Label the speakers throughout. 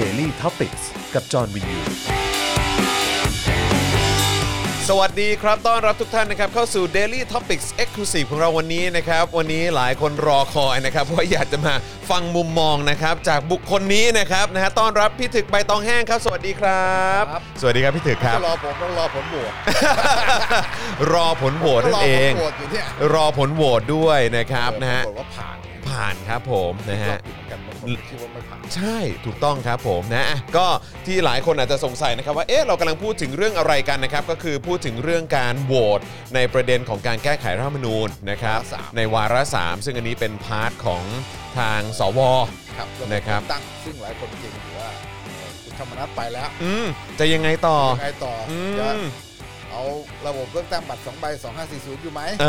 Speaker 1: Daily t o p i c กกับจอห์นวินยู
Speaker 2: สวัสดีครับต้อนรับทุกท่านนะครับเข้าสู่ Daily Topics Exclusive ของเราวันนี้นะครับ วันนี้หลายคนรอคอยนะครับเพราะอยากจะมาฟังมุมมองนะครับ จากบุคคลนี้นะครับนะฮะต้อนรับพี่ถึกใบตองแห้งครับ สวัสดีครับ
Speaker 3: ครับ
Speaker 2: สวัสดีครับพี่ถึกครับ
Speaker 3: รอผมต้องรอผมบวช
Speaker 2: รอผลโหวต
Speaker 3: ต้
Speaker 2: นั่
Speaker 3: รอน
Speaker 2: เอง
Speaker 3: ผลบวชอยู่เนี่ย
Speaker 2: รอผลโหวตด้วยนะครับนะฮะ
Speaker 3: ผลว่าผ่านไง
Speaker 2: ผ่านครับผมนะ
Speaker 3: รอ
Speaker 2: ฮะ
Speaker 3: ผิดกันบางคนคิดว่าไม่ผ่าน
Speaker 2: ใช่ถูกต้องครับผมนะอ่ะก็ที่หลายคนอาจจะสงสัยนะครับว่าเอ๊ะเรากำลังพูดถึงเรื่องอะไรกันนะครับก็คือพูดถึงเรื่องการโหวตในประเด็นของการแก้ไขรัฐธรรมนูญนะครับ
Speaker 3: วาระสาม
Speaker 2: ในวาระสามซึ่งอันนี้เป็นพาร์ทของทางสว
Speaker 3: ครับแล้ว
Speaker 2: นะครับ
Speaker 3: ตั้งซึ่งหลายคนเก่งอยู่ว่าเอ่อคุณธรรมนัฐไปแล้ว
Speaker 2: อืมจะยังไงต่อ
Speaker 3: ยังไงต่ออ
Speaker 2: อื
Speaker 3: จะ
Speaker 2: ม
Speaker 3: เอาระบบเลือกตั้งบัตร2ใบ2540 อยู่ไหม
Speaker 2: เอ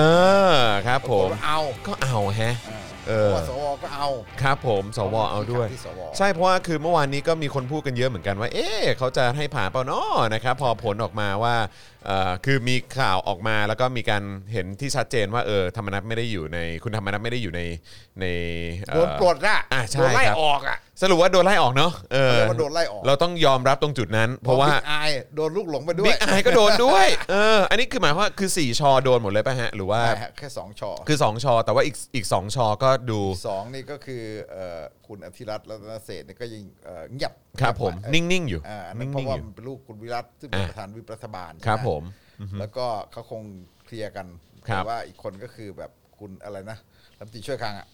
Speaker 2: อครับผม
Speaker 3: ปรากฏว่าเอา
Speaker 2: ก็เอาแฮะ
Speaker 3: อ่า
Speaker 2: เออ
Speaker 3: เพราะว่าสวก็เอา
Speaker 2: ครับผมสวเอาด้วย
Speaker 3: ที่สว
Speaker 2: ใช่เพราะว่าคือเมื่อวานนี้ก็มีคนพูดกันเยอะเหมือนกันว่า เอ๊ะเขาจะให้ผ่านเปล่าเนาะนะครับพอผลออกมาว่าเอ่อคือมีข่าวออกมาแล้วก็มีการเห็นที่ชัดเจนว่าเออธรรมนัฐไม่ได้อยู่ในคุณธรรมนัฐไม่ได้อยู่ในในเอ่
Speaker 3: โด
Speaker 2: อ
Speaker 3: นปลดนะ
Speaker 2: อ่าใช่
Speaker 3: โดนไล่
Speaker 2: ครับ
Speaker 3: ออกอ่ะ
Speaker 2: สรุปว่าโดนไล่ออกเนาะเออ
Speaker 3: เรียกว่าโดนไล่ออก
Speaker 2: เราต้องยอมรับตรงจุดนั้น เพราะว่า
Speaker 3: บิ๊กอายโดนลูกหลงไปด้วย
Speaker 2: บิ๊กไอก็โดนด้วยเอออันนี้คือหมายความว่าคือ 4 ชอโดนหมดเลยป่ะฮะหรือว่า
Speaker 3: ไม่ฮะแค่สองชอ
Speaker 2: คือ 2 ชอ แต่ว่าอีกอีกสองชอก็ดู
Speaker 3: สองนี่ก็คือเอ่อคุณอธิรัตน์รัตนเศรษฐ์เนี่ยก็ยังเอ่อเงียบ
Speaker 2: ครับผม
Speaker 3: เอ่อ
Speaker 2: นิ่งๆอยู่
Speaker 3: อ่าอัน
Speaker 2: นิ่
Speaker 3: นั่
Speaker 2: งๆ
Speaker 3: นเพราะว่า
Speaker 2: อยู่
Speaker 3: มันเป็นลูกคุณวิรัตซึ่งเป็น
Speaker 2: อ่ะ
Speaker 3: ประธานวิปรัฐบาลใช่ไห
Speaker 2: ครับผม
Speaker 3: แล้วก็เขาคงเคลียร์กัน
Speaker 2: ครับ
Speaker 3: แต่ว่าอีกคนก็คือแบบคุณอะไรนะรัฐมนตรีช่วยคลังอ่ะ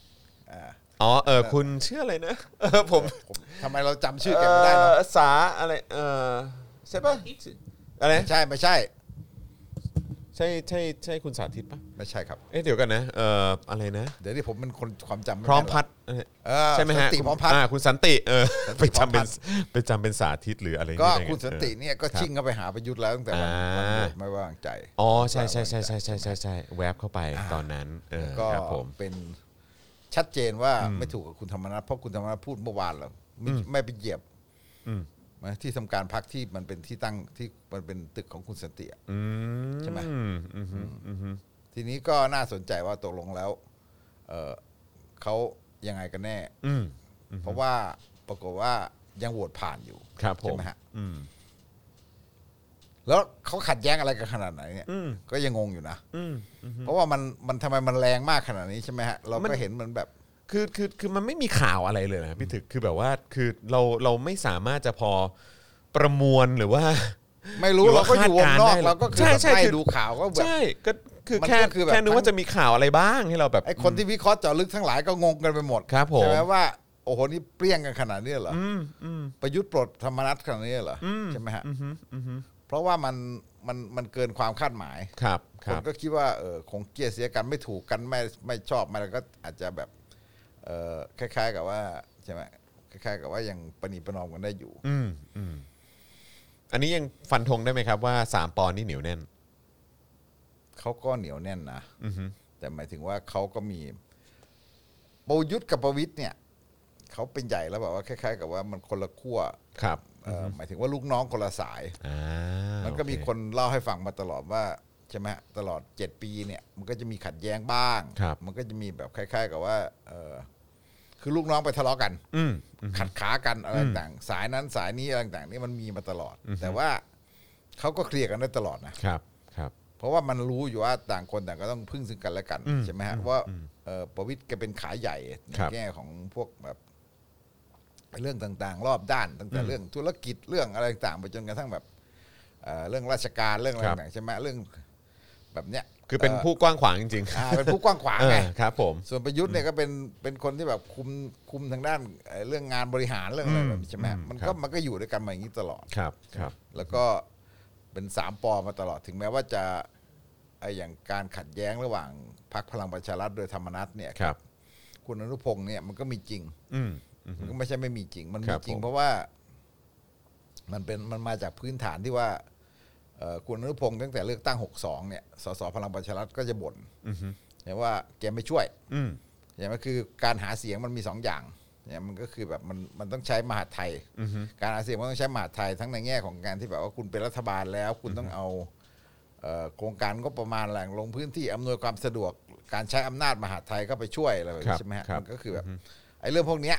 Speaker 3: อ่า
Speaker 2: อ๋อเออคุณเชื่ออะไรนะเออผม
Speaker 3: ผมทำไมเราจำชื่อแกไม่ได้เนาะ
Speaker 2: เอ่อสาอะไรเออใช่ปะอะไร
Speaker 3: ไม่ใช่ไม่ใช่
Speaker 2: ใช่ใช่ใช่คุณสาธิตปะ
Speaker 3: ไม่ใช่ครับ
Speaker 2: เอ๊ะเดี๋ยวกันนะเอ่ออะไรนะ
Speaker 3: เดี๋ยวนี้ผมเป็นคนความจำไ
Speaker 2: พร้อม
Speaker 3: แนหก
Speaker 2: พัดเอ่อ
Speaker 3: เออ
Speaker 2: ใช่ไหมฮะ
Speaker 3: สันติพร้อมพัด
Speaker 2: าคุณสันติเอ อ
Speaker 3: สันติ
Speaker 2: ไปจำเป็น
Speaker 3: พร้อมพัด
Speaker 2: ไปจำเป็นสาธิตหรืออะไร
Speaker 3: ก็
Speaker 2: นี่ได้ไง
Speaker 3: คุณสันติ
Speaker 2: เออ
Speaker 3: เนี่ยก็ชิ่งเข้าไปหาประยุทธ์แล้วตั้งแต่วัน
Speaker 2: อ่า
Speaker 3: วันโหวตไม่ว่างใจ
Speaker 2: อ๋อใช่ใช่ใช่ใช่ใช่ใช่ใช่แวบเข้าไปตอนนั้นเออ
Speaker 3: ก็
Speaker 2: ครับผม
Speaker 3: เป็นชัดเจนว่าไม่ถูกกับคุณธรรมนัฐเพราะคุณธรรมนัฐพูดเมื่อวานแล้วไม่ไม่ไปเหยียบนะที่ทำการพักที่มันเป็นที่ตั้งที่มันเป็นตึกของคุณสนติอะ
Speaker 2: อืม
Speaker 3: ใช่ไหม
Speaker 2: อืมอืมอืม
Speaker 3: ทีนี้ก็น่าสนใจว่าตกลงแล้ว เออเขายังไงกันแน่
Speaker 2: อืม
Speaker 3: เพราะว่าปรากฏว่ายังโหวตผ่านอยู่
Speaker 2: ครับผ
Speaker 3: ใช่
Speaker 2: ม
Speaker 3: ไหมฮะ
Speaker 2: อืม
Speaker 3: แล้วเขาขัดแย้งอะไรกันขนาดไหนเนี่ยก็ยังงงอยู่นะเพราะว่ามันมันทำไมมันแรงมากขนาดนี้ใช่ไหมฮะเรา
Speaker 2: มั
Speaker 3: ก็
Speaker 2: น
Speaker 3: เห็นมันแบบ
Speaker 2: คือคือคือมันไม่มีข่าวอะไรเลยนะพี่ถึกคือแบบว่าคือเราเราไม่สามารถจะพอประมวลหรือว่า
Speaker 3: ไม่รู้
Speaker 2: หรือ
Speaker 3: เรา
Speaker 2: ว่า
Speaker 3: ก็อยู่วงนอก
Speaker 2: คาดการณ์ได้เลย
Speaker 3: เราก็คือ
Speaker 2: ใช่
Speaker 3: แบบ
Speaker 2: ใช่
Speaker 3: ไล่
Speaker 2: คือ
Speaker 3: ดูข่าวก็แบบ
Speaker 2: ใช่ก็คือ
Speaker 3: มัน
Speaker 2: แค่
Speaker 3: ก็คือแบบ
Speaker 2: แค่นึก
Speaker 3: ทั้ง
Speaker 2: ว่าจะมีข่าวอะไรบ้างให้เราแบบ
Speaker 3: ไอคนที่วิเคราะห์เจาะลึกทั้งหลายก็งงกันไปหมด
Speaker 2: ครับผม
Speaker 3: ใช่ไหมว่าโอ้โหนี่เปรี้ยงกันขนาดนี้เหรออประยุทธ์ปลดธรรมนัตขนาดนี้เหรออใช่ไหมฮะเพราะว่ามันมันมันเกินความคาดหมาย
Speaker 2: ครับค
Speaker 3: ค
Speaker 2: รั
Speaker 3: น
Speaker 2: บ
Speaker 3: ก็คิดว่าเออคงเกลียดเสียกันไม่ถูกกันไม่ไม่ชอบมันก็อาจจะแบบเออคล้าย ๆ กับว่าใช่ไหมคล้ายๆ กับว่ายังประนีประนอมกันได้อยู่
Speaker 2: อืมอืมอันนี้ยังฟันธงได้ไหมครับว่าสามปอนนี่เหนียวแน่น
Speaker 3: เขาก็เหนียวแน่นนะแต่หมายถึงว่าเขาก็มีประยุทธ์กับประวิทย์เนี่ยเขาเป็นใหญ่แล้วแบบว่าคล้ายๆ กับว่ามันคนละขั้ว
Speaker 2: ครับ
Speaker 3: เอ่ออหมายถึงว่าลูกน้องคนละสาย
Speaker 2: อ่ามั
Speaker 3: มันก็มีคนเล่าให้ฟังมาตลอดว่าใช่ไหมฮะตลอด 7 ปีเนี่ย มันก็จะมีขัดแย้งบ้าง
Speaker 2: ครับ
Speaker 3: มันก็จะมีแบบคล้าย ๆ กับว่าเออคือลูกน้องไปทะเลาะกัน
Speaker 2: อืม
Speaker 3: ขัดขากันอะไรต่างสายนั้นสายนี้อะไรต่างนี่มันมีมาตลอด แต่ว่าเขาก็เคลียร์กันได้ตลอดนะ
Speaker 2: ครับครับ
Speaker 3: เพราะว่ามันรู้อยู่ว่าต่างคนต่างก็ต้องพึ่งซึ่งกันและกันใช่ไหมฮะว่าเอ่อประวิตยแกเป็นขาใหญ่ใน
Speaker 2: ครับ
Speaker 3: แง่ของพวกแบบ เรื่องต่างๆ รอบด้านตั้งแต่เรื่องธุรกิจเรื่องอะไรต่างๆไปจนกระทั่งแบบเอ่อเรื่องราชการเรื่องอะไร
Speaker 2: ครับ
Speaker 3: ต่างๆใช่ไหมเรื่อง แบบเนี้ย
Speaker 2: คือเป็นผู้กว้างขวางจริงๆ
Speaker 3: อ่าเป็นผู้กว้างขวางไง
Speaker 2: เออครับผม
Speaker 3: ส่วนประยุทธ์เนี่ยก็เป็นเป็นคนที่แบบคุมคุมทางด้านเอ่อเรื่องงานบริหารเรื่องอะไรแบบนี้ใช่ไหมฮะมัน
Speaker 2: ครั
Speaker 3: ก็
Speaker 2: บ
Speaker 3: มันก็อยู่ด้วยกันมาอย่างนี้ตลอด
Speaker 2: ครับครับ
Speaker 3: แล้วก็เป็นสามปอมาตลอดถึงแม้ว่าจะไออย่างการขัดแย้งระหว่างพรรคพลังประชารัฐโดยธรรมนัฐเนี่ย
Speaker 2: ครับ
Speaker 3: คุณอนุพงศ์เนี่ยมันก็มีจริง
Speaker 2: อืม
Speaker 3: มันก็ไม่ใช่ไม่มีจริง มัน
Speaker 2: ค
Speaker 3: มี
Speaker 2: รับ
Speaker 3: จริง
Speaker 2: ผม
Speaker 3: เพราะว่ามันเป็นมันมาจากพื้นฐานที่ว่าเอ่อคุณอนุพงศ์ตั้งแต่เลือกตั้ง 62 เนี่ยสสพลังประชารัฐก็จะบ่นใช่ว่าแกไม่ช่วย
Speaker 2: อืม
Speaker 3: อย่างก็คือการหาเสียงมันมีสองอย่างเนี่ยมันก็คือแบบมันมันต้องใช้มหาดไทย การหาเสียงมันต้องใช้มหาดไทยทั้งในแง่ของการที่แบบว่าคุณเป็นรัฐบาลแล้ว คุณต้องเอาเอ่อโครงการก็ประมาณแหล่งลงพื้นที่อำนวยความสะดวก การใช้อำนาจมหาดไทยเข้าไปช่วยอะไรแบบ
Speaker 2: ครั
Speaker 3: นี้
Speaker 2: บ
Speaker 3: ใช่ไหมฮะ
Speaker 2: ครับ
Speaker 3: มันก็คือแบบไอ้เรื่องพวกเนี้ย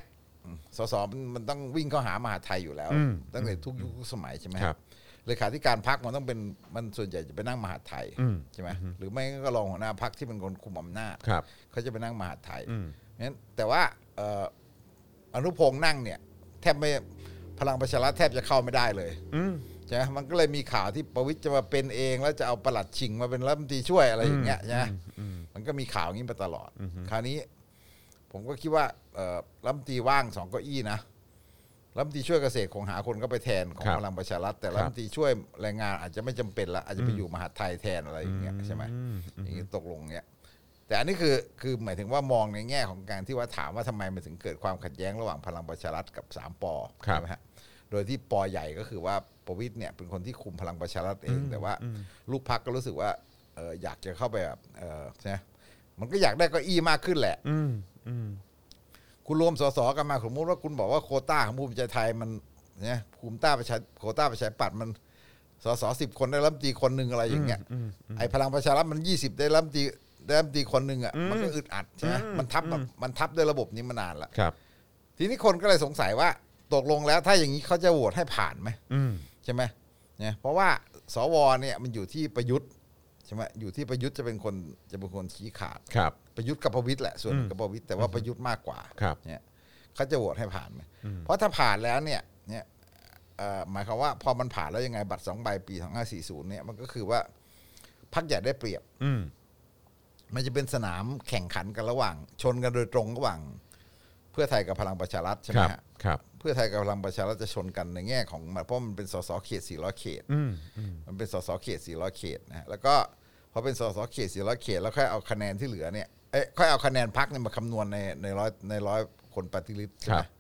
Speaker 3: สสมันมันต้องวิ่งเข้าหามหาไทยอยู่แล้ว
Speaker 2: อืม
Speaker 3: ตั้งแต่ทุกยุคทุกสมัยใช่ไหม
Speaker 2: ครับ
Speaker 3: เลขาธิการพักมันต้องเป็นมันส่วนใหญ่จะไปนั่งมหาไทยใช่ไหมหรือไม่ก็รองหัวหน้าพักที่เป็นคนคุมอำนาจ
Speaker 2: ครับ
Speaker 3: เขาจะไปนั่งมหาดไทย
Speaker 2: อืม
Speaker 3: งั้นแต่ว่าเอ่ออนุพงษ์นั่งเนี่ย แทบไม่พลังประชารัฐแทบจะเข้าไม่ได้เลย
Speaker 2: อืม
Speaker 3: ใช่ไหมมันก็เลยมีข่าวที่ประวิตรจะมาเป็นเอง แล้วจะเอาประหลัดชิงมาเป็นรัฐมนตรีช่วยอะไรอย่างเงี้ยใช่ไหมมันก็มีข่าวอย่างนี้มาตลอด คราวนี้ ผมก็คิดว่าเอ่อรัฐมนตรีว่างสองเก้าอี้นะรัฐมนตรีช่วยเกษตรของหาคนก็ไปแทนของ
Speaker 2: ครับ
Speaker 3: พลังประชารัฐแต่รัฐมนตรีช่วยแรงงานอาจจะไม่จำเป็นละอาจจะไปอยู่มหาดไทยแทนอะไรอย่างเงี้ยใช่ไหมอย่างนี้ตกลงเนี้ย แต่อันนี้คือคือหมายถึงว่ามองในแง่ของการที่ว่าถามว่าทำไมมันถึงเกิดความขัดแย้งระหว่างพลังประชารัฐกับสามปอ
Speaker 2: ครับ
Speaker 3: ใช่ไหมฮะโดยที่ปอใหญ่ก็คือว่าประวิทย์เนี่ยเป็นคนที่คุมพลังประชารัฐเอง แต่ว่าลูกพักก็รู้สึกว่าเอ่ออยากจะเข้าไปแบบเอ่อใช่ไหมมันก็อยากได้เก็อี้มากขึ้นแหละ
Speaker 2: ืมอืม
Speaker 3: คุณรวมสสกันมาสมมติว่าคุณบอกว่าโควต้าของภูมิใจไทยมันเนี่ยภูมิต้าประชาโควต้าประชาธิปัดมันสสสิบคนได้รัฐมนตรีคนหนึ่งอะไรอย่างเงี้ยไอ้พลังประชารัฐมันยี่สิบได้รัฐมนตรีได้รัฐมนตรีคนหนึ่งอ่ะมันก็อึดอัดใช่ไหมมันทับแบบมันทับด้วยระบบนี้มานานละ
Speaker 2: ครับ
Speaker 3: ทีนี้คนก็เลยสงสัยว่าตกลงแล้วถ้าอย่างนี้เขาจะโหวตให้ผ่านไหม
Speaker 2: อืม
Speaker 3: ใช่ไหมเนี่ยเพราะว่าสวเนี่ยมันอยู่ที่ประยุทธ์ใช่ไหมอยู่ที่ประยุทธ์จะเป็นคนจะเป็นคนชี้ขาด
Speaker 2: ครับ
Speaker 3: ประยุทธ์กับประวิตยแหละส่วนหนึ่งกับประวิตยแต่ว่าประยุทธ์มากกว่า
Speaker 2: ครับ
Speaker 3: เนี่ยเขาจะโหวตให้ผ่านไหมเพราะถ้าผ่านแล้วเนี่ยเนี่ยเอ่อหมายความว่าพอมันผ่านแล้วยังไงบัตรสองใบปีสองห้าสี่ศูนย์เนี่ยมันก็คือว่าพักใหญ่ได้เปรียบ
Speaker 2: อืม
Speaker 3: มันจะเป็นสนามแข่งขันกันระหว่าง ชนกันโดยตรงระหว่าง เพื่อไทยกับพลังประชารัฐใช่ไห
Speaker 2: ค
Speaker 3: ม
Speaker 2: รับ
Speaker 3: ฮะ
Speaker 2: ครับ
Speaker 3: เพื่อไทยกับพลังประชารัฐจะชนกันในแง่ของมันเพราะมันเป็นสสเขตสี่ร้อยเขต
Speaker 2: อืมอืม
Speaker 3: มันเป็นสสเขต 400 เขตนะฮะแล้วก็พอเป็นสสเขต 400 เขต แล้วค่อยเอาคะแนนที่เหลือเนี่ย เอ้ยค่อยเอาคะแนนพักเนี่ยมาคำนวณในในร้อยในร้อยคนปฏิริษใช่
Speaker 2: ค
Speaker 3: ไหม
Speaker 2: รับ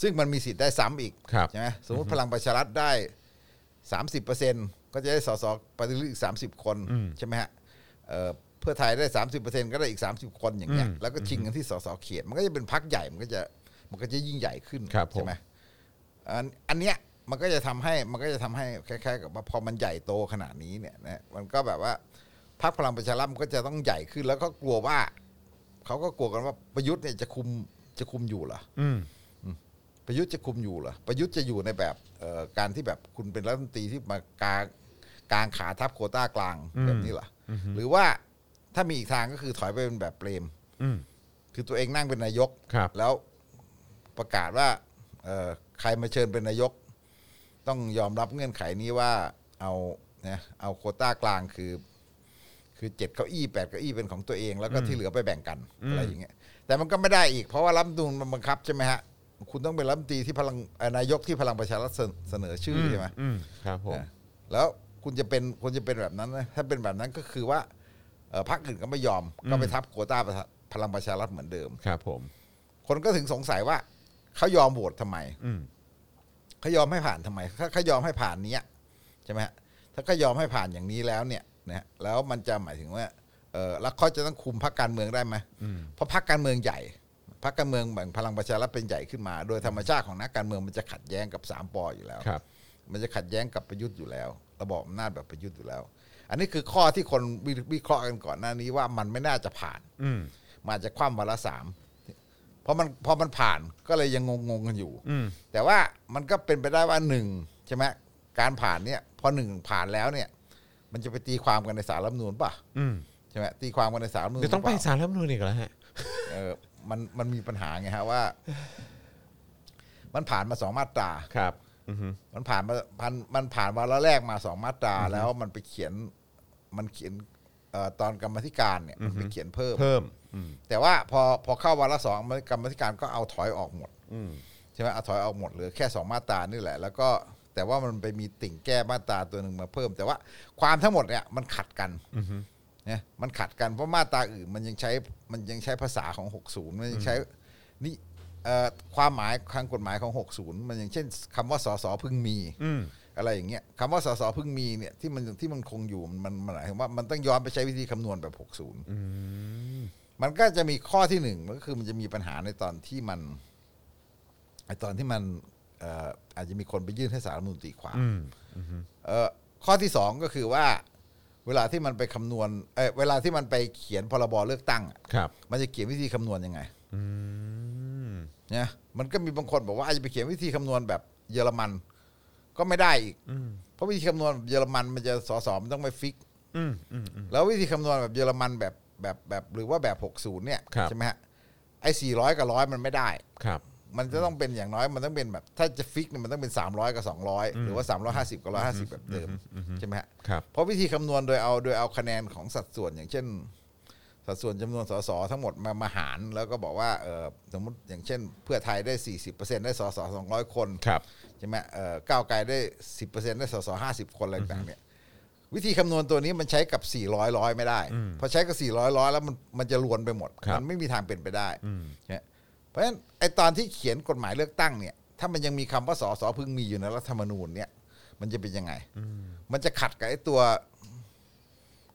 Speaker 3: ซึ่งมันมีสิทธิ์ได้ซ้ำอีก
Speaker 2: ครับ
Speaker 3: ใช่ไหมสมมติพลังประชารัฐได้ 30เปอร์เซ็นต์ก็จะได้สสปฏิริษีอีก30 คนใช่ไหมฮะเอ่อเพื่อไทยได้ 30เปอร์เซ็นต์ก็ได้อีก 30 คนอย่างเงี้ย แล้วก็ชิงกันที่สสเขต มันก็จะเป็นพักใหญ่ มันก็จะมันก็จะยิ่งใหญ่ขึ้น
Speaker 2: ครับผม
Speaker 3: ใช่ไหม อันอันเนี้ยมันก็จะทำให้มันก็จะทำให้คล้ายๆกับว่าพอมันใหญ่โตขนาดนี้เนี่ยนะมันก็แบบว่าพรรคพลังประชารัฐมันก็จะต้องใหญ่ขึ้น แล้วก็กลัวว่าเขาก็กลัวกันว่าประยุทธ์เนี่ยจะคุมจะคุมอยู่เหรอ
Speaker 2: อืม
Speaker 3: ประยุทธ์จะคุมอยู่เหรอประยุทธ์จะอยู่ในแบบเอ่อการที่แบบคุณเป็นรัฐมนตรีที่มากางกางขาทับโควต้ากลางแบบนี้เหรออหรือว่าถ้ามีอีกทางก็คือถอยไปเป็นแบบเปรม
Speaker 2: อืม
Speaker 3: คือตัวเองนั่งเป็นนายก
Speaker 2: ครับ
Speaker 3: แล้วประกาศว่าเอ่อใครมาเชิญเป็นนายก ต้องยอมรับเงื่อนไขนี้ว่าเอาเนี่ยเอาโควต้ากลางคือ คือเจ็ดเก้าอี้แปดเก้าอี้เป็นของตัวเอง แล้วก็ที่เหลือไปแบ่งกันอะไรอย่างเงี้ยแต่มันก็ไม่ได้อีก เพราะว่ารัฐธรรมนูลมันบังคับใช่ไหมฮะคุณต้องเป็นรัฐมนตรีที่พลังเอ่อนายกที่พลังประชารัฐเสนเสนอชื่อใช่ไหม
Speaker 2: อืม ครับผม
Speaker 3: นะแล้วคุณจะเป็นคุณจะเป็นแบบนั้นนะถ้าเป็นแบบนั้นก็คือว่าเอ่อพรรคอื่นก็ไม่ยอม ก็ไปทับโควต้าประชาพลังประชารัฐเหมือนเดิม
Speaker 2: ครับผม
Speaker 3: คนก็ถึงสงสัยว่าเขายอมโหวตทำไม
Speaker 2: อืม
Speaker 3: เขายอมให้ผ่านทำไมถ้าเขายอมให้ผ่านเนี้ยใช่ไหมฮะถ้าเขายอมให้ผ่านอย่างนี้แล้วเนี่ยนะฮะแล้วมันจะหมายถึงว่าเออแล้วเขาจะต้องคุมพรรคการเมืองได้ไหมเพราะพรรคการเมืองใหญ่พรรคการเมืองแบ่งพลังประชารัฐเป็นใหญ่ขึ้นมา โดยธรรมชาติของนักการเมืองมันจะขัดแย้งกับสามปออยู่แล้ว
Speaker 2: ครับ
Speaker 3: มันจะขัดแย้งกับประยุทธ์อยู่แล้ว ระบอบอำนาจแบบประยุทธ์อยู่แล้ว อันนี้คือข้อที่คนวิวิเคราะห์กันก่อนหน้านี้ว่ามันไม่น่าจะผ่าน
Speaker 2: อืม
Speaker 3: มันอาจจะคว่ำวาระสามเพราะมันพอมันผ่านก็เลยยังงงๆกันอยู่
Speaker 2: อืม
Speaker 3: แต่ว่ามันก็เป็นไปได้ว่าหนึ่งใช่ไหมการผ่านเนี่ยพอหนึ่งผ่านแล้วเนี่ย มันจะไปตีความกันในสารรัฐธรรมนูนป่ะ
Speaker 2: อืม
Speaker 3: ใช่ไหมตีความกันในสารรัฐธรรมนูน
Speaker 2: เดี๋ยวต้องไป
Speaker 3: เล่า
Speaker 2: สารรัฐธรรมนูญอีกแล้วฮะ
Speaker 3: เออมันมันมีปัญหาไงฮะว่า มันผ่านมาสองมาตรา
Speaker 2: ครับ อืม
Speaker 3: มันผ่านมาพันมันผ่านวาระแรกมาสองมาตราแล้วมันไปเขียนมันเขียนเอ่อตอนกรรมธิการเนี่ยมันไปเขียนเพิ่ม
Speaker 2: เพิ่ม
Speaker 3: แต่ว่าพอพอเข้าวาระสองกรรมธิการก็เอาถอยออกหมด
Speaker 2: อืม
Speaker 3: ใช่ไหมเอาถอยออกหมดเหลือแค่สองมาตรานี่แหละ แล้วก็แต่ว่ามันไปมีติ่งแก้มาตราตัวหนึ่งมาเพิ่ม แต่ว่าความทั้งหมดเนี่ยมันขัดกันเนี่ยมันขัดกันเพราะมาตราอื่นมันยังใช้มันยังใช้ภาษาของ 60 มันยังใช้นี่เอ่อความหมายทางกฎหมายของ 60 มันอย่างเช่นคำว่าสสพึงมี
Speaker 2: อืม
Speaker 3: อะไรอย่างเงี้ยคำว่าสสเพึ่งมีเนี่ยที่มันที่มันคงอยู่มันมันหมายถึงว่ามันต้องย้อนไปใช้วิธีคำนวณแบบ 60 มันก็จะมีข้อที่หนึ่งก็คือมันจะมีปัญหาในตอนที่มันไอตอนที่มันเอ่ออาจจะมีคนไปยื่นให้สารรัฐธรรมนูลตีความ
Speaker 2: อืม
Speaker 3: เอ่อข้อที่สองก็คือว่า เวลาที่มันไปคำนวณเอยเวลาที่มันไปเขียนพรบเลือกตั้งอะ
Speaker 2: ครับ
Speaker 3: มันจะเขียนวิธีคำนวณยังไง
Speaker 2: อืม
Speaker 3: เนี่ยมันก็มีบางคนบอกว่าจะไปเขียนวิธีคำนวณแบบเยอรมัน ก็ไม่ได้อีกเพราะวิธีคำนวณแบบเยอรมันมันจะสอสอมันต้องไปฟิก
Speaker 2: อืมอืม
Speaker 3: แล้ววิธีคำนวณแบบเยอรมันแบบแบบแบบหรือว่าแบบ 60 เนี่ย
Speaker 2: ครับ
Speaker 3: ใช่ไหมฮะไอ้สี่ร้อยกับร้อยมันไม่ได้
Speaker 2: ครับ
Speaker 3: มันจะต้องเป็นอย่างน้อยมันต้องเป็นแบบ ถ้าจะฟิกเนี่ยมันต้องเป็น 300 กับ 200 หรือว่า 350 กับ 150 แบบเดิมใช่ไหมฮะ
Speaker 2: ครับ
Speaker 3: เพราะวิธีคำนวณโดยเอาโดยเอาคะแนนของสัดส่วนอย่างเช่น สัดส่วนจำนวนสสทั้งหมดมามาหาร แล้วก็บอกว่าเออสมมติอย่างเช่น เพื่อไทยได้ 40%ได้สส200 คน
Speaker 2: ครับ
Speaker 3: ใช่ไหมเอ่อก้าวไกลได้สิบเปอร์เซ็นต์ได้สสห้าสิบคนอะไรต่างๆเนี่ย วิธีคำนวณตัวนี้มันใช้กับสี่ร้อยร้อยไม่ได้ พอใช้กับสี่ร้อยร้อยแล้วมันมันจะลวนไปหมด
Speaker 2: ครับ
Speaker 3: มัไม่มีทางเป็นไปได้เนี่ยเพราะฉะนั้นไอตอนที่เขียนกฎหมายเลือกตั้งเนี่ย ถ้ามันยังมีคำว่าสสพึงมีอยู่ในรัฐธรรมนูญเนี่ย มันจะเป็นยังไง มันจะขัดกับไอตัว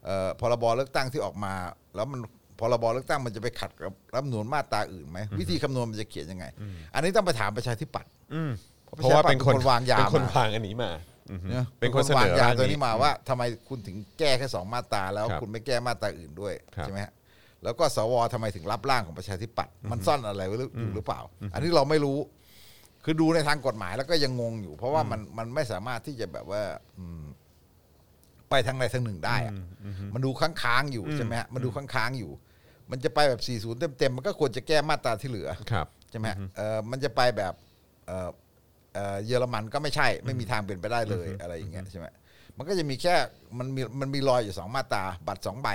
Speaker 3: เอ่อพรบเลือกตั้งที่ออกมา แล้วมันพรบเลือกตั้งมันจะไปขัดกับรัฐธรรมนูญมาตราอื่นไหมวิธีคำนวณมันจะเขียนยังไง อันนี้ต้องไปถามประชาธิปัตย์
Speaker 2: อืม
Speaker 3: เพราะ
Speaker 2: เพราะว่าเป็นคน
Speaker 3: เป็นคนวางยา
Speaker 2: เป็นคน
Speaker 3: มา
Speaker 2: วางอันนี้มาอือฮึ
Speaker 3: ย
Speaker 2: เป็นคนเสนอ
Speaker 3: วา
Speaker 2: ร่าย
Speaker 3: งาง ตัว
Speaker 2: นี้
Speaker 3: นี้มาว่าทำไมคุณถึงแก้แค่สองมาตราแล้ว
Speaker 2: ครับ
Speaker 3: คุณไม่แก้มาตราอื่นด้วย
Speaker 2: ครับ
Speaker 3: ใช่ไหมฮะแล้วก็สวทำไมถึงรับร่างของประชาธิปัตย์มันซ่อนอะไรไว้หรืออยู่หรือเปล่า อันนี้เราไม่รู้ คือดูในทางกฎหมายแล้วก็ยังงงอยู่ เพราะว่ามันมันไม่สามารถที่จะแบบว่าอืมไปทางใดทางหนึ่งได้อะมันดูค้างๆอยู่ใช่ไหมฮะมันดูค้างๆอยู่ มันจะไปแบบ 40 เต็มๆมันก็ควรจะแก้มาตราที่เหลือ
Speaker 2: ครับ
Speaker 3: ใช่ไหมฮะเอ่อมันจะไปแบบเอ่อเอ่อเยอรมันก็ไม่ใช่ ไม่มีทางเป็นไปได้เลยอะไรอย่างเงี้ยใช่ไหมมันก็จะมีแค่มันมีมันมีรอยอยู่สองมาตราบัตรสองใบ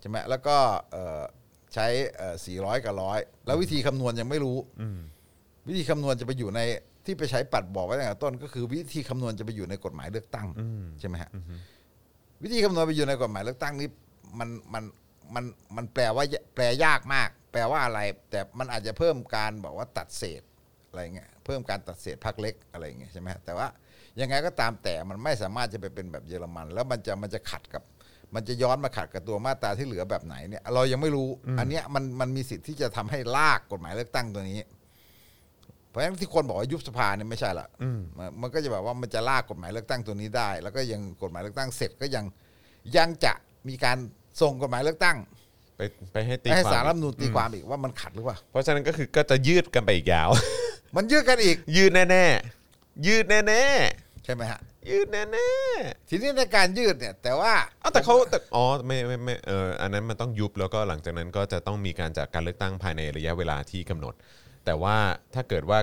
Speaker 3: ใช่ไหมแล้วก็เอ่อใช้สี่ร้อยกับร้อยแล้ววิธีคำนวณยังไม่รู้วิธีคำนวณจะไปอยู่ในที่ไปใช้ปัดบอกไว้ตั้งแต่ต้น ก็คือวิธีคำนวณจะไปอยู่ในกฎหมายเลือกตั้งใช่ไหมฮะวิธีคำนวณไปอยู่ในกฎหมายเลือกตั้งนี้มันมันมันมันแปลว่าแปลยากมาก แปลว่าอะไร แต่มันอาจจะเพิ่มการบอกว่าตัดเศษอะไรเงี้ยเพิ่มการตัดเศษพักเล็กอะไรเงี้ยใช่ไหมฮะแต่ว่ายังไงก็ตามแต่มันไม่สามารถจะไปเป็นแบบเยอรมัน แล้วมันจะมันจะขัดกับ มันจะย้อนมาขัดกับตัวมาตราที่เหลือแบบไหนเนี่ยเรายังไม่รู้ อันเนี้ยมันมันมีสิทธิ์ที่จะทำให้ลากกฎหมายเลือกตั้งตัวนี้ เพราะฉะนั้นที่คนบอกว่ายุบสภาเนี่ยไม่ใช่ละมันมันก็จะแบบว่ามันจะลากกฎหมายเลือกตั้งตัวนี้ได้ แล้วก็ยังกฎหมายเลือกตั้งเสร็จก็ยังยังจะมีการส่งกฎหมายเลือกตั้ง
Speaker 2: ไปไปให้ตี
Speaker 3: ให้
Speaker 2: ควา
Speaker 3: สารรัฐธร
Speaker 2: ม
Speaker 3: รมนูญตีความอีกว่ามันขัดหรือเปล่า
Speaker 2: เพราะฉะนั้นก็คือก็จะยืดกันไปอีกยาว
Speaker 3: มันยืดกันอีก
Speaker 2: ยืดแน่ๆ ยืดแน่
Speaker 3: ใช่ไหมฮะ
Speaker 2: ๆ ยืดแน่
Speaker 3: ทีนี้ในการยืดเนี่ย แต่ว่า
Speaker 2: ๆเอาแต่เขาแต่อ๋อไม่ไม่ไม่เอออันนั้นมันต้องยุบแล้วก็หลังจากนั้นก็จะต้องมีการจัดการเลือกตั้งภายในระยะเวลาที่กำหนด แต่ว่าถ้าเกิดว่า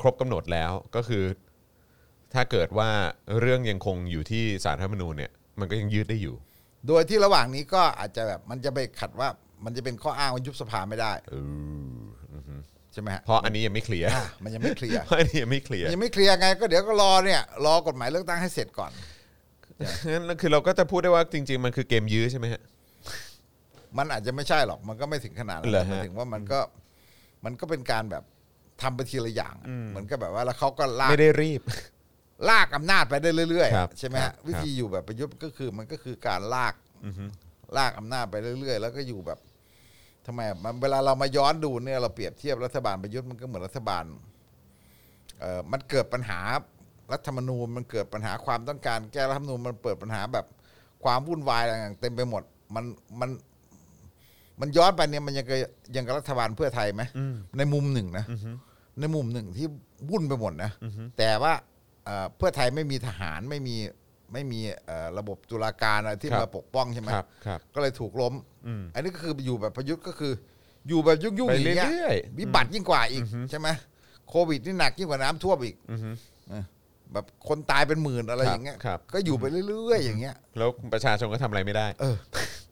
Speaker 2: ครบกำหนดแล้วก็คือ ถ้าเกิดว่าเรื่องยังคงอยู่ที่สารรัฐธรรมนูญเนี่ย มันก็ยังยืดได้อยู่
Speaker 3: โดยที่ระหว่างนี้ก็อาจจะแบบมันจะไปขัดว่ามันจะเป็นข้ออ้างว่ายุบสภาไม่ได้ใช่ไหมฮะ
Speaker 2: เพราะอันนี้ยังไม่เคลี ยร์
Speaker 3: อ่ะมันยังไม่เคลียร์
Speaker 2: เพราะอันนี้ยังไม่เคลียร์
Speaker 3: ยังไม่เคลียร์ไงก็เดี๋ยวก็รอเนี่ยรอกฎหมายเลือกตั้งให้เสร็จก่อน
Speaker 2: งั้นคือเราก็จะพูดได้ว่าจริง ๆ มันคือเกมยื้อใช่ไหมฮะ
Speaker 3: มันอาจจะไม่ใช่หรอกมันก็ไม่ถึงขนาดนั้น
Speaker 2: เหรอฮะ
Speaker 3: หมันถึงว่ามันก็มันก็เป็นการแบบทำไปทีละอย่างเหมือนกับแบบว่าแล้วเขาก็ลาก
Speaker 2: ไม่ได้รีบ
Speaker 3: ลากอำนาจไปได้เรื่อย
Speaker 2: ครับ
Speaker 3: ๆใช่ไหม
Speaker 2: ครั
Speaker 3: ฮะ
Speaker 2: บ
Speaker 3: วิธีอยู่แบบประยุทธ์ก็คือมันก็คือการลากลากอำนาจไปเรื่อย ๆ แล้วก็อยู่แบบทำไมอะมันเวลาเรามาย้อนดูเนี่ยเราเปรียบเทียบรัฐบาลประยุทธ์มันก็เหมือนรัฐบาลเออมันเกิดปัญหารัฐธรรมนูญมันเกิดปัญหาความต้องการแก้รัฐธรรมนูญมันเปิดปัญหาแบบความวุ่นวายอะไรต่างๆเต็มไปหมด มันมัน มันย้อนไปเนี่ยมันยังกับยังกับรัฐบาลเพื่อไทยไหมในมุมหนึ่งนะในมุมหนึ่งที่วุ่นไปหมดนะแต่ว่าเอ่อเพื่อไทยไม่มีทหารไม่มีไม่มีเอ่อระบบตุลาการอะไรที่
Speaker 2: ครับ
Speaker 3: มาปกป้องใช่ไหม
Speaker 2: ครับครับ
Speaker 3: ก็เลยถูกล้มอันนี้ก็คืออยู่แบบประยุทธ์ก็คือ อยู่แบบยุ่งยุ่งๆ
Speaker 2: ไป
Speaker 3: อย่างเงี้ย
Speaker 2: เรื่อยๆ
Speaker 3: วิบัติยิ่งกว่าอีกใช่ไหมโควิดนี่หนักยิ่งกว่าน้ำท่วมอีกเออแบบคนตายเป็นหมื่นอะไรอย่างเงี้ย
Speaker 2: ครับ
Speaker 3: ก็อยู่ไปเรื่อยๆอย่างเงี้ย
Speaker 2: แล้วประชาชนก็ทำอะไรไม่ได้
Speaker 3: เออ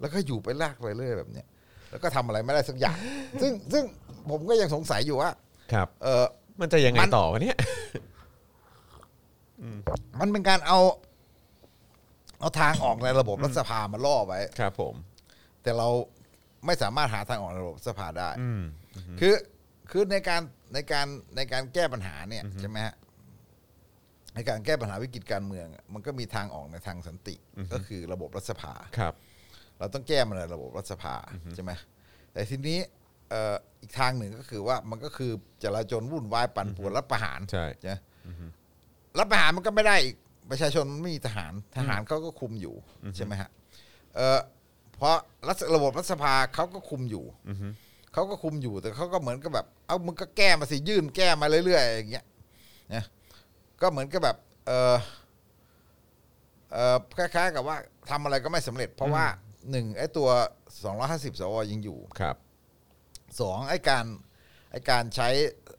Speaker 3: แล้วก็อยู่ไปลากไปเรื่อยแบบเนี้ย แล้วก็ทำอะไรไม่ได้สัก อย่าง ซึ่งซึ่งผมก็ยังสงสัยอยู่ว่า
Speaker 2: ครับ
Speaker 3: เออ
Speaker 2: มันจะยังไง
Speaker 3: มัน
Speaker 2: ต่อวะเนี่ย
Speaker 3: มันเป็นการเอา เอาทางออกในระบบรัฐสภามาล่อไว้
Speaker 2: ครับผม
Speaker 3: แต่เราไม่สามารถหาทางออกในระบบรัฐสภาได้
Speaker 2: อืม
Speaker 3: คือคือในการในการในการแก้ปัญหาเนี่ยใช่ไหมฮะในการแก้ปัญหาวิกฤตการเมือง มันก็มีทางออกในทางสันติ ก็คือระบบรัฐสภา
Speaker 2: ครับ
Speaker 3: เราต้องแก้มันในระบบรัฐสภาใช่ไหมแต่ทีนี้เอ่ออีกทางหนึ่งก็คือว่ามันก็คือจราจนวุ่นวายปั่นป่วนรัฐประหาร
Speaker 2: ใช่
Speaker 3: ไหมรัฐประหารมันก็ไม่ได้อีกประชาชนไม่มีทหารทหารเขาก็คุมอยู่ใช่ไหมฮะเอ่อเพราะรัฐระบบรัฐสภาเขาก็คุมอยู่ เขาก็คุมอยู่แต่เขาก็เหมือนกับแบบ เอามึงก็แก้มาสิยื่นแก้มาเรื่อยๆอย่างเงี้ยนะก็เหมือนกับแบบเออเออคล้ายๆกับว่าทำอะไรก็ไม่สำเร็จ เพราะว่าหนึ่งไอ้ตัว 250สวยังอยู่
Speaker 2: ครับ
Speaker 3: สองไอ้การไอ้การใช้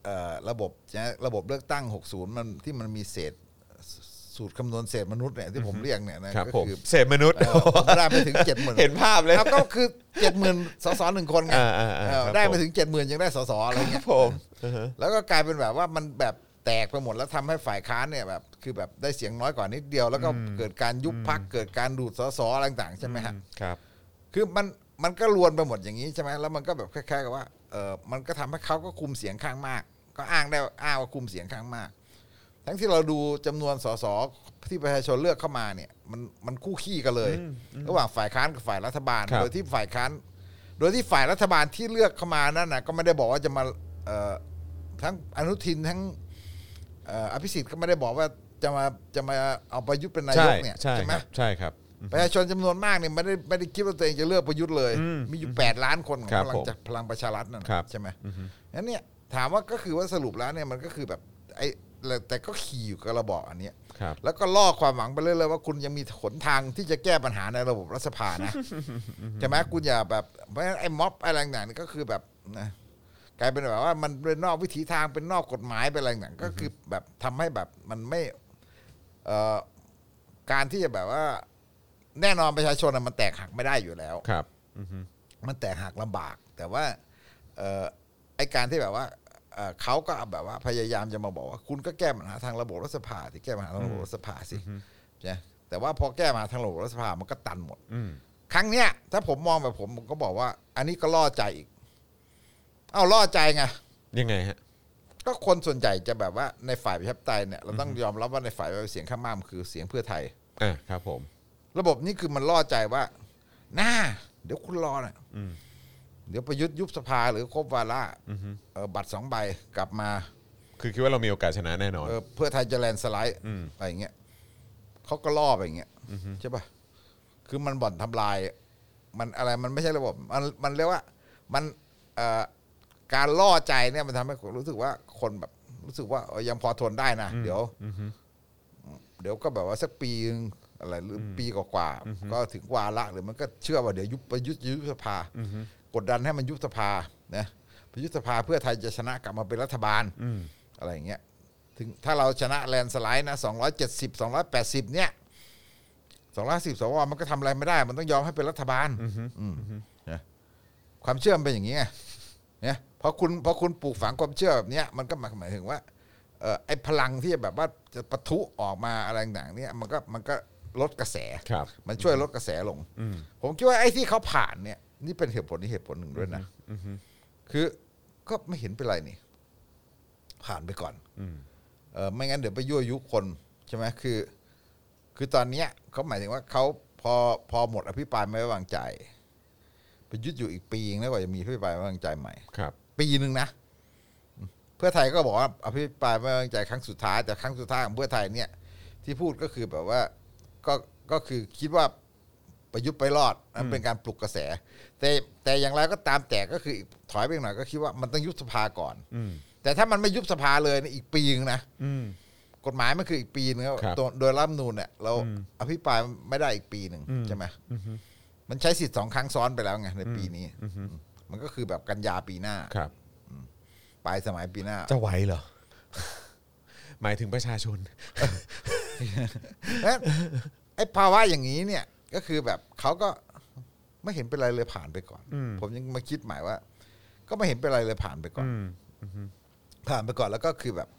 Speaker 3: เอ่อระบบนะระบบเลือกตั้ง 60 มันที่มันมีเศษสูตรคำนวณเศษมนุษย์เนี่ยที่ผมเรียกเนี่ยนะครับ ก็
Speaker 2: ผม
Speaker 3: คือ
Speaker 2: เศษมนุษย์
Speaker 3: เอ่อผมได้ไปถึง 70,000
Speaker 2: เห็นภาพเลย
Speaker 3: ครับก็คือ 70,000สสหนึ่งคนไง
Speaker 2: อ่าอ่าอ่า
Speaker 3: เออ
Speaker 2: ครับ
Speaker 3: ได้ไป
Speaker 2: ผม
Speaker 3: ถึง 70,000 ยังได้สสอะไรเงี้ย
Speaker 2: ผม
Speaker 3: แล้วก็กลายเป็นแบบว่ามันแบบแตกไปหมดแล้วทำให้ฝ่ายค้านเนี่ยแบบคือแบบได้เสียงน้อยกว่านิดเดียว แล้วก็เกิดการยุบพักเกิดการดูดสสอะไรต่างๆใช่ไหมฮะ
Speaker 2: ครับ
Speaker 3: คือมันมันก็รวนไปหมดอย่างนี้ใช่ไหมแล้วมันก็แบบคล้ายๆกับว่าเออมันก็ทำให้เขาก็คุมเสียงข้างมาก ก็อ้างได้ว่าอ้างว่าคุมเสียงข้างมาก ทั้งที่เราดูจำนวนสสที่ประชาชนเลือกเข้ามาเนี่ยมันมันคู่ขี้กันเลย ระหว่างฝ่ายค้านกับฝ่ายรัฐบาล
Speaker 2: ครับ
Speaker 3: โดยที่ฝ่ายค้าน โดยที่ฝ่ายรัฐบาลที่เลือกเข้ามานั่นนะก็ไม่ได้บอกว่าจะมาเอ่อทั้งอนุทินทั้งเอ่ออภิสิทธิ์ก็ไม่ได้บอกว่าจะมาจะมาเอาประยุทธ์เป็นนาย
Speaker 2: ใช่
Speaker 3: กเนี่ย
Speaker 2: ใช่
Speaker 3: ใช่
Speaker 2: ค
Speaker 3: ไหม
Speaker 2: รับใช่ครับ
Speaker 3: ประชาชนจำนวนมากเนี่ยไม่ได้ไม่ได้คิดว่าตัวเองจะเลือกประยุทธ์เลย มีอยู่ 8 ล้านคนของ
Speaker 2: ครับ
Speaker 3: พลัง
Speaker 2: ผม
Speaker 3: จากพลังประชารัฐนั่น
Speaker 2: ครับ
Speaker 3: ใช่ไหมงั้นเนี่ยถามว่าก็คือว่าสรุปแล้วเนี่ยมันก็คือแบบไอ้แต่แต่ก็ขี่อยู่กับระบอบอันเนี้ย
Speaker 2: ครับ
Speaker 3: แล้วก็ล่อความหวังไปเรื่อยๆว่าคุณยังมีหนทางที่จะแก้ปัญหาในระบบรัฐสภา นะใช่ไหมคุณอย่าแบบเพราะฉะนั้นไอ้ม็อบอะไรต่างๆนี่ก็คือแบบนะกลายเป็นแบบว่ามันเป็นนอกวิถีทางเป็นนอกกฎหมายเป็นอะไรต่างๆก็คือแบบทำให้แบบมันไม่ เอ่อการที่จะแบบว่า แน่นอนประชาชนน่ะมันแตกหักไม่ได้อยู่แล้ว
Speaker 2: ครับ
Speaker 3: มันแตกหักลำบาก แต่ว่าเอ่อไอการที่แบบว่าเอ่อเขาก็แบบว่าพยายามจะมาบอกว่า คุณก็แก้ปัญหาทางระบบรัฐสภาสิแก้ปัญหาทางระบบรัฐสภาสินะแต่ว่าพอแก้ปัญหาทางระบบรัฐสภามันก็ตันหมด
Speaker 2: อืม
Speaker 3: ครั้งเนี้ยถ้าผมมองแบบผมผมก็บอกว่า อันนี้ก็ล่อใจอีก เอ้าล่อใจไง
Speaker 2: ยังไงฮะ
Speaker 3: ก็คนส่วนใหญ่จะแบบว่าในฝ่ายประชาธิปไตยเนี่ยเราต้องยอมรับว่าในฝ่ายเสียงข้างมากมันคือเสียงเพื่อไทย
Speaker 2: อ่าครับผม
Speaker 3: ระบบนี้คือมันล่อใจว่าน่าเดี๋ยวคุณรอน่ะ
Speaker 2: อืม
Speaker 3: เดี๋ยวประยุทธ์ยุบสภาหรือครบวาระเอ่อบัตรสองใบกลับมา
Speaker 2: คือคิดว่าเรามีโอกาสชนะแน่นอน
Speaker 3: เอ่อเพื่อไทยจะแลนด์สไลด์อะไรอย่างเงี้ยเขาก็ล่อไปอย่างเงี้ยใช่ป่ะคือมันบ่อนทำลาย มันอะไรมันไม่ใช่ระบบ มันมันเรียกว่ามันเอ่อการล่อใจเนี่ยมันทำให้คนรู้สึกว่าคนแบบรู้สึกว่าเออยังพอทนได้นะเดี๋ยว เดี๋ยวก็แบบว่าสักปีนึงอะไรหรืออปีกว่าๆก็ถึงวาระหรือมันก็เชื่อว่าเดี๋ยวยุบประยุทธ์ยุบสภากดดันให้มันยุบสภานะประยุทธ์สภาเพื่อไทยจะชนะกลับมาเป็นรัฐบาลอะไรอย่างเงี้ยถึงถ้าเราชนะแลนด์สไลด์นะ270 280เนี่ย210สวมันก็ทำอะไรไม่ได้ มันต้องยอมให้เป็นรัฐบาลอืมนะความเชื่อมันเป็นอย่างนี้ไงเนี่ยพอคุณพอคุณปลูกฝังความเชื่อแบบเนี้ยมันก็หมายหมายถึงว่า เอ่อไอ้พลังที่แบบว่าจะปะทุออกมาอะไรต่างๆเนี่ยมันก็มันก็ลดกระแส
Speaker 2: ครับ
Speaker 3: มันช่วยลดกระแสลง ผมคิดว่าไอ้ที่เขาผ่านเนี่ย นี่เป็นเหตุผลนี่เหตุผลหนึ่งด้วยนะคือก็ไม่เห็นเป็นไรนี่ ผ่านไปก่อนเออไม่งั้นเดี๋ยวไปยั่วยุคนใช่ไหมคือ คือตอนเนี้ยเขาหมายถึงว่าเขาพอพอหมดอภิปรายไม่ไว้วางใจไปยุดอยู่อีกปีนึงแล้วกว่าจะมีอภิปรายไม่ไว้วางใจใหม่
Speaker 2: ครับ
Speaker 3: ปีหนึ่งนะ เพื่อไทยก็บอกว่าอภิปรายไม่ไว้วางใจครั้งสุดท้ายแต่ครั้งสุดท้ายของเพื่อไทยเนี่ย ที่พูดก็คือแบบว่า ก็ก็คือคิดว่าประยุทธ์ไปรอดนั่นเป็นการปลุกกระแส แต่แต่อย่างไรก็ตามแต่ก็คืออีกถอยไปหน่อยก็คิดว่ามันต้องยุบสภาก่อนแต่ถ้ามันไม่ยุบสภาเลยเนี่ยอีกปีหนึงนะกฎหมายมันคืออีกปีหนึงครับ
Speaker 2: ครับ
Speaker 3: ตัวโดยรัฐธรรมนูนเนี่ยเราอภิปรายไม่ได้อีกปีหนึ่งใช่ไหมมันใช้สิทธิ์สองครั้งซ้อนไปแล้วไงในปีนี้มันก็คือแบบกันยาปีหน้า
Speaker 2: ครับ
Speaker 3: ปลายสมัยปีหน้า
Speaker 2: จะไหวเหรอ หมายถึงประชาชน
Speaker 3: เอ๊ะไอ้ภาวะอย่างนี้เนี่ยก็คือแบบเขาก็ไม่เห็นเป็นไรเลยผ่านไปก่อน ผมยังมาคิดหมายว่า ก็ไม่เห็นเป็นไรเลยผ่านไปก่อนผ่านไปก่อนแล้วก็คือแบบ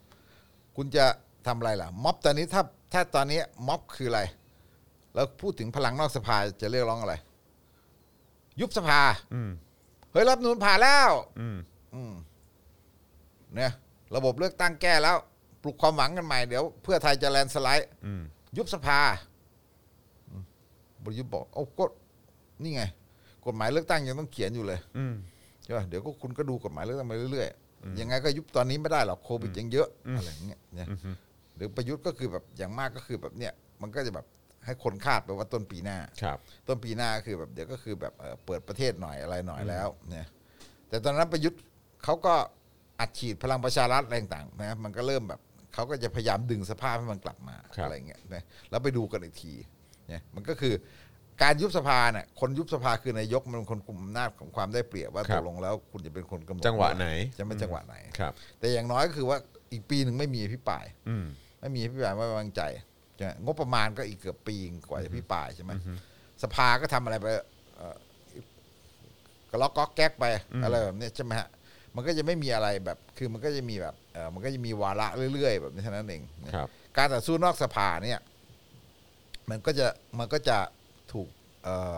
Speaker 3: คุณจะทำอะไรล่ะ ม็อบตอนนี้ถ้าถ้าตอนนี้ม็อบคืออะไร แล้วพูดถึงพลังนอกสภาจะเรียกร้องอะไร ยุบสภาเฮ้ยรับนูนผ่านแล้วอืมเนี่ยระบบเลือกตั้งแก้แล้ว ปลุกความหวังกันใหม่เดี๋ยวเพื่อไทยจะแลนด์สไลด์ ยุบสภาอืมบริยุทธ์บอกเอาก็นี่ไง กฎหมายเลือกตั้งยังต้องเขียนอยู่เลยใช่ป่ะเดี๋ยวก็คุณก็ดูกฎหมายเลือกตั้งไปเรื่อยๆยังไงก็ยุบตอนนี้ไม่ได้หรอกโควิดยังเยอะอะไรอย่างเงี้ยเนี่ยหรือประยุทธ์ก็คือแบบอย่างมากก็คือแบบเนี่ย มันก็จะแบบให้คนคาดไปว่าต้นปีหน้า
Speaker 2: ครับ
Speaker 3: ต้นปีหน้าคือแบบเดี๋ยวก็คือแบบเอ่อเปิดประเทศหน่อยอะไรหน่อยแล้ว เนี่ย แต่ตอนนั้นประยุทธ์เขาก็อัดฉีดพลังประชารัฐอะไรต่างๆนะมันก็เริ่มแบบเขาก็จะพยายามดึงสภาพให้มันกลับมา
Speaker 2: ครับ
Speaker 3: อะไรอย่างเงี้ยนะแล้วไปดูกันอีกทีเนี่ยมันก็คือการยุบสภาเนี่ยคนยุบสภาคือนายกมันเป็นคนกลุ่มอำนาจของความได้เปรียบว่า
Speaker 2: ครั
Speaker 3: ต
Speaker 2: บ
Speaker 3: กลงแล้วคุณจะเป็นคนกำหนด
Speaker 2: จังหวะไหน
Speaker 3: จะเป็นจังหวะไหน
Speaker 2: ครับ
Speaker 3: แต่อย่างน้อยก็คือว่าอีกปีหนึ่งไม่มีอภิปราย
Speaker 2: อืม
Speaker 3: ไม่มีอภิปรายไม่ไว้วางใจใช่ไหมงบประมาณก็อีกเกือบปีกว่าจะพิปรายใช่ไหมสภาก็ทำอะไรไปเอ่อกระลอกก๊อกแก๊กไปอะไรแบบเนี้ยใช่ไหมฮะมันก็จะไม่มีอะไรแบบ คือมันก็จะมีแบบเอ่อมันก็จะมีวาระเรื่อย ๆ แบบนี้เท่านั้นเองนะครับ การต่อสู้นอกสภาเนี่ย มันก็จะมันก็จะถูกเอ่อ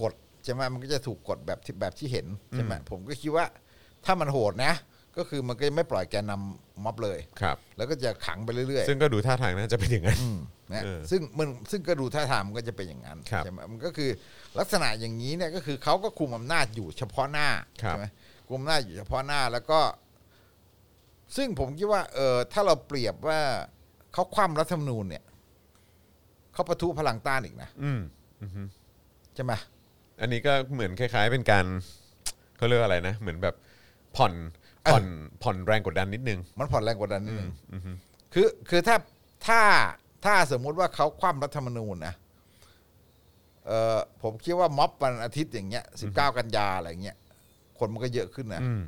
Speaker 3: กดใช่ไหมมันก็จะถูกกดแบบที่แบบที่เห็นใช่ไหมผมก็คิดว่า ถ้ามันโหดนะ ก็คือมันก็จะไม่ปล่อยแกนนำม็อบเลย
Speaker 2: ครับ
Speaker 3: แล้วก็จะขังไปเรื่อยๆ
Speaker 2: ซึ่งก็ดูท่าทางน่าจะเป็นอย่างนั้น
Speaker 3: อืมนะ
Speaker 2: เออ
Speaker 3: ซึ่งมันซึ่งก็ดูท่าทางมันก็จะเป็นอย่างนั้น
Speaker 2: ครับ
Speaker 3: ใช่ไหมมันก็คือลักษณะอย่างนี้เนี่ยก็คือเขาก็คุมอำนาจอยู่เฉพาะหน้า
Speaker 2: ครับ
Speaker 3: ใช่ไหมคุมอำนาจอยู่เฉพาะหน้าแล้วก็ ซึ่งผมคิดว่า เออถ้าเราเปรียบว่าเขาคว่ำรัฐธรรมนูญเนี่ยเขาประทุพลังต้านอีกนะ
Speaker 2: อืม
Speaker 3: ใช่ไหม
Speaker 2: อันนี้ก็เหมือนคล้ายๆ เป็นการ เขาเรียกว่าอะไรนะ เหมือนแบบผ่อนผ่อนผ่อนแรงกดดันนิดนึง
Speaker 3: มันผ่อนแรงกว่านั้นนิดนึงคือคือถ้าถ้าถ้าสมมุติว่าเขาคว่ำรัฐธรรมนูญนะเออผมคิดว่าม็อบวันอาทิตย์อย่างเงี้ยสิบเก้ากันยาอะไรเงี้ยคนมันก็เยอะขึ้นนะ
Speaker 2: อืม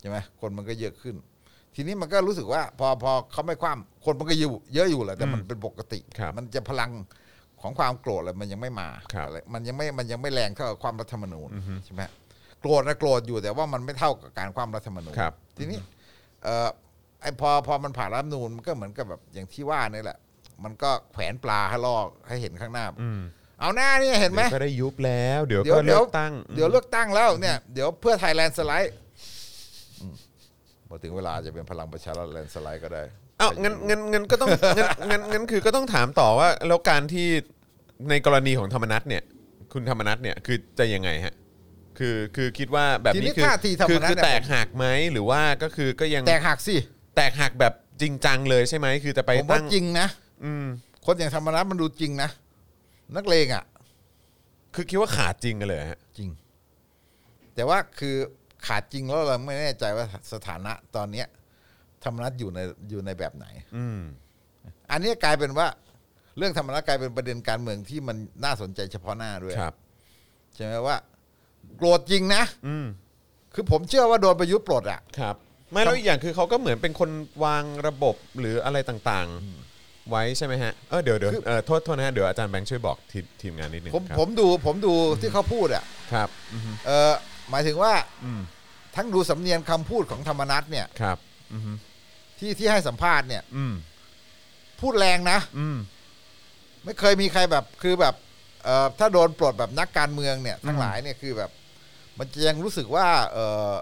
Speaker 3: ใช่ไหมคนมันก็เยอะขึ้น ทีนี้มันก็รู้สึกว่า พอพอเขาไม่คว่ำคนมันก็อยู่เยอะอยู่แหละแต่มันเป็นปกติ
Speaker 2: ครับ
Speaker 3: มันจะพลังของความโกรธอะไรมันยังไม่มา
Speaker 2: ครับ
Speaker 3: อะไรมันยังไม่มันยังไม่แรงเท่ากับความรัฐธรรมนูญใช่ไหมโกรธนะโกรธอยู่แต่ว่ามันไม่เท่ากับการความรัฐธรรมนูญ
Speaker 2: ครับ
Speaker 3: ทีนี้เอ่อไอพอพอมันผ่านรัฐธรรมนูญมันก็เหมือนกับแบบอย่างที่ว่านี่แหละ มันก็แขวนปลาให้ลอกให้เห็นข้างหน้า เอาหน้านี่เห็นไหม
Speaker 2: เดี๋ยวก็ได้ยุบแล้ว เดี๋ยว
Speaker 3: เดี๋ยว
Speaker 2: ก็
Speaker 3: เดี๋
Speaker 2: เลื
Speaker 3: ยว
Speaker 2: อกตั้ง
Speaker 3: เดี๋ยวเลือกตั้งแล้วเนี่ยเดี๋ยวเพื่อไทยแลนด์สไลด์อืมพอถึงเวลาจะเป็นพลังประชารัฐแลนด์สไลด์ก็ได้
Speaker 2: เอ้างั้นงั้นงั้นก็ต้องงั้นงั้นงั้นคือก็ต้องถามต่อว่า แล้วการที่ในกรณีของธรรมนัตเนี่ย คุณธรรมนัตเนี่ยคือจะยังไงฮะ คือคือคิดว่าแบบ
Speaker 3: ที
Speaker 2: นี้
Speaker 3: นี้
Speaker 2: คือ
Speaker 3: ท่าทีธรร
Speaker 2: คื
Speaker 3: ม
Speaker 2: อ
Speaker 3: นั
Speaker 2: คื
Speaker 3: ฐ
Speaker 2: อแตกหักไหมหรือว่าก็คือก็ยัง
Speaker 3: แตกหักสิ
Speaker 2: แตกหักแบบจริงจังเลยใช่ไหมคือจะไป
Speaker 3: ผม
Speaker 2: ตั้
Speaker 3: ว่าง จริงนะ
Speaker 2: อืม
Speaker 3: คนอย่างธรรมนัฐมันดูจริงนะนักเลงอ่ะ
Speaker 2: คือคิดว่าขาดจริงกันเลยฮะ
Speaker 3: จริง แต่ว่าคือขาดจริงแล้วเราไม่แน่ใจว่าสถานะตอนเนี้ยธรรมนัฐอยู่ในอยู่ในแบบไหน
Speaker 2: อืม
Speaker 3: อันนี้กลายเป็นว่า เรื่องธรรมนัฐกลายเป็นประเด็นการเมืองที่มันน่าสนใจเฉพาะหน้าด้วย
Speaker 2: ครับ
Speaker 3: ใช่ไหมว่าโกรธจริงนะ
Speaker 2: อืม
Speaker 3: คือผมเชื่อว่าโดนประยุทธ์ปลดอ่ะ
Speaker 2: ครับ ไม่แล้วอีกอย่างคือเขาก็เหมือนเป็นคนวางระบบหรืออะไรต่างๆ ไว้ใช่ไหมฮะ เออเดี๋ยวเดี๋ยวเออโทษโทษนะฮะ เดี๋ยวอาจารย์แบงค์ช่วยบอกทีมทีมงานนิดนึง
Speaker 3: ผม
Speaker 2: ครับ
Speaker 3: ผมดูผมดูที่เขาพูดอ่ะ
Speaker 2: ครับอือฮึ
Speaker 3: เออหมายถึงว่า
Speaker 2: อืม
Speaker 3: ทั้งดูสำเนียงคำพูดของธรรมนัฐเนี่ย
Speaker 2: ครับอือฮึ
Speaker 3: ที่ที่ให้สัมภาษณ์เนี่ย
Speaker 2: อืม
Speaker 3: พูดแรงนะ
Speaker 2: อืม
Speaker 3: ไม่เคยมีใครแบบคือแบบเออถ้าโดนปลดแบบนักการเมืองเนี่ยทั้งหลายเนี่ยคือแบบ มันจะยังรู้สึกว่าเออ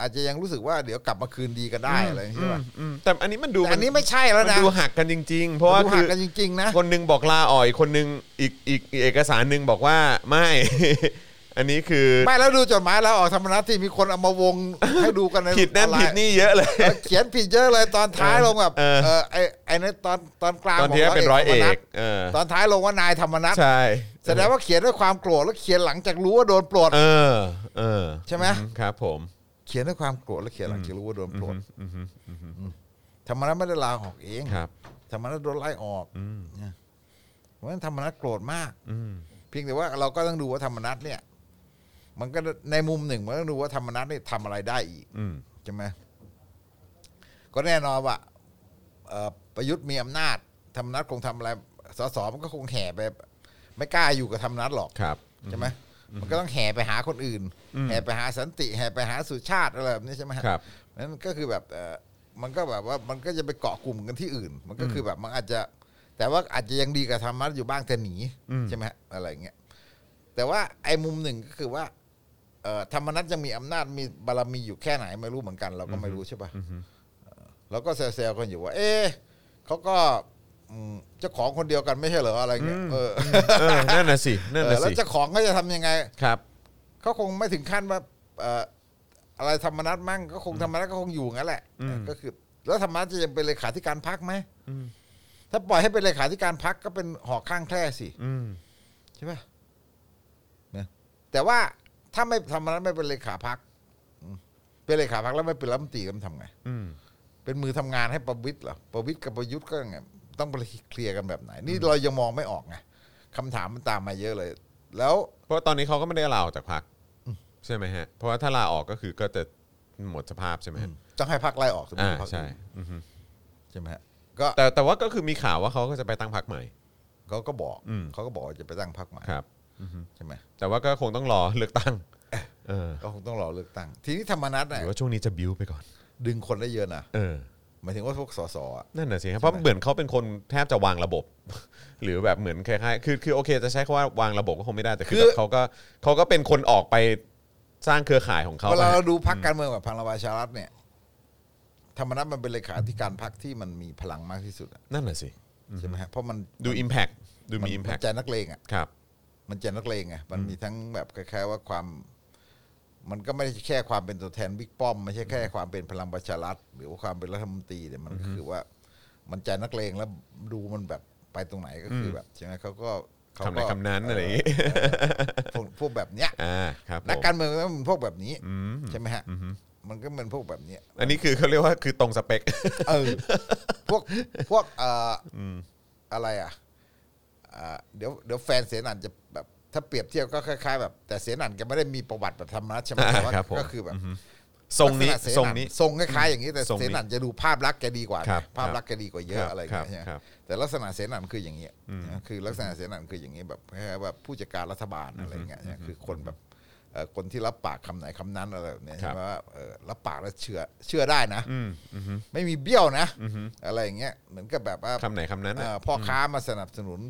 Speaker 3: อาจจะยังรู้สึกว่าเดี๋ยวกลับมาคืนดีกันได้อะไรอย่างเงี้ยใช่ป่ะ
Speaker 2: อืมแต่อันนี้มันดู
Speaker 3: แต่อันนี้ไม่ใช่
Speaker 2: มั
Speaker 3: แล้ว
Speaker 2: น
Speaker 3: นะ
Speaker 2: ดูหักกันจริง ๆ เพราะว่า
Speaker 3: ดูหั
Speaker 2: คื
Speaker 3: ก
Speaker 2: อ
Speaker 3: กันจริงๆนะ
Speaker 2: คนหนึงบอกลาอ่อยคนหนึงอีกอีกอีกเอกสารหนึ่งบอกว่าไม่ อันนี้คือ
Speaker 3: ไม่แล้วดูจดหมายแล้วออกธรรมนัฐที่มีคนเอามาวงให้ดูกันใน
Speaker 2: ผิดนั่น
Speaker 3: ออไล
Speaker 2: ผิดนี่เยอะเลย
Speaker 3: เออเขียนผิดเยอะเลยตอนท้ายลงแบบ
Speaker 2: เออ
Speaker 3: เออไอไอนั่นตอนตอนกลาง
Speaker 2: ตอนที่
Speaker 3: บกว่า
Speaker 2: เป็นร้อยเอ
Speaker 3: ธมนั
Speaker 2: ก
Speaker 3: ฐ
Speaker 2: เออ
Speaker 3: ตอนท้ายลงว่านายธรรมนัฐ
Speaker 2: ใช่
Speaker 3: แสดงว่าเขียนด้วยความโกรธแล้วเขียนหลังจากรู้ว่าโดนปลด
Speaker 2: เออเออ
Speaker 3: ใช่ไหม
Speaker 2: อืครับ ผม
Speaker 3: เขียนด้วยความโกรธแล้วเขียนหลังจากรู้ว่าโดนปลด
Speaker 2: อือฮึอือฮึ
Speaker 3: ธรรมนัฐไม่ได้ลาออกเอง
Speaker 2: ครับ
Speaker 3: ธรรมนัฐโดนไล่ออก
Speaker 2: อืม
Speaker 3: เนี่ยเพราะฉะนั้นธรรมนัฐโกรธมาก
Speaker 2: อืม
Speaker 3: เพียงแต่ว่าเราก็ต้องดูว่าธรรมนัฐเนี่ย มันก็ในมุมหนึ่งมันต้องดูว่าธรรมนัฐเนี่ยทำอะไรได้อีก
Speaker 2: อืม
Speaker 3: ใช่ไหมก็แน่นอนว่าเอ่อประยุทธ์มีอำนาจธรรมนัฐคงทำอะไรสสมันก็คงแห่ไป ไม่กล้าอยู่กับธรรมนัฐหรอก
Speaker 2: ครับ
Speaker 3: ใช่ไหมมันก็ต้องแห่ไปหาคนอื่น
Speaker 2: อืม
Speaker 3: แห่ไปหาสันติแห่ไปหาสุชาติอะไรแบบนี้ใช่ไหม
Speaker 2: ครับ
Speaker 3: นั้นก็คือแบบเอ่อมันก็แบบว่ามันก็จะไปเกาะกลุ่มกันที่อื่น มันก็คือแบบมันอาจจะ แต่ว่าอาจจะยังดีกับธรรมนัฐอยู่บ้างแต่หนีใช่ไหมฮะอะไรอย่างเงี้ยแต่ว่าไอ้มุมหนึ่งก็คือว่า เอ่อธรรมนัตยังมีอำนาจมีบารมีอยู่แค่ไหนไม่รู้เหมือนกัน เราก็ไม่รู้ใช่ปะเออเราก็แซวๆกันอยู่ว่า เอ๊ะเขาก็อืมเจ้าของคนเดียวกันไม่ใช่เหรออะไรเงี้ยเออ
Speaker 2: เออนั่นน่ะสินั่น
Speaker 3: เอ
Speaker 2: น่ะ
Speaker 3: อแล้ว
Speaker 2: สิ
Speaker 3: เจ้าของก็จะทำยังไง
Speaker 2: ครับ
Speaker 3: เขาคงไม่ถึงขั้นว่าเอ่ออะไรธรรมนัตมั่งก็คงธรรมนัตก็คงอยู่งั้นแหละเออก็คือ แล้วธรรมนัตจะยังเป็นเลขาธิการพักไหมถ้าปล่อยให้เป็นเลขาธิการพักก็เป็นหอกข้างแคร่สิ
Speaker 2: อืม
Speaker 3: ใช่ป่ะนะแต่ว่า ถ้าไม่ทำนั้นไม่เป็นเลขาพักเป็นเลขาพักแล้วไม่เป็นรัฐมนตรีแล้วมันทำไง
Speaker 2: อืม
Speaker 3: เป็นมือทำงานให้ประวิตยเหรอประวิตยกับประยุทธ์ก็ยังไงต้องไปเคลียร์กันแบบไหน นี่เรายังมองไม่ออกไงคำถามมันตามมาเยอะเลย แล้ว
Speaker 2: เพราะตอนนี้เขาก็ไม่ได้ลาออกจากพักใช่ไหมฮะ เพราะว่าถ้าลาออกก็คือก็จะหมดสภาพใช่ไหมฮะ
Speaker 3: ต้องให้พักไล่ออกถึง
Speaker 2: อ่า
Speaker 3: จะพัก
Speaker 2: ใช่อือฮึ
Speaker 3: ใช่ไหมฮะก็
Speaker 2: แต่แต่ว่าก็คือมีข่าวว่าเขาก็จะไปตั้งพักใหม่
Speaker 3: เขาก็บอก
Speaker 2: อืม
Speaker 3: เขาก็บอกว่าจะไปตั้งพักใหม่
Speaker 2: ครับ
Speaker 3: ใช่ไหม
Speaker 2: แต่ว่าก็คงต้องรอเลือกตั้งเออ
Speaker 3: ก็คงต้องรอเลือกตั้ง ทีนี้ธรรมนัต
Speaker 2: ห
Speaker 3: น่ะ
Speaker 2: รือว่าช่วงนี้จะบิ้วไปก่อน
Speaker 3: ดึงคนได้เยอะนะ
Speaker 2: เออ
Speaker 3: หมายถึงว่าพวกสสอ่ะ
Speaker 2: นั่นน่ะสิครับ
Speaker 3: ใช่ไหม
Speaker 2: เพราะเหมือนเขาเป็นคนแทบจะวางระบบ หรือแบบเหมือนคล้ายๆคือคือโอเค จะใช้คำว่าวางระบบก็คงไม่ได้แต่คือแบบเขาก็เขาก็เป็นคนออกไปสร้างเครือข่ายของเขา
Speaker 3: เวลาเรา
Speaker 2: ไป
Speaker 3: ดูพักการเมืองแบบพลังประชารัฐเนี่ยธรรมนัตมันเป็นเลขาธิการพักที่มันมีพลังมากที่สุดอะ
Speaker 2: นั่นน่ะสิ
Speaker 3: ใช่ไหมฮะเพราะมัน
Speaker 2: ดู Impact ดูมี
Speaker 3: น
Speaker 2: Impact
Speaker 3: ใจนักเลงอ่ะ
Speaker 2: ครับ
Speaker 3: มันเจนนักเลงไง มันมีทั้งแบบคล้ายๆว่าความ มันก็ไม่ได้แค่ความเป็นตัวแทนบิ๊กป้อม ไม่ใช่แค่ความเป็นพลังประชารัฐ หรือว่าความเป็นรัฐมนตรีแต่มันก็คือว่า มันใจนักเลงแล้วดูมันแบบไปตรงไหนก็คือแบบใช่ไหมเขาก็เขา
Speaker 2: คำไหน
Speaker 3: ก็
Speaker 2: คำนั้นอะไรอย่างงี้
Speaker 3: เออพวกพวกแบบเนี้ย
Speaker 2: อ่าครับผม
Speaker 3: นักการเมืองก็ต้องเป็นพวกแบบนี้
Speaker 2: อืม
Speaker 3: ใช่ไหมฮะมันก็เป็นพวกแบบเนี้ย
Speaker 2: อันนี้คือเขาเรียกว่าคือตรงสเปค
Speaker 3: เออ พวกพวกเอ่อออะไรอ่ะอ่าเดี๋ยวเดี๋ยวแฟนเสนันจะแบบ ถ้าเปรียบเทียบก็คล้ายๆแบบ แต่เสนันแก็ไม่ได้มีประวัติแบบธรรมนัตใช่ไหม
Speaker 2: อ่า
Speaker 3: แต่ว่า
Speaker 2: ครับผม
Speaker 3: ก็คือแบบ
Speaker 2: ทรงนี้
Speaker 3: ลักษณะเส
Speaker 2: ทรงนี้
Speaker 3: ทรงคล้ายๆอย่างนี้แต่
Speaker 2: ทรงนี้
Speaker 3: เสนันจะดูภาพลักษณ์แกดีกว่า
Speaker 2: ครับ
Speaker 3: ภาพลักษณ์แกดีกว่าเยอะ
Speaker 2: ครับ
Speaker 3: อะไรอย่า
Speaker 2: ค
Speaker 3: ง
Speaker 2: รับ
Speaker 3: เงี้ย
Speaker 2: ครับ
Speaker 3: แต่ลักษณะเสนันคืออย่างเงี้ยคือลักษณะเสนันคืออย่างเงี้ยแบบคล้ายๆแบบผู้จัดการรัฐบาลอะไรอย่างเงี้ยคือคนแบบเอ่อคนที่รับปากคำไหนคำนั้นอะไรแบบเนี้ยใช่ไหมว่าเอ่อรับปากแล้วเชื่อเชื่อได้นะ
Speaker 2: อืมอือฮึ
Speaker 3: ไม่มีเบี้ยวนะ อะไรอย่างเงี้ยเหมือนกับแบบว่า
Speaker 2: คำไหนคำนั้น
Speaker 3: เอ่
Speaker 2: น่ะ
Speaker 3: อพ่อค้ามาสนับสนุน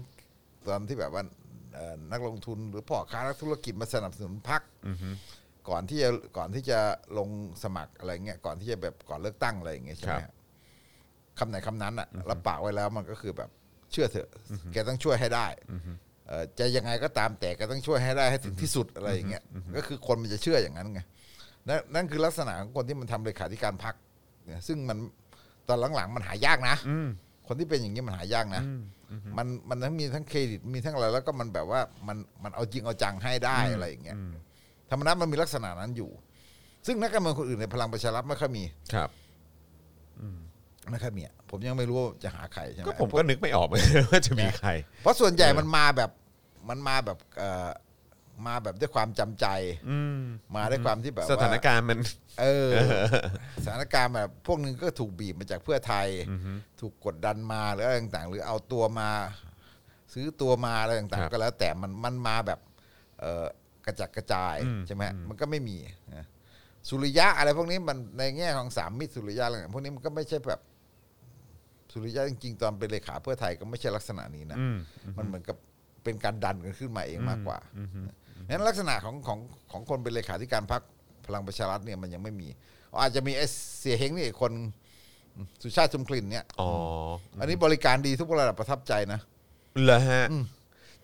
Speaker 3: ตอนที่แบบว่าเอ่อนักลงทุนหรือพ่อค้านักธุรกิจมาสนับสนุนพักก่อนที่จะก่อนที่จะลงสมัครอะไรเงี้ยก่อนที่จะแบบก่อนเลือกตั้งอะไรอย่างเงี้ยใช่ไหมฮะคำไหนคำนั้นอะรับปากไว้แล้วมันก็คือแบบเชื่อเถอะ แกต้องช่วยให้ได้เอ่อจะยังไงก็ตามแต่แก็ต้องช่วยให้ได้ให้ถึงที่สุดอะไรอย่างเงี้ยก็คือคนมันจะเชื่ออย่างนั้นไง นั่นนั่นคือลักษณะของคนที่มันทำเลขาธิการพักเนี่ยซึ่งมันตอนหลังๆมันหายากนะ คนที่เป็นอย่างนี้มันหายากนะ มันมันทั้งมีทั้งเครดิตมีทั้งอะไรแล้วก็มันแบบว่ามันมันเอาจริงเอาจังให้ได้อะไรอย่างเงี้ยธรรมนัตมันมีลักษณะนั้นอยู่ ซึ่งนักการเมืองคนอื่นในพลังประชารัฐไม่ค่อยมี
Speaker 2: ครับ
Speaker 3: ไม่ค่อยมีอะผมยังไม่รู้ว่าจะหาใครใช่ไหม
Speaker 2: ก็ผมก็นึก ไม่ออกเลยว่าจะมีใคร
Speaker 3: เพราะส่วนใหญ่
Speaker 2: เออ
Speaker 3: มันมาแบบมันมาแบบเอ่อมาแบบด้วยความจำใจ
Speaker 2: อืม
Speaker 3: มาด้วยความที่แบบว่
Speaker 2: สถานการณ์มัน
Speaker 3: เออสถานการณ์แบบพวกหนึ่งก็ถูกบีบมาจากเพื่อไทย ถูกกดดันมาหรืออะไรต่างๆ หรือเอาตัวมา ซื้อตัวมาอะไรต่าง
Speaker 2: ครับ
Speaker 3: ๆ ก็แล้วแต่มันมันมาแบบ เออกระจัดกระจาย
Speaker 2: อืม
Speaker 3: ใช่ไหมฮะมันก็ไม่มีนะสุริยะอะไรพวกนี้มันในแง่ของสามมิตรสุริยะอะไรต่างๆพวกนี้มันก็ไม่ใช่แบบ สุริยะจริงๆตอนเป็นเลขาเพื่อไทยก็ไม่ใช่ลักษณะนี้นะ
Speaker 2: อืม
Speaker 3: มันเหมือนกับเป็นการดันกันขึ้นมาเองมากกว่านั้นลักษณะของของของคนเป็นเลขาธิการพรรคพลังประชารัฐเนี่ยมันยังไม่มี อาจจะมีไอ้เสียเฮงนี่อีกคนสุชาติชมกลิ่นเนี่ย
Speaker 2: อ๋อ
Speaker 3: อันนี้บริการดีทุกระดับประทับใจนะ
Speaker 2: เหรอฮะ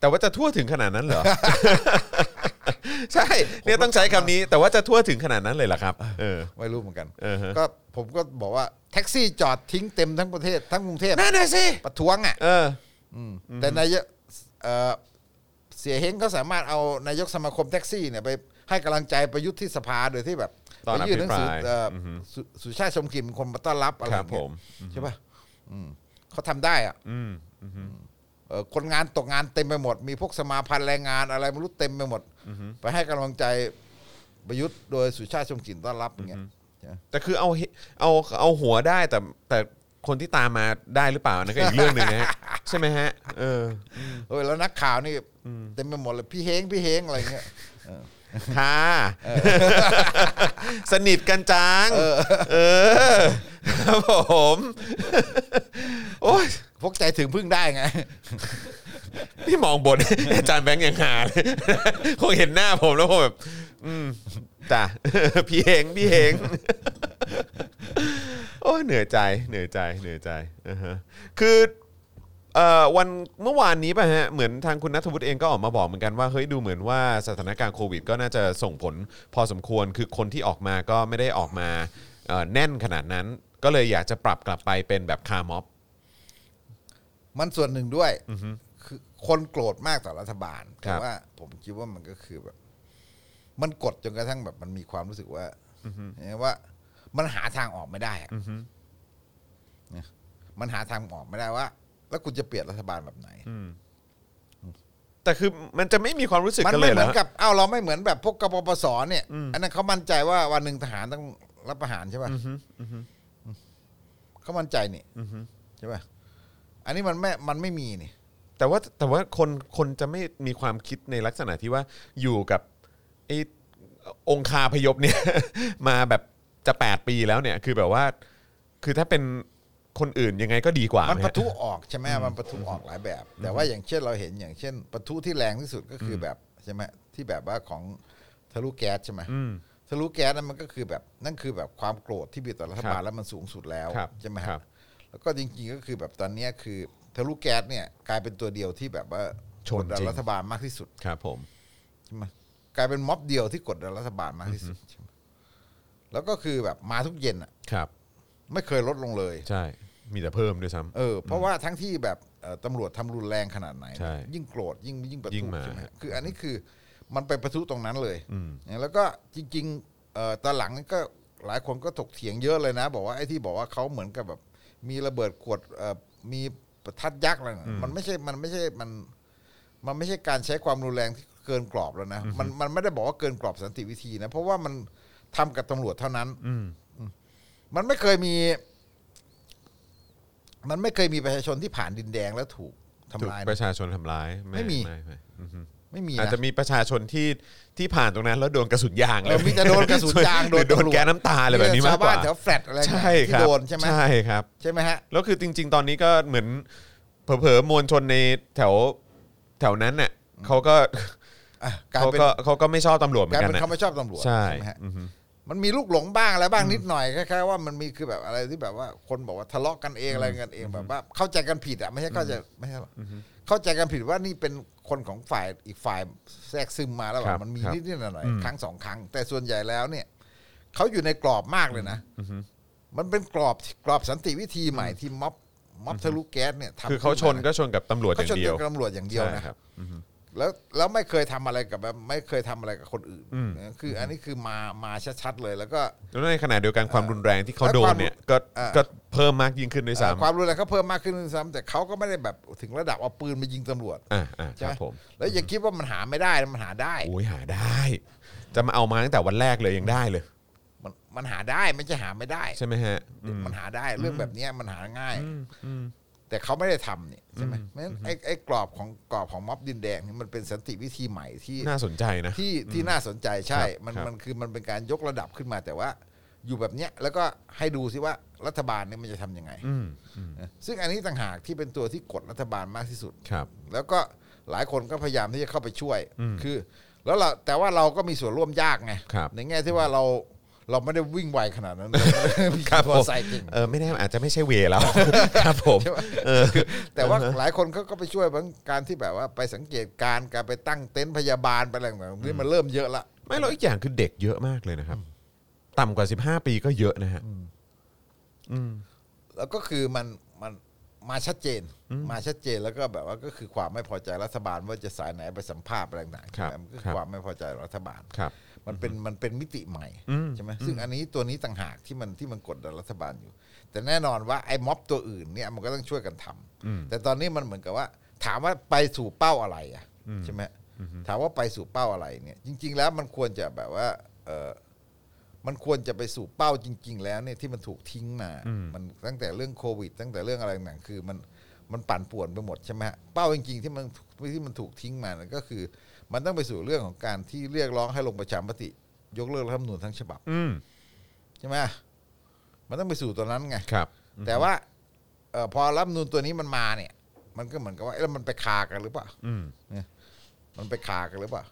Speaker 2: แต่ว่าจะทั่วถึงขนาดนั้นเหรอ ใช่เนี่ยต้องใช้คำนี้ แต่ว่าจะทั่วถึงขนาดนั้นเลยเหรอครับ เออ
Speaker 3: ไม่รู้เหมือนกัน
Speaker 2: เออฮะ
Speaker 3: ก็ผมก็บอกว่าแท็กซี่จอดทิ้งเต็มทั้งประเทศทั้งกรุงเทพ
Speaker 2: นั่นน่ะสิ
Speaker 3: ประท้วงอ่ะ
Speaker 2: เออ
Speaker 3: แต่นายกเอ่อเสียเฮงก็สามารถเอานายกสมาคมแท็กซี่เนี่ยไปให้กำลังใจประยุทธ์ที่สภาโดยที่แบบ
Speaker 2: ตอน
Speaker 3: ไปยื่นหนังสือ
Speaker 2: อภิปราย
Speaker 3: เอ่ออสุสุชาติชมกลิ่นเป็นคนมาต้อนรับอะไร
Speaker 2: ครับ
Speaker 3: เงี้ย
Speaker 2: ผม
Speaker 3: ใช่ป่ะอืมเขาทำได้อ่ะ
Speaker 2: อืม
Speaker 3: เอ่อคนงานตกงานเต็มไปหมด มีพวกสมาพันธ์แรงงานอะไรไม่รู้เต็มไปหมด ไปให้กำลังใจประยุทธ์โดยสุชาติชมกลิ่นต้อนรับอย่างเงี้ยใช่ไหม
Speaker 2: แต่คือเอาเหเอาเอาหัวได้แต่แต่คนที่ตามมาได้หรือเปล่าอันนั่นก็อีกเรื่องหนึ่งนะฮะ ใช่ไหมฮะ เออ
Speaker 3: เออแล้วนักข่าวนี่เต็มไปหมดเลยพี่เฮงพี่เฮงอะไรเงี้ยเออ
Speaker 2: ค่ะ สนิทกันจัง เออ ครับผม โอ้ย
Speaker 3: พวกใจถึงพึ่งได้ไง
Speaker 2: นี่มองบน อาจารย์แบงค์ยังหาเลย คงเห็นหน้าผมแล้วผมแบบ อืมจ้ะ พี่เฮงพี่เฮง โอ้ยเหนื่อยใจ เหนื่อยใจ เหนื่อยใจอ่าฮะคือเอ่อวันเมื่อวานนี้ป่ะฮะ เหมือนทางคุณนัทวุฒิเองก็ออกมาบอกเหมือนกันว่า เฮ้ย ดูเหมือนว่าสถานการณ์โควิด ก็น่าจะส่งผลพอสมควร คือคนที่ออกมาก็ไม่ได้ออกมาเอ่อแน่นขนาดนั้น ก็เลยอยากจะปรับกลับไปเป็นแบบคาร์ม็อบ
Speaker 3: มันส่วนหนึ่งด้วยคือคนโกรธมากต่อรัฐบาล
Speaker 2: ครั
Speaker 3: แต่
Speaker 2: บ
Speaker 3: ว่าผมคิดว่ามันก็คือแบบ มันกดจนกระทั่งแบบมันมีความรู้สึกว่าว่ามันหาทางออกไม่ได้อะเนี่ยมันหาทางออกไม่ได้ว่า แล้วคุณจะเปลี่ยนรัฐบาลแบบไหน
Speaker 2: แต่คือมันจะไม่มีความรู้สึก
Speaker 3: มัน
Speaker 2: กันเล
Speaker 3: ไม่
Speaker 2: ย
Speaker 3: เห
Speaker 2: เหร
Speaker 3: มื
Speaker 2: อ
Speaker 3: อนกับอ้าวเราไม่เหมือนแบบพวกกปปสเนี่ย อันนั้นเขามั่นใจว่าวันหนึ่งทหารต้องรับประหารใช่ป่ะเขามั่นใจนี่ใช่ป่ะอันนี้มันไม่มันไม่มีนี่
Speaker 2: แต่ว่าแต่ว่าคนคนจะไม่มีความคิดในลักษณะที่ว่าอยู่กับไอ้องคาพยพเนี่ย มาแบบจะ 8 ปีแล้วเนี่ย คือแบบว่า คือถ้าเป็นคนอื่นยังไงก็ดีกว่า
Speaker 3: มัน
Speaker 2: ไห
Speaker 3: ป
Speaker 2: ฮ
Speaker 3: ระทุออกใช่ไหมมันประทุออกหลายแบบ แต่ว่าอย่างเช่นเราเห็นอย่างเช่นประทุที่แรงที่สุดก็คือแบบใช่ไหมที่แบบว่าของทะลุแก๊สใช่ไหม
Speaker 2: อืม
Speaker 3: ทะลุแก๊สนั่นมันก็คือแบบนั่นคือแบบความโกรธที่มีต่อรัฐบา
Speaker 2: ครั
Speaker 3: ล
Speaker 2: บ
Speaker 3: แล้วมันสูงสุดแล้ว
Speaker 2: ครับ
Speaker 3: ใช่ไหม
Speaker 2: ค
Speaker 3: ค
Speaker 2: รั
Speaker 3: รับ บแล้วก็จริงๆก็คือแบบตอนเนี้ยคือทะลุแก๊สเนี่ยกลายเป็นตัวเดียวที่แบบว่า
Speaker 2: ช
Speaker 3: ก
Speaker 2: น
Speaker 3: ดดั
Speaker 2: จริง
Speaker 3: รัฐบาลมากที่สุด
Speaker 2: ครับผม
Speaker 3: ใช่ไหมกลายเป็นม็อบเดียวที่กดดันรัฐบาลมากที่สุดใช่ไหมแล้วก็คือแบบมาทุกเย็นอ่ะ
Speaker 2: ครับ
Speaker 3: ไม่เคยลดลงเลย
Speaker 2: ใช่ มีแต่เพิ่มด้วยซ้ำ
Speaker 3: เออเพราะว่าทั้งที่แบบเอ่อตำรวจทำรุนแรงขนาดไหน
Speaker 2: ใช่
Speaker 3: ยิ่งโกรธยิ่งยิ่งประ
Speaker 2: ยิ่
Speaker 3: ทุ
Speaker 2: งมา
Speaker 3: ใช่ไหม
Speaker 2: ฮะ
Speaker 3: คืออันนี้คือมันไปประทุตรงนั้นเลย
Speaker 2: อืม
Speaker 3: แล้วก็จริงๆเอ่อตอนหลังนี่ก็หลายคนก็ถกเถียงเยอะเลยนะ บอกว่าไอ้ที่บอกว่าเขาเหมือนกับแบบ มีระเบิดขวดเอ่อมีประทัดยักษ์อะไรน่ะมันไม่ใช่มันไม่ใช่มัน มันไม่ใช่การใช้ความรุนแรงที่เกินกรอบแล้วนะมันมันไม่ได้บอกว่าเกินกรอบสันติวิธีนะ เพราะว่ามันทำกับตำรวจเท่านั้น
Speaker 2: อืม
Speaker 3: มันไม่เคยมี มันไม่เคยมีประชาชนที่ผ่านดินแดงแล้วถูก
Speaker 2: ถู
Speaker 3: ทำ
Speaker 2: ก
Speaker 3: ลาย
Speaker 2: ประชาชนทำร้าย
Speaker 3: ไม่มี
Speaker 2: ไม่ไม่อือฮึ
Speaker 3: ไม่มี
Speaker 2: อาจ
Speaker 3: นะ
Speaker 2: จะมีประชาชนที่ที่ผ่านตรงนั้น แล้วโดนกระสุนยาง
Speaker 3: เออมีแต่โดนกระสุนยาง
Speaker 2: หรือโด
Speaker 3: โดน
Speaker 2: น
Speaker 3: ตำรวจ
Speaker 2: แก๊สน้ำตาอะไรแบบนี้มากกว่า
Speaker 3: ชาวบ้านแถวแฟลตอะไรเนี่ย
Speaker 2: ใช่ค
Speaker 3: ที่
Speaker 2: รับ
Speaker 3: โดนใช่ไหม
Speaker 2: ใช่ครับ
Speaker 3: ใช่ไหมฮะ
Speaker 2: แล้วคือจริง ๆ ตอนนี้ก็เหมือนเผลอๆมวลชนในแถวแถวนั้นเนี่ยเขาก็
Speaker 3: อ่ะกลาย
Speaker 2: เขา
Speaker 3: เป็น
Speaker 2: ก็เขาก็ไม่ชอบตำรวจเหมื
Speaker 3: ก
Speaker 2: อ
Speaker 3: ลาย
Speaker 2: นกัน
Speaker 3: เป็น
Speaker 2: นะ
Speaker 3: เขาไม่ชอบตำรวจ
Speaker 2: ใช่
Speaker 3: ไหมฮะ
Speaker 2: อือฮึ
Speaker 3: มันมีลูกหลงบ้างอะไรบ้างนิดหน่อยคล้ายๆว่ามันมีคือแบบอะไรที่แบบว่าคนบอกว่าทะเลาะกันเองอะไรกันเองแบบว่า เข้าใจกันผิดอ่ะไม่ใช่เข้าใจไม่ใช่หรอกเข้าใจกันผิดว่านี่เป็นคนของฝ่ายอีกฝ่ายแทรกซึมมาแล้วแบ
Speaker 2: ครับ
Speaker 3: บมันมี
Speaker 2: ครับ
Speaker 3: นิดๆหน่อย
Speaker 2: อืม
Speaker 3: ๆครั้งสองครั้ง แต่ส่วนใหญ่แล้วเนี่ยเขาอยู่ในกรอบมากเลยนะ
Speaker 2: อือฮึ
Speaker 3: มันเป็นกรอบกรอบสันติวิธีใหม่ที่ม็อบม็อบทะลุแก๊สเนี่ยทำ
Speaker 2: คือเขาชนก็ชนกับตำรวจอ
Speaker 3: เขา
Speaker 2: ย่า
Speaker 3: ช
Speaker 2: ง
Speaker 3: น
Speaker 2: เดียว
Speaker 3: กับตำรวจอย่างเดียว
Speaker 2: ใช่
Speaker 3: นะครับ
Speaker 2: อือฮึ
Speaker 3: แล้วแล้วไม่เคยทำอะไรกับแบบไม่เคยทำอะไรกับคนอื่น
Speaker 2: อืม
Speaker 3: นะคืออันนี้คือมามาชัดๆเลยแล้วก็
Speaker 2: แล้วในขณะเดียวกันความรุนแรงที่เขา
Speaker 3: แล้ว
Speaker 2: โด
Speaker 3: ความ
Speaker 2: นเนี่ยก็
Speaker 3: อ่า
Speaker 2: ก็เพิ่มมากยิ่งขึ้นด้วย
Speaker 3: เอ่อ
Speaker 2: ซ้ำ
Speaker 3: ความรุนแรงเขาเพิ่มมากขึ้นด้วยซ้ำแต่เขาก็ไม่ได้แบบถึงระดับเอาปืนมายิงตำรวจ
Speaker 2: อ่าอ่าค
Speaker 3: ใช่
Speaker 2: รั
Speaker 3: ไห
Speaker 2: บ
Speaker 3: ม
Speaker 2: ผม
Speaker 3: แล้วอย่าคิดว่ามันหาไม่ได้นะมันหาได้
Speaker 2: โอ้ยหาได้ จะมาเอามาตั้งแต่วันแรกเลยยังได้เลย
Speaker 3: มันมันหาได้ไม่ใช่หาไม่ได้
Speaker 2: ใช่ไหมฮะอืม
Speaker 3: มันหาได้เรื่องแบบเนี้ยมันหาง่าย
Speaker 2: อืม
Speaker 3: แต่เขาไม่ได้ทำเนี่ยใช่ไหมเพราะฉะนั้นไอ้ไอ้กรอบของกรอบของม็อบดินแดงนี่มันเป็นสันติวิธีใหม่ที่
Speaker 2: น่าสนใจนะ
Speaker 3: ที่ที่น่าสนใจ
Speaker 2: ค
Speaker 3: ใช่
Speaker 2: รับ
Speaker 3: มัน
Speaker 2: ครับ
Speaker 3: มันคือมันเป็นการยกระดับขึ้นมาแต่ว่า อยู่แบบเนี้ยแล้วก็ให้ดูซิว่ารัฐบาลเนี่ยมันจะทำยังไง
Speaker 2: อืมอืม
Speaker 3: ซึ่งอันนี้ต่างหากที่เป็นตัวที่กดรัฐบาลมากที่สุด
Speaker 2: ครับ
Speaker 3: แล้วก็หลายคนก็พยายามที่จะเข้าไปช่วย
Speaker 2: อืม
Speaker 3: คือ แล้วเราแต่ว่าเราก็มีส่วนร่วมยากไง
Speaker 2: ครับ
Speaker 3: ในแง่ที่ว่าเราเราไม่ได้วิ่งไวขนาดนั้นเราไม่ได้มี
Speaker 2: ครับผม
Speaker 3: มอเตอร์ไซค์เก่ง
Speaker 2: เออไม่แน่อาจจะไม่ใช่เวแล้ว ครับผม
Speaker 3: ใช่ปะ
Speaker 2: เออ
Speaker 3: คือแต่ว่าหลายคนเขาก็ไปช่วยทั้งการที่แบบว่าไปสังเกตการณ์การไปตั้งเต็นท์พยาบาลไปอะไรต่างๆนี่มันเริ่มเยอะละ
Speaker 2: ไม่แล้วอีกอย่างคือเด็กเยอะมากเลยนะครับ ต่ำกว่า 15 ปีก็เยอะนะฮะ อืม
Speaker 3: แล้วก็คือมันมันมาชัดเจน มาชัดเจนแล้วก็แบบว่าก็คือความไม่พอใจรัฐบาลว่าจะสายไหนไปสัมภาษณ์อะไรต่างๆ
Speaker 2: ครับ
Speaker 3: ใช่ไหมมันก็
Speaker 2: ค
Speaker 3: คื
Speaker 2: รั
Speaker 3: อบ ความไม่พอใจรัฐบาล
Speaker 2: ครับ
Speaker 3: มันเป็นมันเป็นมิติใหม่
Speaker 2: อืม
Speaker 3: ใช่ไหมซึ่งอันนี้ตัวนี้ต่างหากที่มันที่มันกดดันรัฐบาลอยู่ แต่แน่นอนว่าไอ้ม็อบตัวอื่นเนี่ยมันก็ต้องช่วยกันทำ
Speaker 2: อืม
Speaker 3: แต่ตอนนี้มันเหมือนกับว่า ถามว่าไปสู่เป้าอะไรอ่ะใช่ไหมถามว่าไปสู่เป้าอะไรเนี่ย จริง ๆ แล้วมันควรจะแบบว่าเออมันควรจะไปสู่เป้าจริง ๆ แล้วเนี่ยที่มันถูกทิ้งมา
Speaker 2: อืม
Speaker 3: มันตั้งแต่เรื่องโควิด ตั้งแต่เรื่องอะไรต่างๆคือมันมันปั่นป่วนไปหมดใช่ไหมฮะเป้าจริงๆที่มันที่มันถูกทิ้งมานั่นก็คือ มันต้องไปสู่เรื่องของการที่เรียกร้องให้ลงประชามติ ยกเลิกรัฐธรรมนูญทั้งฉบับ
Speaker 2: อืม
Speaker 3: ใช่ไหมมันต้องไปสู่ตัวนั้นไง
Speaker 2: ครับ
Speaker 3: แต่ว่าเออพอรัฐธรรมนูญตัวนี้มันมาเนี่ย มันก็เหมือนกับว่าเอ๊ะแล้วมันไปคากันหรือเปล่า
Speaker 2: อืม
Speaker 3: มันไปขากันหรือเปล่า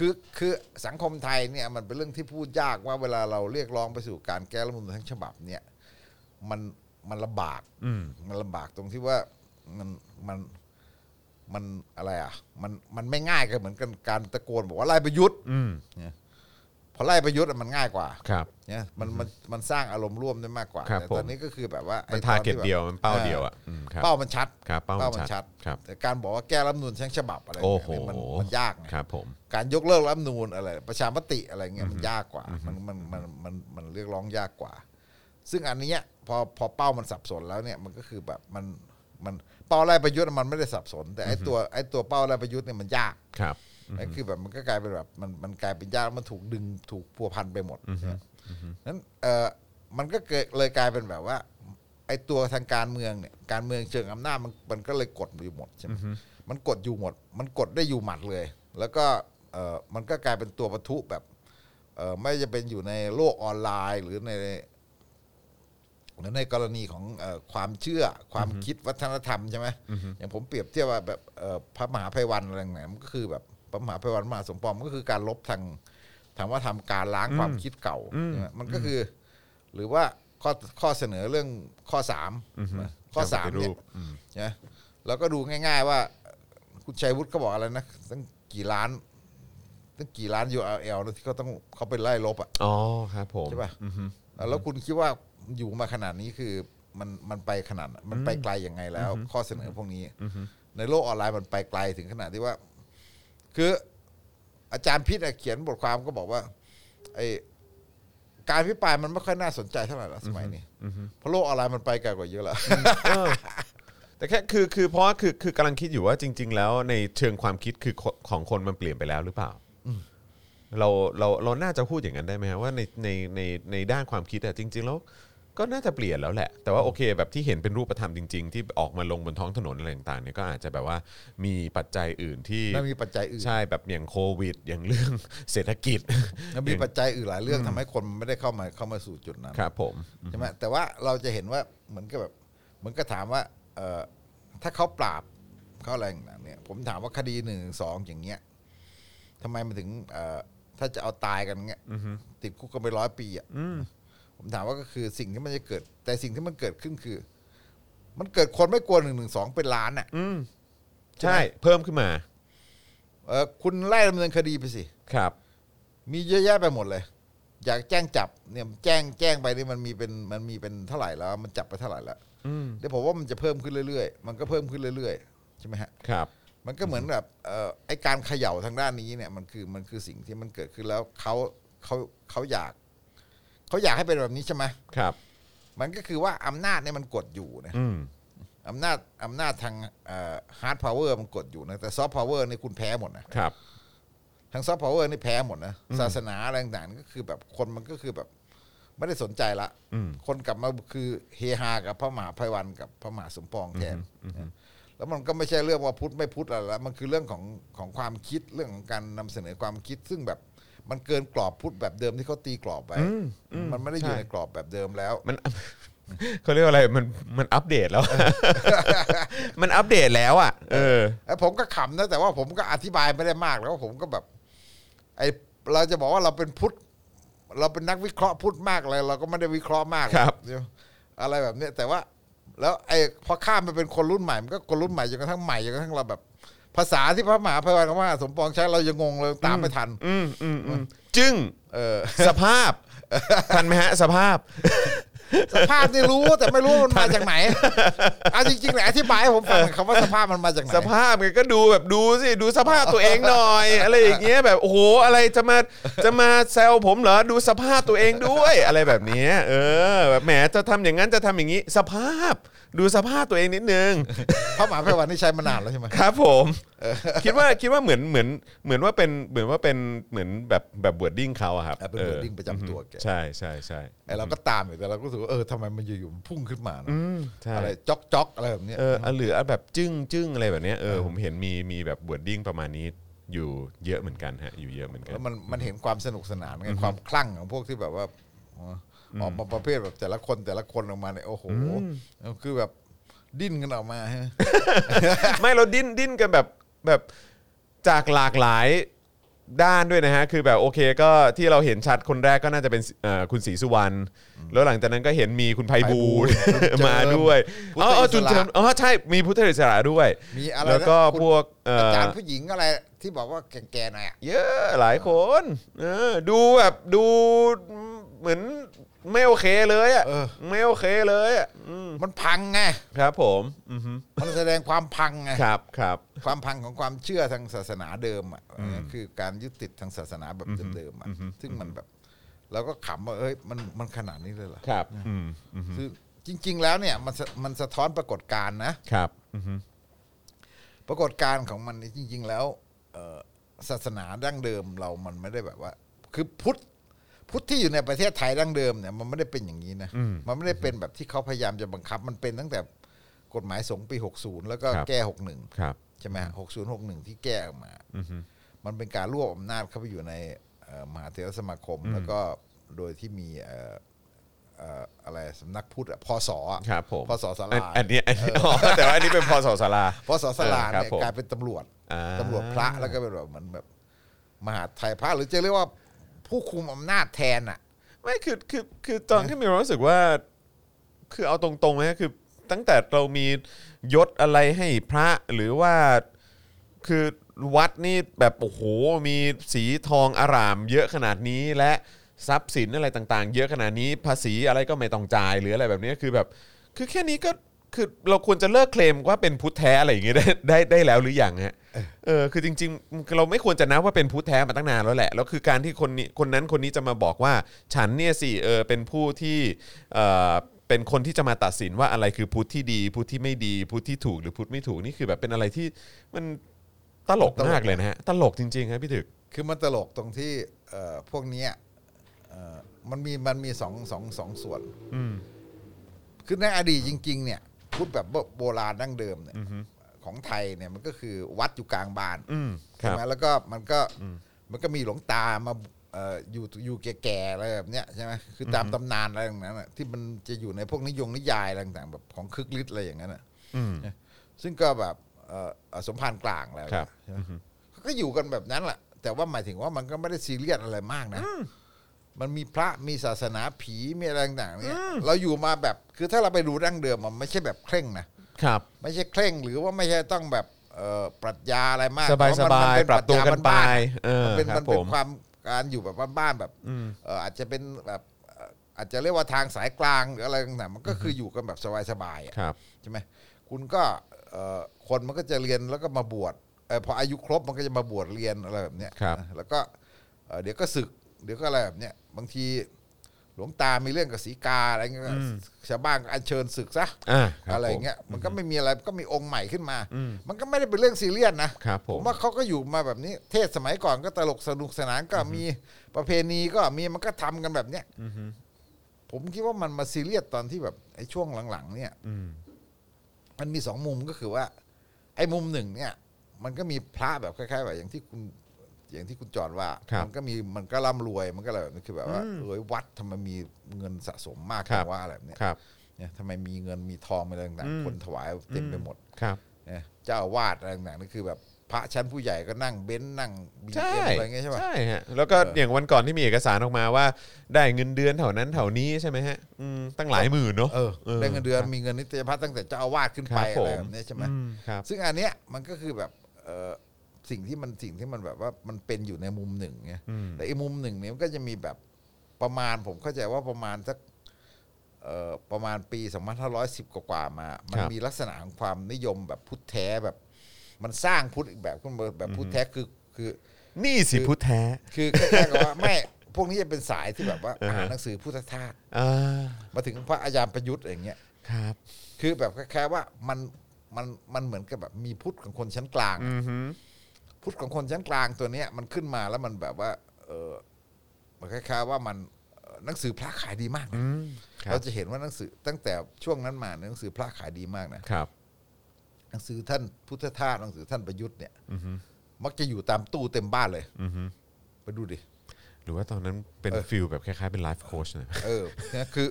Speaker 3: คือคือสังคมไทยเนี่ยมันเป็นเรื่องที่พูดยากว่าเวลาเราเรียกร้องไปสู่การแก้รัฐธรรมนูญทั้งฉบับเนี่ย มันมันลำบาก
Speaker 2: อืม
Speaker 3: มันลำบากตรงที่ว่ามันมันมันอะไรอ่ะ มันมันไม่ง่ายกันเหมือนกันการตะโกนบอกว่าไล่ประยุทธ์
Speaker 2: อืม
Speaker 3: เนี่ย พอไล่ประยุทธ์อะมันง่ายกว่า
Speaker 2: ครับ
Speaker 3: เนี่ยมันมันมันสร้างอารมณ์ร่วมได้มากกว่า
Speaker 2: ครับ
Speaker 3: แต่
Speaker 2: ผม
Speaker 3: ตอนนี้ก็คือแบบว่า
Speaker 2: มั
Speaker 3: ไอ้
Speaker 2: นทา
Speaker 3: ตอ
Speaker 2: เก็
Speaker 3: ที่
Speaker 2: ต
Speaker 3: แบบ
Speaker 2: เดียวมันเป้าเดียวอ่ะอืมครับ
Speaker 3: เป้ามันชัด
Speaker 2: ครับเป้ามันชัดครับ
Speaker 3: แต่การบอกว่าแก้รัฐธรรมนูญทั้งฉบับอะไร
Speaker 2: โอ้
Speaker 3: เนี่ย
Speaker 2: โห
Speaker 3: มันมันยากไง
Speaker 2: ครับผม
Speaker 3: การยกเลิกรัฐธรรมนูญอะไร ประชามติอะไรเงี้ยมันยากกว่า มันมันมันมันมันเรียกร้องยากกว่า ซึ่งอันเนี้ยพอพอเป้ามันสับสนแล้วเนี่ยมันก็คือแบบมันมันเป้าไล่ประยุทธ์มันไม่ได้สับสน แต่ไอ้ตัวไอ้ตัวเป้าไล่ประยุทธ์เนี่ยมันยาก
Speaker 2: ครับ
Speaker 3: นั่นคือแบบมันก็กลายเป็นแบบมันมันกลายเป็นยากมันถูกดึงถูกพัวพันไปหมดเนี่ยนั้นเออมันก็เกิดเลยกลายเป็นแบบว่า ไอ้ตัวทางการเมืองเนี่ยการเมืองเชิงอำนาจมันมันก็เลยกดอยู่หมดใช่ไหมมันกดอยู่หมด มันกดได้อยู่หมัดเลย แล้วก็เออมันก็กลายเป็นตัวปะทุแบบเออไม่ว่าจะเป็นอยู่ในโลกออนไลน์ หรือในหรือในกรณีของเออความเชื่อความคิดวัฒนธรรมใช่ไหมอย่างผมเปรียบเทียบว่าแบบเอ่อพระมหาภัยวันอะไรเนี่ยมันก็คือแบบพระมหาภัยวันมหาสมปองมันก็คือการลบทางทางว่าทำการล้างความคิดเก่าใช่ไหมมันก็คือ หรือว่าข้อข้อเสนอเรื่องข้อสามนะข้อสาม
Speaker 2: การปฏิ
Speaker 3: เนี่ย
Speaker 2: รูปอืม
Speaker 3: นะแล้วก็ดูง่าย ๆ ว่า คุณชัยวุฒิก็บอกอะไรนะตั้งกี่ล้านตั้งกี่ล้าน URL นะที่เขาต้องเขาไปไล่ลบอ่ะ
Speaker 2: อ๋อครับผม
Speaker 3: ใช่ป่ะแล้วคุณคิดว่าอยู่มาขนาดนี้คือมันมันไปขนาดมันไปไกลยังไงแล้ว ข้อเสนอพวกนี้ในโลกออนไลน์มันไปไกลถึงขนาดที่ว่า คืออาจารย์พิษอะเขียนบทความก็บอกว่า ไอการพิปรายมันไม่ค่อยน่าสนใจเท่าไหร่ละสมัยนี้เพราะโลกออนไลน์มันไปไกลกว่าเยอะแล้ว
Speaker 2: เออแต่แค่คือคือเพราะว่าคือคือกำลังคิดอยู่ว่าจริง ๆ แล้วในเชิงความคิดคือของของคนมันเปลี่ยนไปแล้วหรือเปล่าเราเราเราน่าจะพูดอย่างนั้นได้ไหมฮะว่าในในในในด้านความคิดอะจริง ๆ แล้ว ก็น่าจะเปลี่ยนแล้วแหละ แต่ว่าโอเค แบบที่เห็นเป็นรูปธรรมจริง ๆ ที่ออกมาลงบนท้องถนนอะไรต่างๆเนี่ยก็อาจจะแบบว่ามีปัจจัยอื่นที่
Speaker 3: แล้วมีปัจจัยอื่น
Speaker 2: ใช่แบบอย่างโควิด อย่างเรื่อง เศรษฐกิจ
Speaker 3: แล้วมีปัจจัยอื่นหลายเรื่องทำให้คนมันไม่ได้เข้ามาเข้ามาสู่จุดนั้น
Speaker 2: ครับผม
Speaker 3: ใช่ไหมแต่ว่าเราจะเห็นว่าเหมือนกับแบบเหมือนก็ถามว่า เออถ้าเขาปราบเขาอะไรอย่างเนี่ย ผมถามว่าคดีหนึ่งสองอย่างเงี้ยทำไมมันถึง เออถ้าจะเอาตายกันเงี้ยติดคุกกันไปร้อยปีอ่ะผมถามว่าก็คือสิ่งที่มันจะเกิด แต่สิ่งที่มันเกิดขึ้นคือ มันเกิดคนไม่กลัวหนึ่งหนึ่งสองเป็นล้านอ่ะ
Speaker 2: อืม
Speaker 3: ใช่ไหม
Speaker 2: ใช่เพิ่มขึ้นมา
Speaker 3: เออคุณไล่ดำเนินคดีไปสิ
Speaker 2: ครับ
Speaker 3: มีเยอะแยะไปหมดเลย อยากแจ้งจับเนี่ยแจ้งแจ้งไปนี่มันมีเป็นมันมีเป็นเท่าไหร่แล้ว มันจับไปเท่าไหร่แล้วเดี๋ยวผมว่ามันจะเพิ่มขึ้นเรื่อยๆ มันก็เพิ่มขึ้นเรื่อยๆใช่ไหมฮะ
Speaker 2: ครับ
Speaker 3: มันก็เหมือนแบบเอ่อไอการเขย่าทางด้านนี้เนี่ยมันคือมันคือสิ่งที่มันเกิดขึ้นแล้วเขาเขาเขาอยากเขาอยากให้เป็นแบบนี้ใช่ไหม
Speaker 2: ครับ
Speaker 3: มันก็คือว่าอำนาจเนี่ยมันกดอยู่นะ
Speaker 2: อืม
Speaker 3: อำนาจอำนาจทางฮาร์ดพาวเวอร์มันกดอยู่นะแต่ซอฟต์พาวเวอร์นี่ยคุณแพ้หมดนะ
Speaker 2: ครับ
Speaker 3: ทางซอฟต์พาวเวอร์นี่แพ้หมดนะศาสนาอะไรต่างๆนี่ก็คือแบบคนมันก็คือแบบ ไม่ได้สนใจละคนกลับมาคือเฮฮากับพระมหาภัยวันกับพระมหาสมปองแทนนะแล้วมันก็ไม่ใช่เรื่องว่าพุทธไม่พุทธอะไรละมันคือเรื่องของของความคิดเรื่องของการนำเสนอความคิด ซึ่งแบบมันเกินกรอบพุทธแบบเดิมที่เขาตีกรอบไว้มันไม่ได้อยู่
Speaker 2: ใช่
Speaker 3: ในกรอบแบบเดิมแล้ว
Speaker 2: มัน เขาเรียกว่าอะไรมันมันอัปเดตแล้ว มันอัปเดตแล้วอ่ะ เออ
Speaker 3: ไอ้ผมก็ขำนะแต่ว่าผมก็อธิบายไม่ได้มากแล้วผมก็แบบ ไอเราจะบอกว่าเราเป็นพุทธเราเป็นนักวิเคราะห์พุทธมากเลยเราก็ไม่ได้วิเคราะห์มาก
Speaker 2: ครับ
Speaker 3: เดี๋ยวอะไรแบบเนี้ยแต่ว่า แล้วไอ้พอข้ามไปเป็นคนรุ่นใหม่มันก็คนรุ่นใหม่จนกระทั่งใหม่จนกระทั่งเราแบบ ภาษาที่พระมหาภัยวันกับพระมหาสมปองใช้เรายังงงเลยตามไม่ทัน
Speaker 2: อืมอืมอืมจึง
Speaker 3: เออ
Speaker 2: สภาพ ทันไหมฮะ สภาพ
Speaker 3: สภาพนี่รู้แต่ไม่รู้ว่ามันมา จากไหนเอาจริงๆเลยอธิบายให้ผมฟังหน่อยคำว่าสภาพมันมาจากไหน
Speaker 2: สภาพไงก็ดูแบบดูสิดูสภาพตัวเองหน่อย อะไรอย่างเงี้ยแบบโอ้โหอะไรจะมาจะมาแซวผมเหรอดูสภาพตัวเองด้วย อะไรแบบเนี้ยเออแบบแหมจะทำอย่างนั้นจะทำอย่างนี้ สภาพ ดูสภาพตัวเองนิดนึง
Speaker 3: พระมหาภัยวันนี่ใช้มานานแล้วใช่ไหม
Speaker 2: ครับผมคิดว่าคิดว่าเหมือนเหมือนเหมือนว่าเป็นเหมือนว่าเป็นเหมือนแบบแบบบวดดิ้งเขาอะครับ
Speaker 3: อ่ะเป็น
Speaker 2: ออ
Speaker 3: wording ประจำตัวแก
Speaker 2: ใช่ใช่ใช่
Speaker 3: ไอเราก็ตามอยู่แต่เราก็รู้สึกว่าเออทำไมมันอยู่ๆมันพุ่งขึ้นมานะ
Speaker 2: อืมใช่
Speaker 3: อะไรจ๊อกจ๊อกอะไรแบบเนี้ย
Speaker 2: เอออ่ะหรืออ่ะแบบจึ้งจึ้งอะไรแบบเนี้ยเออผมเห็นมีมีแบบบวดดิ้งประมาณนี้อยู่เยอะเหมือนกันฮะอยู่เยอะเหมือนกัน
Speaker 3: แล้วมันมันเห็นความสนุกสนานไงความคลั่งของพวกที่แบบว่าอ๋อออกมาประเภทแบบแต่ละคนแต่ละคนออกมาเนี่ยโอ้โหคือแบบดิ้นกันออกมาฮะ
Speaker 2: ไม่เราดิ้นดิ้นกันแบบแบบจากหลากหลายด้านด้วยนะฮะ คือแบบโอเคก็ที่เราเห็นชัดคนแรกก็น่าจะเป็นเอ่อคุณศรีสุวรรณแล้วหลังจากนั้นก็เห็นมีคุณไพบู ลย์
Speaker 3: ไพบูลย์จุนเจิม
Speaker 2: มาด้วย
Speaker 3: พุทธ
Speaker 2: อ๋ออ๋อจุน
Speaker 3: อิสระ
Speaker 2: เจิมอ๋อใช่มีพุทธอิสระด้วย
Speaker 3: มีอะไรนะ
Speaker 2: แล้วก็
Speaker 3: คุณ
Speaker 2: พวกเอ่อ
Speaker 3: อา
Speaker 2: อ
Speaker 3: จารย์ผู้หญิงอะไร ที่ ที่บอกว่าแก่ๆหน่อยอะ
Speaker 2: เยอะหลายคนเออดูแบบดูเหมือนไม่โอเคเลยอ่ะไม่โอเคเลยอ่ะอืม
Speaker 3: มันพังไง
Speaker 2: ครับผมอือฮึ
Speaker 3: มันแสดงความพังไง
Speaker 2: ครับครับ
Speaker 3: ความพังของความเชื่อทางศาสนาเดิมอ่ะนั่นคือการยึดติดทางศาสนาแบบเดิมๆอ่ะซึ่งมันแบบเราก็ขำว่าเอ้ยมันมันขนาดนี้เลยเหรอ
Speaker 2: ครับอืมอืม
Speaker 3: คือจริง ๆ แล้วเนี่ยมันสะมันสะท้อนปรากฏการณ์นะครับ
Speaker 2: อือฮึ
Speaker 3: ปรากฏการณ์ของมันเนี่ยจริง ๆ แล้วเอ่อศาสนาดั้งเดิมเรามันไม่ได้แบบว่า คือพุทธพุทธที่อยู่ในประเทศไทยดั้งเดิมเนี่ยมันไม่ได้เป็นอย่างนี้นะมันไม่ได้เป็นแบบที่เขาพยายามจะบังคับ มันเป็นตั้งแต่กฎหมายสงฆ์ปี 60 แล้วก็แก้ 61
Speaker 2: ครับ
Speaker 3: ใช่ไหมหกศูนย์หกหนึ่งที่แก้ออกมา มันเป็นการรวบอำนาจเข้าไปอยู่ในเอ่อมหาเถรสมาคม แล้วก็โดยที่มีเอ่อเอ่ออะไรสำนักพุทธอะพศอะ
Speaker 2: ครับผม
Speaker 3: พศสลา
Speaker 2: อันอันนี้อันนี้ อ๋อแต่ว่าอันนี้เป็นพศสลา
Speaker 3: พศสลา
Speaker 2: เออครับ
Speaker 3: เนี่ย
Speaker 2: ผม
Speaker 3: กลายเป็นตำรวจ
Speaker 2: อ่า
Speaker 3: ตำรวจพระแล้วก็เป็นแบบเหมือนแบบมหาไทยพระหรือจะเรียกว่าผู้คุมอำนาจแทนอ่ะ
Speaker 2: ไม่คือคือคือตอนที่มีความรู้สึกว่า คือเอาตรงๆนะคือ ตั้งแต่เรามียศอะไรให้พระหรือว่าคือวัดนี่แบบโอ้โหมีสีทองอารามเยอะขนาดนี้และทรัพย์สินอะไรต่างๆ เยอะขนาดนี้ภาษีอะไรก็ไม่ต้องจ่ายหรืออะไรแบบนี้คือแบบ คือแค่นี้ก็คือเราควรจะเลิกเคลมว่าเป็นพุทธแท้อะไรอย่างเงี้ย ได้ได้ได้แล้วหรือยังฮะเออคือจริงๆ เราไม่ควรจะนับว่าเป็นพุทธแท้มาตั้งนานแล้วแหละแล้วคือการที่คนนี้คนนั้นคนนี้จะมาบอกว่า ฉันเนี่ยสิเออเป็นผู้ที่เออเป็นคนที่จะมาตัดสินว่าอะไรคือพุทธที่ดีพุทธที่ไม่ดีพุทธที่ถูกหรือพุทธไม่ถูกนี่คือแบบเป็นอะไรที่มันตลกมากเลยนะฮะตลกจริงๆครับพี่ถึก
Speaker 3: คือมันตลกตรงที่เอ่อพวกเนี้ยเอ่อมันมีมันมีสองสองสองส่วน
Speaker 2: อืม
Speaker 3: คือในอดีตจริง ๆ เนี่ยพูดแบบโบราณดั้งเดิมเนี่ยของไทยเนี่ยมันก็คือวัดอยู่กลางบ้าน
Speaker 2: อืมค
Speaker 3: ใช่
Speaker 2: รับ
Speaker 3: ไหมแล้วก็มันก็มันก็มีหลวงตามาเอ่ออยู่อยู่แก่ๆอะไรแบบเนี้ยใช่ไหมคือตามตำนานอะไรอย่างนั้นน่ะที่มันจะอยู่ในพวกนิยงนิยายอะไรต่างๆแบบของคึกฤทธิ์อะไรอย่างนั้นน่ะ
Speaker 2: อืม
Speaker 3: ซึ่งก็แบบเอ่อเอ่อสมภารกลางแล้ว
Speaker 2: ครับ
Speaker 3: ใช่ไหมเขาก็อยู่กันแบบนั้นแหละแต่ว่าหมายถึงว่ามันก็ไม่ได้ซีเรียสอะไรมากนะ มันมีพระมีศาสนาผีมีอะไรต่างๆเนี่ยเราอยู่มาแบบคือถ้าเราไปดูดั้งเดิมมันไม่ใช่แบบเคร่งนะครับ ไม่ใช่เคร่งหรือว่าไม่ใช่ต้องแบบเอ่อปรัชญาอะไรมาก
Speaker 2: สบายๆ
Speaker 3: เพะมันมันเ
Speaker 2: ปรับตัวกันไป
Speaker 3: ปรัชญาบ้าน
Speaker 2: เออ
Speaker 3: มันเป็น
Speaker 2: ครับ
Speaker 3: มัน
Speaker 2: ผ
Speaker 3: เป็น
Speaker 2: ม
Speaker 3: ความการอยู่แบบบ้านๆแบบเอ่ออาจจะเป็นแบบเอ่ออาจจะเรียกว่าทางสายกลางหรืออะไรต่างๆมันก็คืออยู่กันแบบสบายๆอะ
Speaker 2: ครับ
Speaker 3: ใช่ไหมคุณก็เอ่อคนมันก็จะเรียนแล้วก็มาบวชเอ่อพออายุครบมันก็จะมาบวชเรียนอะไรแบบเนี้ย
Speaker 2: ครับ
Speaker 3: นะแล้วก็เอ่อเดี๋ยวก็ศึก เดี๋ยวก็อะไรแบบเนี้ยบางทีหลวงตามีเรื่องกับศรีกาอะไรเงี้ยก็ชาวบ้านก็อัญเชิญศึกซะ
Speaker 2: อ่าครับ
Speaker 3: อะไรเงี้ยมันก็ไม่มีอะไรก็มีองค์ใหม่ขึ้นมา มันก็ไม่ได้เป็นเรื่องซีเรียสนะครับ
Speaker 2: ผม
Speaker 3: ว่าเขาก็อยู่มาแบบนี้ เทศสมัยก่อนก็ตลกสนุกสนานก็มีประเพณีก็มีมันก็ทำกันแบบเนี้ยผมคิดว่ามันมาซีเรียสตอนที่แบบไอ้ช่วงหลังๆ เนี่ย
Speaker 2: อืม
Speaker 3: มันมีสองมุมก็คือว่า ไอ้มุมหนึ่งเนี่ย มันก็มีพระแบบคล้ายๆแบบอย่างที่คุณอย่างที่คุณจอดว่า
Speaker 2: ครับ
Speaker 3: มัก็มีมันก็ร่ำรวยมันก็อะไรแบบนี้คือแบบว่าเอ้ยวัดทำไมมีเงินสะสมมาก
Speaker 2: ครับ
Speaker 3: ว่าอะไรแบบเนี้ย
Speaker 2: ครับ
Speaker 3: เนี่ยทำไมมีเงินมีทองมีอะไรต่าง
Speaker 2: อืม
Speaker 3: ๆคนถวายเต็มไปหมด
Speaker 2: ครับ
Speaker 3: เนี่ยเจ้าอาวาดอะไรต่างๆนี่คือแบบพระชั้นผู้ใหญ่ก็นั่งเบนซ์นั่งบี
Speaker 2: ใช่
Speaker 3: เอ็มอะไรเงี้ยใช่ปะ
Speaker 2: ใช่ฮะแล้วก็
Speaker 3: เออ
Speaker 2: อ
Speaker 3: อ
Speaker 2: ย่างวันก่อนที่มีเอกสารออกมาว่า ได้เงินเดือนเท่านั้นเท่านี้ใช่ไหมฮะอืมตั้งหลายหมื่นเนาะ
Speaker 3: เออ
Speaker 2: เออ
Speaker 3: ได้เงินเดือนมีเงินนิตยพัฒน์ตั้งแต่เจ้าอาวาสขึ้น
Speaker 2: ค
Speaker 3: ไป
Speaker 2: รับผม
Speaker 3: อะไรแบบเนี้ยใช่ไหม
Speaker 2: อืมครับ
Speaker 3: ซึ่งอันเนี้ยมันก็คือแบบเอ่อสิ่งที่มันสิ่งที่มันแบบว่ามันเป็นอยู่ในมุมหนึ่งไง
Speaker 2: อืม
Speaker 3: แต่อีกมุมหนึ่งเนี่ยมันก็จะมีแบบประมาณผมเข้าใจว่าประมาณสักเอ่อประมาณปี 2510 กว่าๆมา มันมีลักษณะของความนิยมแบบพุทธแท้แบบ มันสร้างพุทธอีกแบบขึ้นมาแบบพุทธแท้คือคือ
Speaker 2: นี่สิพุทธแท้
Speaker 3: คือแค่กับว่าไม่พวกนี้จะเป็นสายที่แบบว่า
Speaker 2: อ่าฮะ
Speaker 3: อ่านหนังสือพุทธทาส
Speaker 2: อ่า
Speaker 3: มาถึงพระอาจารย์ประยุทธ์อย่างเงี้ย
Speaker 2: ครับ
Speaker 3: คือแบบแค่ว่ามันมันมันเหมือนกับแบบมีพุทธของคนชั้นกลางอะ
Speaker 2: อือฮึ
Speaker 3: พุทธของคนชั้นกลางตัวเนี้ยมันขึ้นมาแล้วมันแบบว่า เออมันคล้ายๆว่ามันเอ่อหนังสือพระขายดีมากนะ
Speaker 2: อืมครับ
Speaker 3: เราจะเห็นว่าหนังสือตั้งแต่ช่วงนั้นมาเนี่ยหนังสือพระขายดีมากนะครับ หนังสือท่านพุทธทาสหนังสือท่านประยุทธ์เนี่ยมักจะอยู่ตามตู้เต็มบ้านเลย
Speaker 2: อือฮึ
Speaker 3: ไปดูดิ
Speaker 2: หรือว่าตอนนั้นเป็นฟิลแบบคล้ายๆเป็นไลฟ์โค้ชนะ
Speaker 3: เออ เนี่ยคือ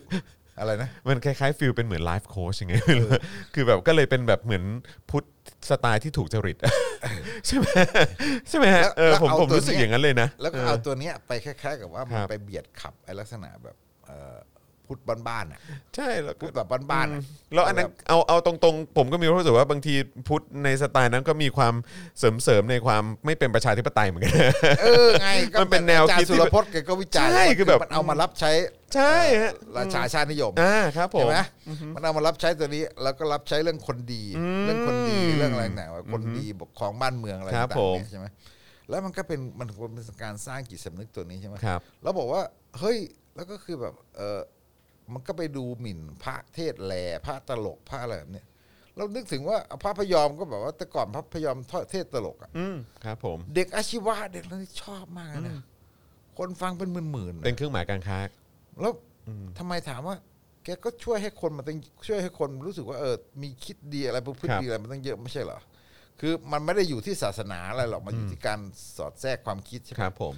Speaker 3: อะไรนะ
Speaker 2: มันคล้ายๆฟิลเป็นเหมือนไลฟ์โค้ชยังไงไม่รู้คือแบบก็เลยเป็นแบบเหมือนพุทธสไตล์ที่ถูกจริ ต ใช่ไหมใช่ไหมฮะ
Speaker 3: แล้ว
Speaker 2: เออ
Speaker 3: แล้ว
Speaker 2: ผม
Speaker 3: เอา
Speaker 2: ผม
Speaker 3: ตัว
Speaker 2: รู้สึก
Speaker 3: เนี้ย
Speaker 2: อย่างนั้นเลยนะ
Speaker 3: แล้วก็เอาตัวเนี้ยไปคล้ายๆ กับว่า
Speaker 2: คน
Speaker 3: มั
Speaker 2: รับ
Speaker 3: ไปเบียดขับไอ้ลักษณะแบบเอ่อ พูดบ้านๆอ่ะ
Speaker 2: ใช่แล้ว
Speaker 3: พู
Speaker 2: ก็
Speaker 3: ดแบบบ้านๆ
Speaker 2: อื
Speaker 3: อะ
Speaker 2: มแล้วอันนั้นเอาเอาตรงๆ ผมก็มีความรู้สึกว่าบางทีพุทธในสไตล์นั้นก็มีความเสริมๆในความไม่เป็นประชาธิปไตยเหมือนกัน
Speaker 3: เออไงก็
Speaker 2: มันเป็นแนว
Speaker 3: อาจาร
Speaker 2: คิดที่
Speaker 3: ย์สุรพจน์แกก็วิจัย
Speaker 2: ใช่คือแบบ
Speaker 3: มันเอามารับใช้
Speaker 2: ใช่ฮะ
Speaker 3: ราชาชาตินิยม
Speaker 2: อ่าครับผ
Speaker 3: ใช่
Speaker 2: ม
Speaker 3: ไหมมันเอามารับใช้ตัวนี้แล้วก็รับใช้เรื่องคนดี เรื่องคนดีเรื่องอะไรต่างๆว่าคนดีปกครองบ้านเมืองอะไร
Speaker 2: ครั
Speaker 3: ต่าง
Speaker 2: บ
Speaker 3: ๆ
Speaker 2: ผม
Speaker 3: เนี่ยใช่ไหมแล้วมันก็เป็นมันควรเป็นการสร้างจิตสำนึกตัวนี้ใช่ไหม
Speaker 2: ครับ
Speaker 3: แล้วบอกว่าเฮ้ยแล้วก็คือแบบเออมันก็ไปดูหมิ่นพระเทศแหล่พระตลกพระอะไรแบบเนี้ยเรานึกถึงว่าพระพยอมก็แบบว่าแต่ก่อนพระพยอมทอดเทศตลกอะ
Speaker 2: อืมครับผม
Speaker 3: เด็กอาชีวะเด็กอะไรนี่ชอบมากเลยนะคนฟังเป็นหมื่นๆนะ
Speaker 2: เป็นเครื่องหมายการค้า
Speaker 3: แล้วทำไมถามว่า แกก็ช่วยให้คนมันต้องช่วยให้คนรู้สึกว่าเออมีคิดดีอะไรพฤติ
Speaker 2: ครับ
Speaker 3: ดีอะไรมันต้องเยอะไม่ใช่เหรอคือมันไม่ได้อยู่ที่ศาสนาอะไรหรอกมันอยู่ที่การสอดแทรกความคิดใช่ไหม
Speaker 2: ครับผม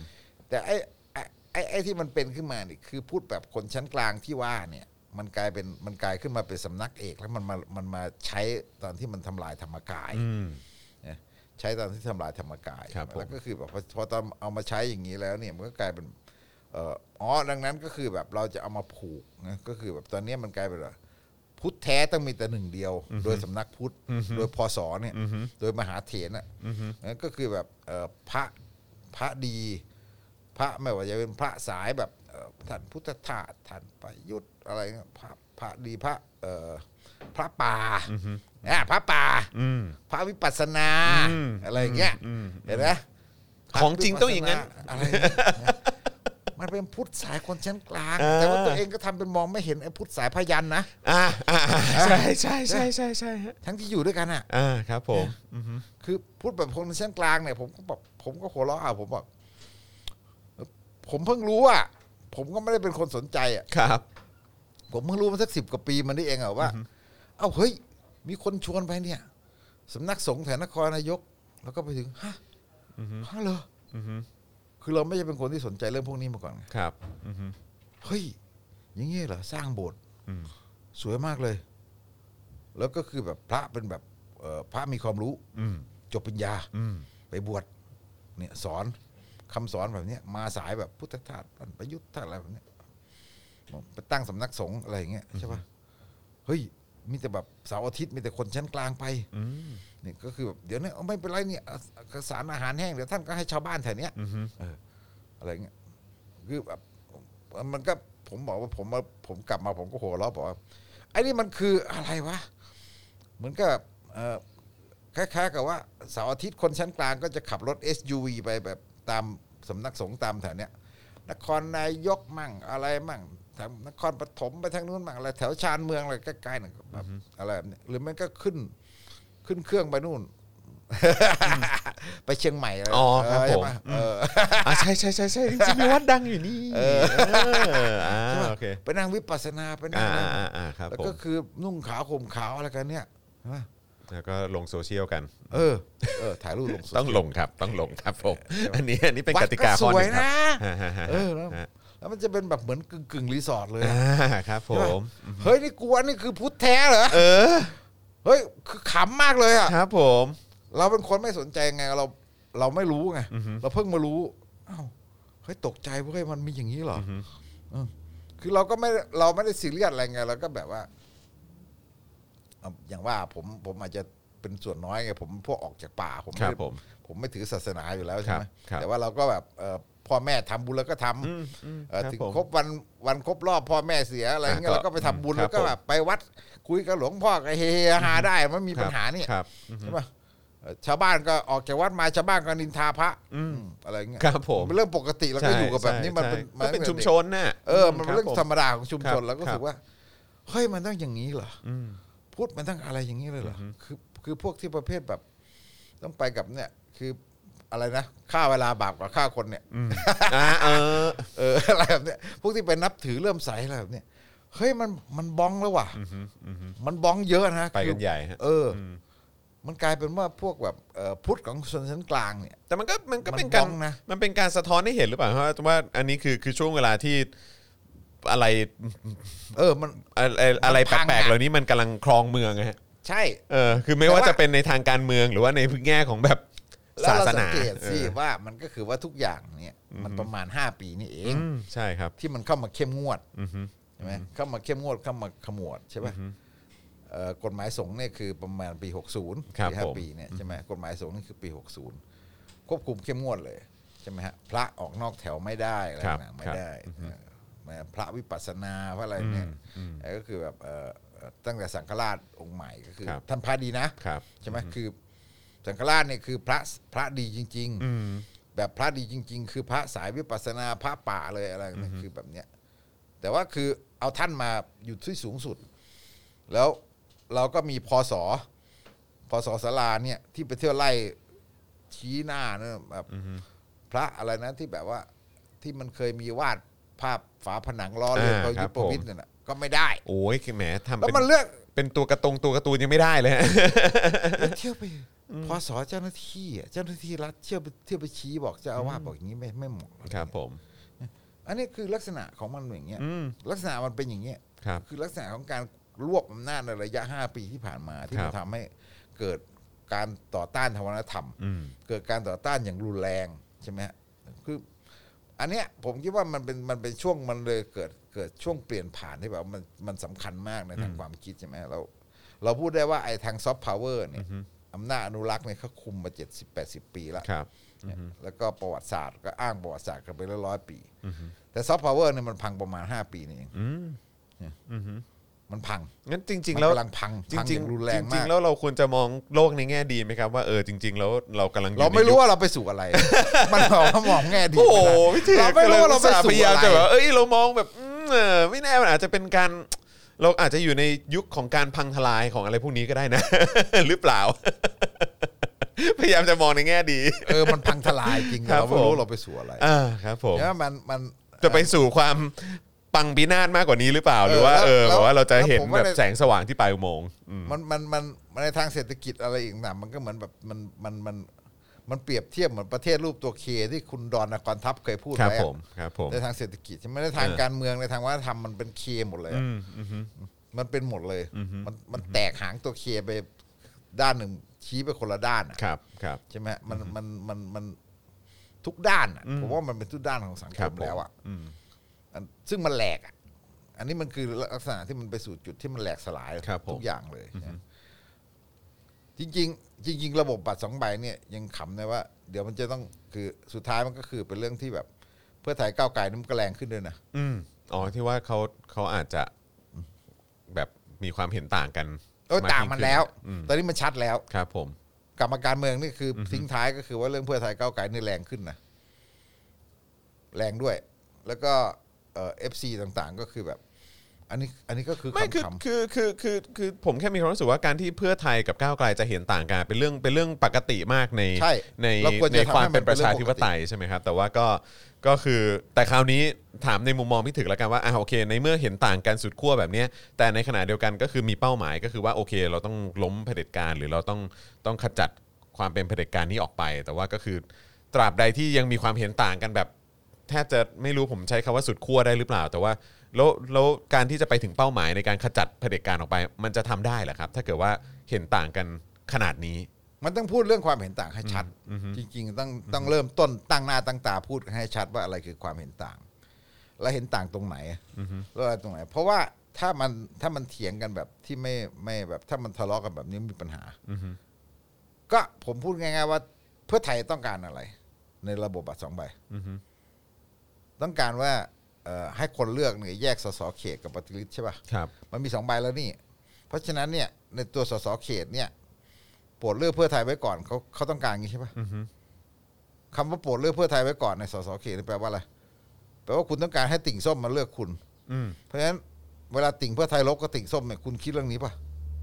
Speaker 3: แต่ไอ้ไอ้ไอ้ไอ้ที่มันเป็นขึ้นมานี่คือพูดแบบคนชั้นกลางที่ว่าเนี่ย มันกลายเป็นมันกลายขึ้นมาเป็นสำนักเอก แล้วมันมามันมาใช้ตอนที่มันทำลายธรรมกาย
Speaker 2: อืม
Speaker 3: นะใช้ตอนที่ทำลายธรรมกาย
Speaker 2: ครับผม
Speaker 3: แล้วก็คือแบบพอพอตอนเอามาใช้อย่างนี้แล้วเนี่ยมันก็กลายเป็นเอ่ออ๋อดังนั้นก็คือแบบเราจะเอามาผูกนะก็คือแบบตอนเนี้ยมันกลายเป็นว่าพุทธแท้ต้องมีแต่หนึ่งเดียว โดยสำนักพุทธโดยพศเนี่ยโดยมหาเถรน่ะนั่นก็คือแบบเอ่อพระพระดี พระไม่ว่าจะเป็นพระสายแบบเอ่อท่านพุทธทาสท่านประยุทธ์อะไรเงี้ยพระพระดีพระเอ่อพระป่าอ่ะพระป่า
Speaker 2: อืม
Speaker 3: พระวิปัสสนา
Speaker 2: อืม
Speaker 3: อะไรอย่างเงี้ยเห็นไหม
Speaker 2: ของจริงต้องอย่างนั้น
Speaker 3: พระวิปัสสนาอะไรอย่างเงี้ยมันเป็นพุทธสายคนชั้นกลาง แต่ว่าตัวเองก็ทำเป็นมองไม่เห็นไอ้พุทธสายพยันนะ
Speaker 2: อ่าอ่า อ่าใช่ใช่ใช่ใช่ใช่ฮะ
Speaker 3: ทั้งที่อยู่ด้วยกันอ่ะ
Speaker 2: อ่าครับผม
Speaker 3: คือพูดแบบคนชั้นกลางเนี่ยผมก็บอกผมก็หัวเราะอ่ะผมบอกผมเพิ่งรู้อ่ะผมก็ไม่ได้เป็นคนสนใจอ่ะ
Speaker 2: ครับ
Speaker 3: ผมเพิ่งรู้มาสักสิบกว่าปีมันนี่เองอะว่า เอ้าเฮ้ย มีคนชวนไปเนี่ยสำนักสงฆ์แถวนครนายก แล้วก็ไปถึงฮะฮะเหรออคือเราไม่ใช่เป็นคนที่สนใจเรื่องพวกนี้มาก่อนไง
Speaker 2: ครับ อืม
Speaker 3: เฮ้ยอย่างงี้เหรอสร้างโบสถ์
Speaker 2: อืม
Speaker 3: สวยมากเลย แล้วก็คือแบบพระเป็นแบบเอ่อพระมีความรู้
Speaker 2: อืม
Speaker 3: จบปริญญา
Speaker 2: อืม
Speaker 3: ไปบวชเนี่ยสอนคำสอนแบบเนี้ยมาสายแบบพุทธทาสท่านประยุทธ์ท่านอะไรแบบเนี้ยบอกไปตั้งสำนักสงฆ์อะไรอย่างเงี้ยใช่ปะเฮ้ยมีแต่แบบเสาร์อาทิตย์มีแต่คนชั้นกลางไป
Speaker 2: อืม
Speaker 3: เนี่ยก็คือแบบเดี๋ยวนี้เอาไม่เป็นไรเนี่ยเอาเอาสารอาหารแห้งเดี๋ยวท่านก็ให้ชาวบ้านแถวเนี้ย
Speaker 2: อืม
Speaker 3: เอออะไรเงี้ยคือแบบมันก็ผมบอกว่าผมมาผมกลับมาผมก็หัวเราะบอกว่าไอ้นี่มันคืออะไรวะเหมือนกับเอ่อ คล้ายๆกับว่าเสาร์อาทิตย์คนชั้นกลางก็จะขับรถ SUV ไปแบบตามสำนักสงฆ์ตามแถวเนี้ยนครนายกมั่งอะไรมั่งทางนครปฐมไปทางนู้นมั่งอะไรแถวชานเมืองอะไรใกล้ๆนั่นก็แบบอะไรแบบเนี้ยหรือไมันก็ขึ้นขึ้นเครื่องไปนู่น ไปเชียงใหม่อะไร
Speaker 2: อ๋อครับ
Speaker 3: เใช่ปะ
Speaker 2: ผม
Speaker 3: เออ
Speaker 2: อ่าใช่ใช่ใช่ใช่จริงๆมีวัดดังอยู่นี่เอออ่า
Speaker 3: ใช่ปะ
Speaker 2: โอเค
Speaker 3: ไปนั่งวิปัสสนาไปนั่
Speaker 2: อ่าง
Speaker 3: อะไร
Speaker 2: อ่าอ่าอ่าครับ
Speaker 3: แล้ว
Speaker 2: ผ
Speaker 3: ก็
Speaker 2: ม
Speaker 3: คือนุ่งขาวห่มขาวอะไรกันเนี่ยใช่ปะ
Speaker 2: แล้วก็ลงโซเชียลกัน
Speaker 3: เออเออถ่ายรูปลงโซเชียล
Speaker 2: ต้องลงครับต้องลงครับผมอันนี้อันนี้เป็น
Speaker 3: วัด
Speaker 2: กติกาข้อห
Speaker 3: สวย
Speaker 2: นึงครั
Speaker 3: นะ
Speaker 2: บฮ่าฮ่าฮ่า
Speaker 3: เออแล้ว
Speaker 2: ฮะ
Speaker 3: แล้วมันจะเป็นแบบเหมือนกึ่งกึ่งๆรีสอร์ทเลยอะ
Speaker 2: อ่าครับผม
Speaker 3: เฮ้ยนี่กวนนี่คือพุทธแท้เหรอ
Speaker 2: เออ
Speaker 3: เฮ้ยคือขำมากเลยอ่ะ
Speaker 2: ครับผม
Speaker 3: เราเป็นคนไม่สนใจไงเราเราไม่รู้ไงเราเพิ่งมารู้อ้าวเฮ้ยตกใจเว้ยมันมีอย่างนี้เหรออเออคือเราก็ไม่เราไม่ได้ซีเรียสอะไรไงเราก็แบบว่าเอาอย่างว่าผมผมอาจจะเป็นส่วนน้อยไงผมพวกออกจากป่าผม
Speaker 2: ครั
Speaker 3: ไม่
Speaker 2: บผม
Speaker 3: ผมไม่ถือศาสนาอยู่แล้วใช่
Speaker 2: ค
Speaker 3: ไหม
Speaker 2: รับครับ
Speaker 3: แต่ว่าเราก็แบบเอ่อพ่อแม่ทำบุญแล้วก็ทำ
Speaker 2: อืมอืม
Speaker 3: เอ่อ
Speaker 2: ครับ
Speaker 3: ถึง
Speaker 2: ผม
Speaker 3: ครบวันวันครบรอบพ่อแม่เสียอะไรเงี้ย
Speaker 2: อ่ะก็
Speaker 3: เราก็ไปทำบุญ
Speaker 2: ครั
Speaker 3: แล้
Speaker 2: บ
Speaker 3: วก็
Speaker 2: ผม
Speaker 3: แบบไปวัดคุยกับหลวงพ่อก็เฮฮาได้ไม่มีปัญหาเนี่ย
Speaker 2: ครับ
Speaker 3: ใช่ปะเอ่อชาวบ้านก็ออกจากวัดมาชาวบ้านก็นินทาพระอืมอะไรเงี้ย
Speaker 2: ครับผม
Speaker 3: นเป็นเรื่องปกติแล้วก็อยู่กับแบบนี้มันเป็น
Speaker 2: ใช่ใช่ก็เป็นชุมชนน่ะ
Speaker 3: เออมันเป็นเรื่อง
Speaker 2: คบ
Speaker 3: ธ
Speaker 2: ผ
Speaker 3: รรมดาของชุมช
Speaker 2: ค
Speaker 3: น
Speaker 2: รับ
Speaker 3: แล้วก็รู้สึกว่าเฮ้ยมันต้องอย่างนี้เหรออพูดมันต้องอะไรอย่างนี้เลยเหรออคือคือพวกที่ประเภทแบบ ต้องไปกับเนี่ย คืออะไรนะฆ่าเวลาบาปกว่าฆ่าคนเนี่ย
Speaker 2: อ่าเออ
Speaker 3: เอ ออะไรแบบเนี้ยพวกที่ไปนับถือเริ่อมใสอะไรแบบเนี้ยเฮ้ยมันมันบ้องแล้วว่ะมันบ้องเยอะนะ
Speaker 2: ไปกัน
Speaker 3: คือ
Speaker 2: ใหญ่ฮะ
Speaker 3: เอออ มันกลายเป็นว่าพวกแบบเอ่อพุทธของชนชั้นกลางเนี่ย
Speaker 2: แต่มันก็มันก็
Speaker 3: มัน
Speaker 2: เป็นการ
Speaker 3: บ้องนะ
Speaker 2: มันเป็นการสะท้อนให้เห็นหรือเปล่าว่าว่าอันนี้คือคือช่วงเวลาที่อะไร
Speaker 3: เออมัน
Speaker 2: อะไรอะไร
Speaker 3: มันพังอะ
Speaker 2: แปลกๆเหล่านี้มันกำลังครองเมืองนะฮะ
Speaker 3: ใช่
Speaker 2: เออคือไม่ว่า
Speaker 3: แต่ว่า
Speaker 2: จะเป็นในทางการเมืองหรือว่าในพื้นแง่ของแบบ
Speaker 3: แล้ว
Speaker 2: ศา
Speaker 3: เรา
Speaker 2: ส
Speaker 3: สั
Speaker 2: นาง
Speaker 3: เกตสิ
Speaker 2: เออ
Speaker 3: ว่ามันก็คือว่าทุกอย่างเนี่ย มันประมาณ 5 ปีนี่เอง
Speaker 2: อืมใช่ครับ
Speaker 3: ที่มันเข้ามาเข้มงวด ใช่ไหมเข้ามาเข้มงวดเข้ามาขมวดใช่ป่ะเอ่อกฎหมายสงฆ์เนี่ยคือประมาณปี 60
Speaker 2: ครับ
Speaker 3: ปีห้า
Speaker 2: ผม
Speaker 3: ปีเนี่ยใช่ไหมกฎหมายสงฆ์นี่คือปี 60 ควบคุมเข้มงวดเลยใช่ไหมฮะพระออกนอกแถวไม่ได้อะไร
Speaker 2: ครับ
Speaker 3: นะไม่
Speaker 2: ครับ
Speaker 3: ได้เออพระวิปัสสนาพระอะไรเนี่ยเออก็คือแบบเอ่อเอ่อตั้งแต่สังฆราชองค์ใหม่ก็คือ
Speaker 2: ครับ
Speaker 3: ท่านพระดีนะครับ ใช่ไหมคือสังฆราชเนี่ยคือพระพระดีจริง ๆ แบบพระดีจริง ๆ คือพระสายวิปัสสนาพระป่าเลยอะไรนะคือแบบเนี้ยแต่ว่าคือเอาท่านมาอยู่ที่สูงสุด แล้วเราก็มีพศพศสลาเนี่ยที่ไปเที่ยวไล่ชี้หน้านะแบบพระอะไรนะที่แบบว่าที่มันเคยมีวาดภาพฝาผนังล้อเลียน
Speaker 2: อ่า
Speaker 3: พระ
Speaker 2: ครั
Speaker 3: ยุ
Speaker 2: บ
Speaker 3: ปวิท
Speaker 2: ผม
Speaker 3: ย์เนี่ยนะก็ไม่ได้
Speaker 2: โอ้ยแหมทำ
Speaker 3: แล้ว
Speaker 2: เป็น
Speaker 3: มันเลือก
Speaker 2: เป็นตัวการะตงตัวการ์ตูนยังไม่ได้เลยฮะ
Speaker 3: แล้วเที่ยวไปพอสอเจ้าหน้าที่อะเจ้าหน้าที่รัฐเที่ยวไปเที่ยวไปชี้บอกเจะเอาว่าสบอกอย่างนี้ไม่ไม่เหมาะ
Speaker 2: ครับผม
Speaker 3: อันนี้คือลักษณะของมันอย่างเงี้ย
Speaker 2: อืม
Speaker 3: ลักษณะมันเป็นอย่างเงี้ย
Speaker 2: ครับ
Speaker 3: คือลักษณะของการรวบอำนาจในระยะ 5 ปีที่ผ่านมา ที่
Speaker 2: ครับ
Speaker 3: มันทำให้เกิดการต่อต้านทางวัฒนธรรม
Speaker 2: อืม
Speaker 3: เกิดการต่อต้านอย่างรุนแรงใช่ไหมฮะคือ อันเนี้ยผมคิดว่ามันเป็นมันเป็นช่วงมันเลยเกิดเกิดช่วงเปลี่ยนผ่านที่แบบว่ามันมันสำคัญมากในทางความคิดใช่ไหมเราเราพูดได้ว่าไอ้ทางซอฟต์พาวเวอร์เนี่ยอำนาจอนุรักษ์เนี่ยเขาคุมมา 70-80 ปีละ
Speaker 2: ครับ
Speaker 3: เนี่ยแล้วก็ประวัติศาสตร์ก็อ้างประวัติศาสตร์กันไปร้อยๆปี แต่ซอฟต์พาวเวอร์เนี่ยมันพังประมาณ 5 ปีนี่เอง
Speaker 2: อืม
Speaker 3: เนี่ย
Speaker 2: อือหือ
Speaker 3: มันพัง
Speaker 2: งั้นจริง ๆ แล้ว
Speaker 3: มันกำลังพัง
Speaker 2: จ
Speaker 3: พังอ
Speaker 2: ริง
Speaker 3: ย่าง
Speaker 2: ๆ
Speaker 3: รุนแรง
Speaker 2: จริ
Speaker 3: มาง ก
Speaker 2: ๆแล้วเราควรจะมองโลกในแง่ดีไหมครับว่าเออจริง ๆ แล้วเรากำลังอยู่
Speaker 3: เราไม่
Speaker 2: ในยุ
Speaker 3: รู้
Speaker 2: ค
Speaker 3: ว่าเราไปสู่ อะไร มันบอกว่ามองแง่ดี
Speaker 2: โอ้โห
Speaker 3: ขนาด
Speaker 2: พี่เทีย
Speaker 3: เราไม่รู้ว่าเราไป
Speaker 2: พ
Speaker 3: สู่
Speaker 2: ยายาม
Speaker 3: อะไร
Speaker 2: จะแบบว่าเอ้ยเรามองแบบอืมเออไม่แน่มันอาจจะเป็นการ เราอาจจะอยู่ในยุคของการพังทลายของอะไรพวกนี้ก็ได้นะ หรือเปล่า พยายามจะมองในแง่ดี
Speaker 3: เออมันพังทลายจริง
Speaker 2: ครั
Speaker 3: แต่
Speaker 2: บ
Speaker 3: เราไม่รู้
Speaker 2: ผม
Speaker 3: ว่าเราไปสู่อะไร
Speaker 2: อ่าครับผม
Speaker 3: ใช่ไหมมันมัน
Speaker 2: จะไปสู่ความปังปีนาศมากกว่านี้หรือเปล่า หรือว่า
Speaker 3: เออ
Speaker 2: เออแบ
Speaker 3: แล้ว
Speaker 2: บว่าเราจะเห็น
Speaker 3: แล้วผม
Speaker 2: แบ
Speaker 3: ว่า
Speaker 2: บ
Speaker 3: ใน
Speaker 2: แสงสว่างที่ปลายอุโมงค์อืม
Speaker 3: มันมันมันมันในทางเศรษฐกิจอะไรอีกนะมันก็เหมือนแบบมันมันมันมันเปรียบเทียบเหมือนประเทศรูปตัวเคที่คุณดอนนกรทัพเคยพูด
Speaker 2: ครับ
Speaker 3: ไว้อะ
Speaker 2: ผมครับผม
Speaker 3: ในทางเศรษฐกิจใช่ไหมในทางการเมืองในทางวัฒนธรรมมันเป็นเคหมดเลยอะ
Speaker 2: อืมอืมฮึ
Speaker 3: มันเป็นหมดเลย มันมันแตกหางตัวเคไปด้านหนึ่งชี้ไปคนละด้านอะ
Speaker 2: ครับครับ
Speaker 3: ใช่ไหมมันมันมันมันทุกด้านอะผมว่ามันเป็นทุกด้านของสัง
Speaker 2: ค
Speaker 3: ครับ ม
Speaker 2: ผม
Speaker 3: แล้วอ่ะ
Speaker 2: อืม
Speaker 3: อันซึ่งมันแหลกอ่ะ อันนี้มันคือลักษณะที่มันไปสู่จุดที่มันแหลกสลาย
Speaker 2: ครับผม
Speaker 3: ทุกอย่างเลยนะจริง ๆ จริง ๆ ระบบบัตรสองใบเนี่ยยังขำนะว่า เดี๋ยวมันจะต้องคือสุดท้ายมันก็คือเป็นเรื่องที่แบบ เพื่อไทยก้าวไกลนี่มันก็แรงขึ้นด้วยนะ
Speaker 2: อืมอ๋อที่ว่าเขาเขาอาจจะแบบมีความเห็นต่างกัน
Speaker 3: เออต่างมันแล้ว
Speaker 2: อืม
Speaker 3: ตอนนี้มันชัดแล้ว
Speaker 2: ครับผม
Speaker 3: กลับมาการเมืองนี่คืออทิ้งท้ายก็คือว่าเรื่องเพื่อไทยก้าวไกลนี่แรงขึ้นนะแรงด้วย แล้วก็เอฟซีต่างๆ ก็คือแบบ อันนี้อันนี้ก็คือ
Speaker 2: ไม่คือ
Speaker 3: คำ
Speaker 2: คือคือคือคือผมแค่มีความรู้สึกว่าการที่เพื่อไทยกับก้าวไกลจะเห็นต่างกันเป็นเรื่องเป็นเรื่องปกติมากใน
Speaker 3: ใช่
Speaker 2: ใน
Speaker 3: เราควร
Speaker 2: ใน
Speaker 3: จะ
Speaker 2: ความ
Speaker 3: ทำให้มัน
Speaker 2: เป็นประชาธิปไตย
Speaker 3: เป็นเรื่องปกติ
Speaker 2: ใช่ไหมครับแต่ว่าก็ก็คือแต่คราวนี้ถามในมุมมองพี่ถึกแล้วกันว่าอ่าโอเค ในเมื่อเห็นต่างกันสุดขั้วแบบเนี้ยแต่ในขณะเดียวกันก็คือมีเป้าหมายก็คือว่าโอเค เราต้องล้มเผด็จการ หรือเราต้องต้องขจัดความเป็นเผด็จการนี้ออกไป แต่ว่าก็คือตราบใดที่ยังมีความเห็นต่างกันแบบ แทบจะไม่รู้ผมใช้คำว่าสุดขั้วได้หรือเปล่า แต่ว่าแล้วแล้วการที่จะไปถึงเป้าหมายในการขจัดเผด็จการออกไป มันจะทำได้เหรอครับ ถ้าเกิดว่าเห็นต่างกันขนาดนี้
Speaker 3: มันต้องพูดเรื่องความเห็นต่างให้ชัด จริง ๆ ต้องต้องเริ่มต้นตั้งหน้าตั้งตาพูดให้ชัดว่าอะไรคือความเห็นต่าง และเห็นต่างตรงไหนแล้วอะไรตรงไหน เพราะว่าถ้ามันถ้ามันเถียงกันแบบที่ไม่ไม่แบบ ถ้ามันทะเลาะกันแบบนี้มีปัญหาก็ผมพูดง่าย ๆ ว่าเพื่อไทยต้องการอะไร ในระบบบัตรสองใบต้องการว่าเอ่อให้คนเลือกเนี่ยแยกสสเขตกับปฏิริษีใช่ป่ะ
Speaker 2: ครับ
Speaker 3: มันมีสองใบแล้วนี่ เพราะฉะนั้นเนี่ยในตัวสสเขตเนี่ยโปรดเลือกเพื่อไทยไว้ก่อนเขาเขาต้องการอย่างนี้ใช่ปะคำว่าโปรดเลือกเพื่อไทยไว้ก่อนในสสเขตนี่แปลว่าอะไรแปลว่าคุณต้องการให้ติ่งส้มมาเลือกคุณ
Speaker 2: อืม
Speaker 3: เพราะฉะนั้นเวลาติ่งเพื่อไทยลบกับติ่งส้มเนี่ยคุณคิดเรื่องนี้ปะ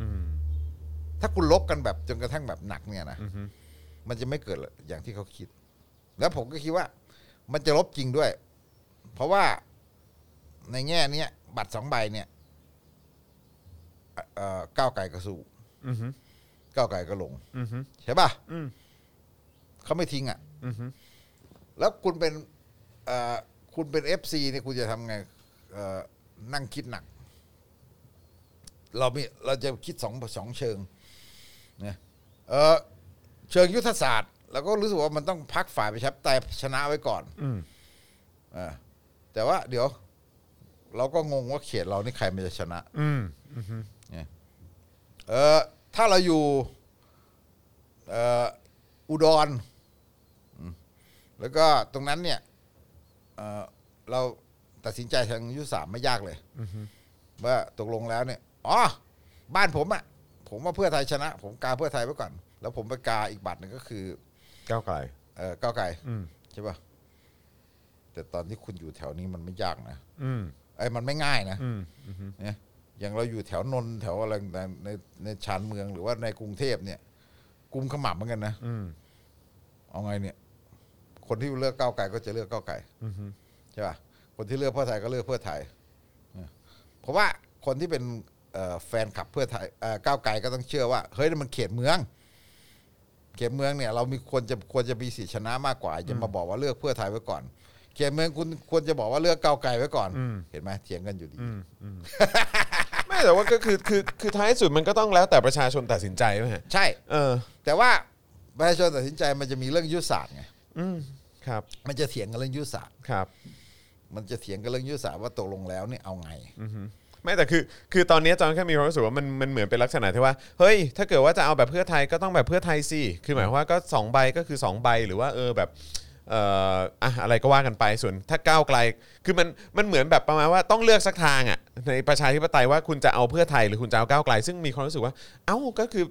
Speaker 2: อืม
Speaker 3: ถ้าคุณลบกันแบบจนกระทั่งแบบหนักเนี่ยนะ
Speaker 2: อือฮึ
Speaker 3: มันจะไม่เกิดอย่างที่เขาคิด แล้วผมก็คิดว่า มันจะลบจริงด้วย เพราะว่าในแง่เนี้ยบัตรสองใบเนี่ยเอ่อเอ่อก้าวไกลก็สู้
Speaker 2: อือฮึ
Speaker 3: ก้าวไกลก็ลง
Speaker 2: อือฮึ
Speaker 3: ใช่ป่ะ
Speaker 2: อืม
Speaker 3: เขาไม่ทิ้งอ่ะ
Speaker 2: อือฮึ
Speaker 3: แล้วคุณเป็นเอ่อคุณเป็นเอฟซีเนี่ยคุณจะทำไงเอ่อนั่งคิดหนัก เรามีเราจะคิดสองสองเชิงนะเออเชิงยุทธศาสตร์เราก็รู้สึกว่ามันต้องพักฝ่ายประชาธิปไตยชนะไว้ก่อน
Speaker 2: อืม
Speaker 3: เออแต่ว่าเดี๋ยว เราก็งงว่าเขตเรานี่ใครมันจะชนะ
Speaker 2: อืม
Speaker 3: เออถ้าเราอยู่เอ่ออุดรอืมแล้วก็ตรงนั้นเนี่ยเอ่อเราตัดสินใจทางยุทธศาสตร์ไม่ยากเลยว่าตกลงแล้วเนี่ยอ๋อบ้านผมอะ่ะ ผมว่าเพื่อไทยชนะ ผมกาเพื่อไทยไว้ก่อน แล้วผมไปกาอีกบัตรหนึงก็คือ
Speaker 1: ก้าวไกล
Speaker 3: เออก้าวไกล
Speaker 1: อืม
Speaker 3: ใช่ป่ะแต่ตอนที่คุณอยู่แถวนี้มันไม่ยากนะ
Speaker 1: อืม
Speaker 3: ไอ้ยมันไม่ง่ายนะ
Speaker 1: อืม
Speaker 3: เนี่ยอย่างเราอยู่แถวนนท์แถวอะไรต่างๆในในชานเมืองหรือว่าในกรุงเทพเนี่ยกลุ่มขมับเหมือนกันนะ
Speaker 1: อืม
Speaker 3: เอาไงเนี่ย คนที่เลือกก้าวไกลก็จะเลือกก้าวไกลใช่ป่ะคนที่เลือกเพื่อไทยก็เลือกเพื่อไทยเนี่ยเพราะว่าคนที่เป็นเอ่อแฟนคลับเพื่อไทยเอ่อก้าวไกลก็ต้องเชื่อว่าเฮ้ยนี่มันเขตเมือง เขตเมืองเนี่ย เรามีควรจะควรจะมีสิทธิชนะมากกว่าจะมาบอกว่าเลือกเพื่อไทยไว้ก่อน เขตเมืองคุณควรจะบอกว่าเลือกก้าวไกลไว้ก่อน
Speaker 1: อืม
Speaker 3: เห็นไหมเถียงกันอยู่ดี
Speaker 2: ไม่แต่ว่าก็คือคือคือท้ายสุดมันก็ต้องแล้วแต่ประชาชนตัดสินใจไหมฮะ
Speaker 3: ใช่
Speaker 2: เออ
Speaker 3: แต่ว่าประชาชนตัดสินใจมันจะมีเรื่องยุทธศาสตร์ไง
Speaker 2: อืมครับ
Speaker 3: มันจะเถียงกันเรื่องยุทธศาสตร์
Speaker 2: ครับ
Speaker 3: มันจะเถียงกันเรื่องยุทธศาสตร์ว่าตกลงแล้วเนี่ยเอาไง
Speaker 2: ไม่แต่คือคือตอนนี้จอนแค่มีความรู้สึกว่ามันมันเหมือนเป็นลักษณะที่ว่าเฮ้ยถ้าเกิดว่าจะเอาแบบเพื่อไทยก็ต้องแบบเพื่อไทยสิคือหมายความว่าก็สองใบก็คือสองใบหรือว่าเออแบบเอ่ออะอะไรก็ว่ากันไปส่วนถ้าก้าวไกล คือมันมันเหมือนแบบประมาณว่าต้องเลือกสักทางอ่ะในประชาธิปไตยว่าคุณจะเอาเพื่อไทยหรือคุณจะเอาก้าวไกล ซึ่งมีความรู้สึกว่าเอ้าก็คือ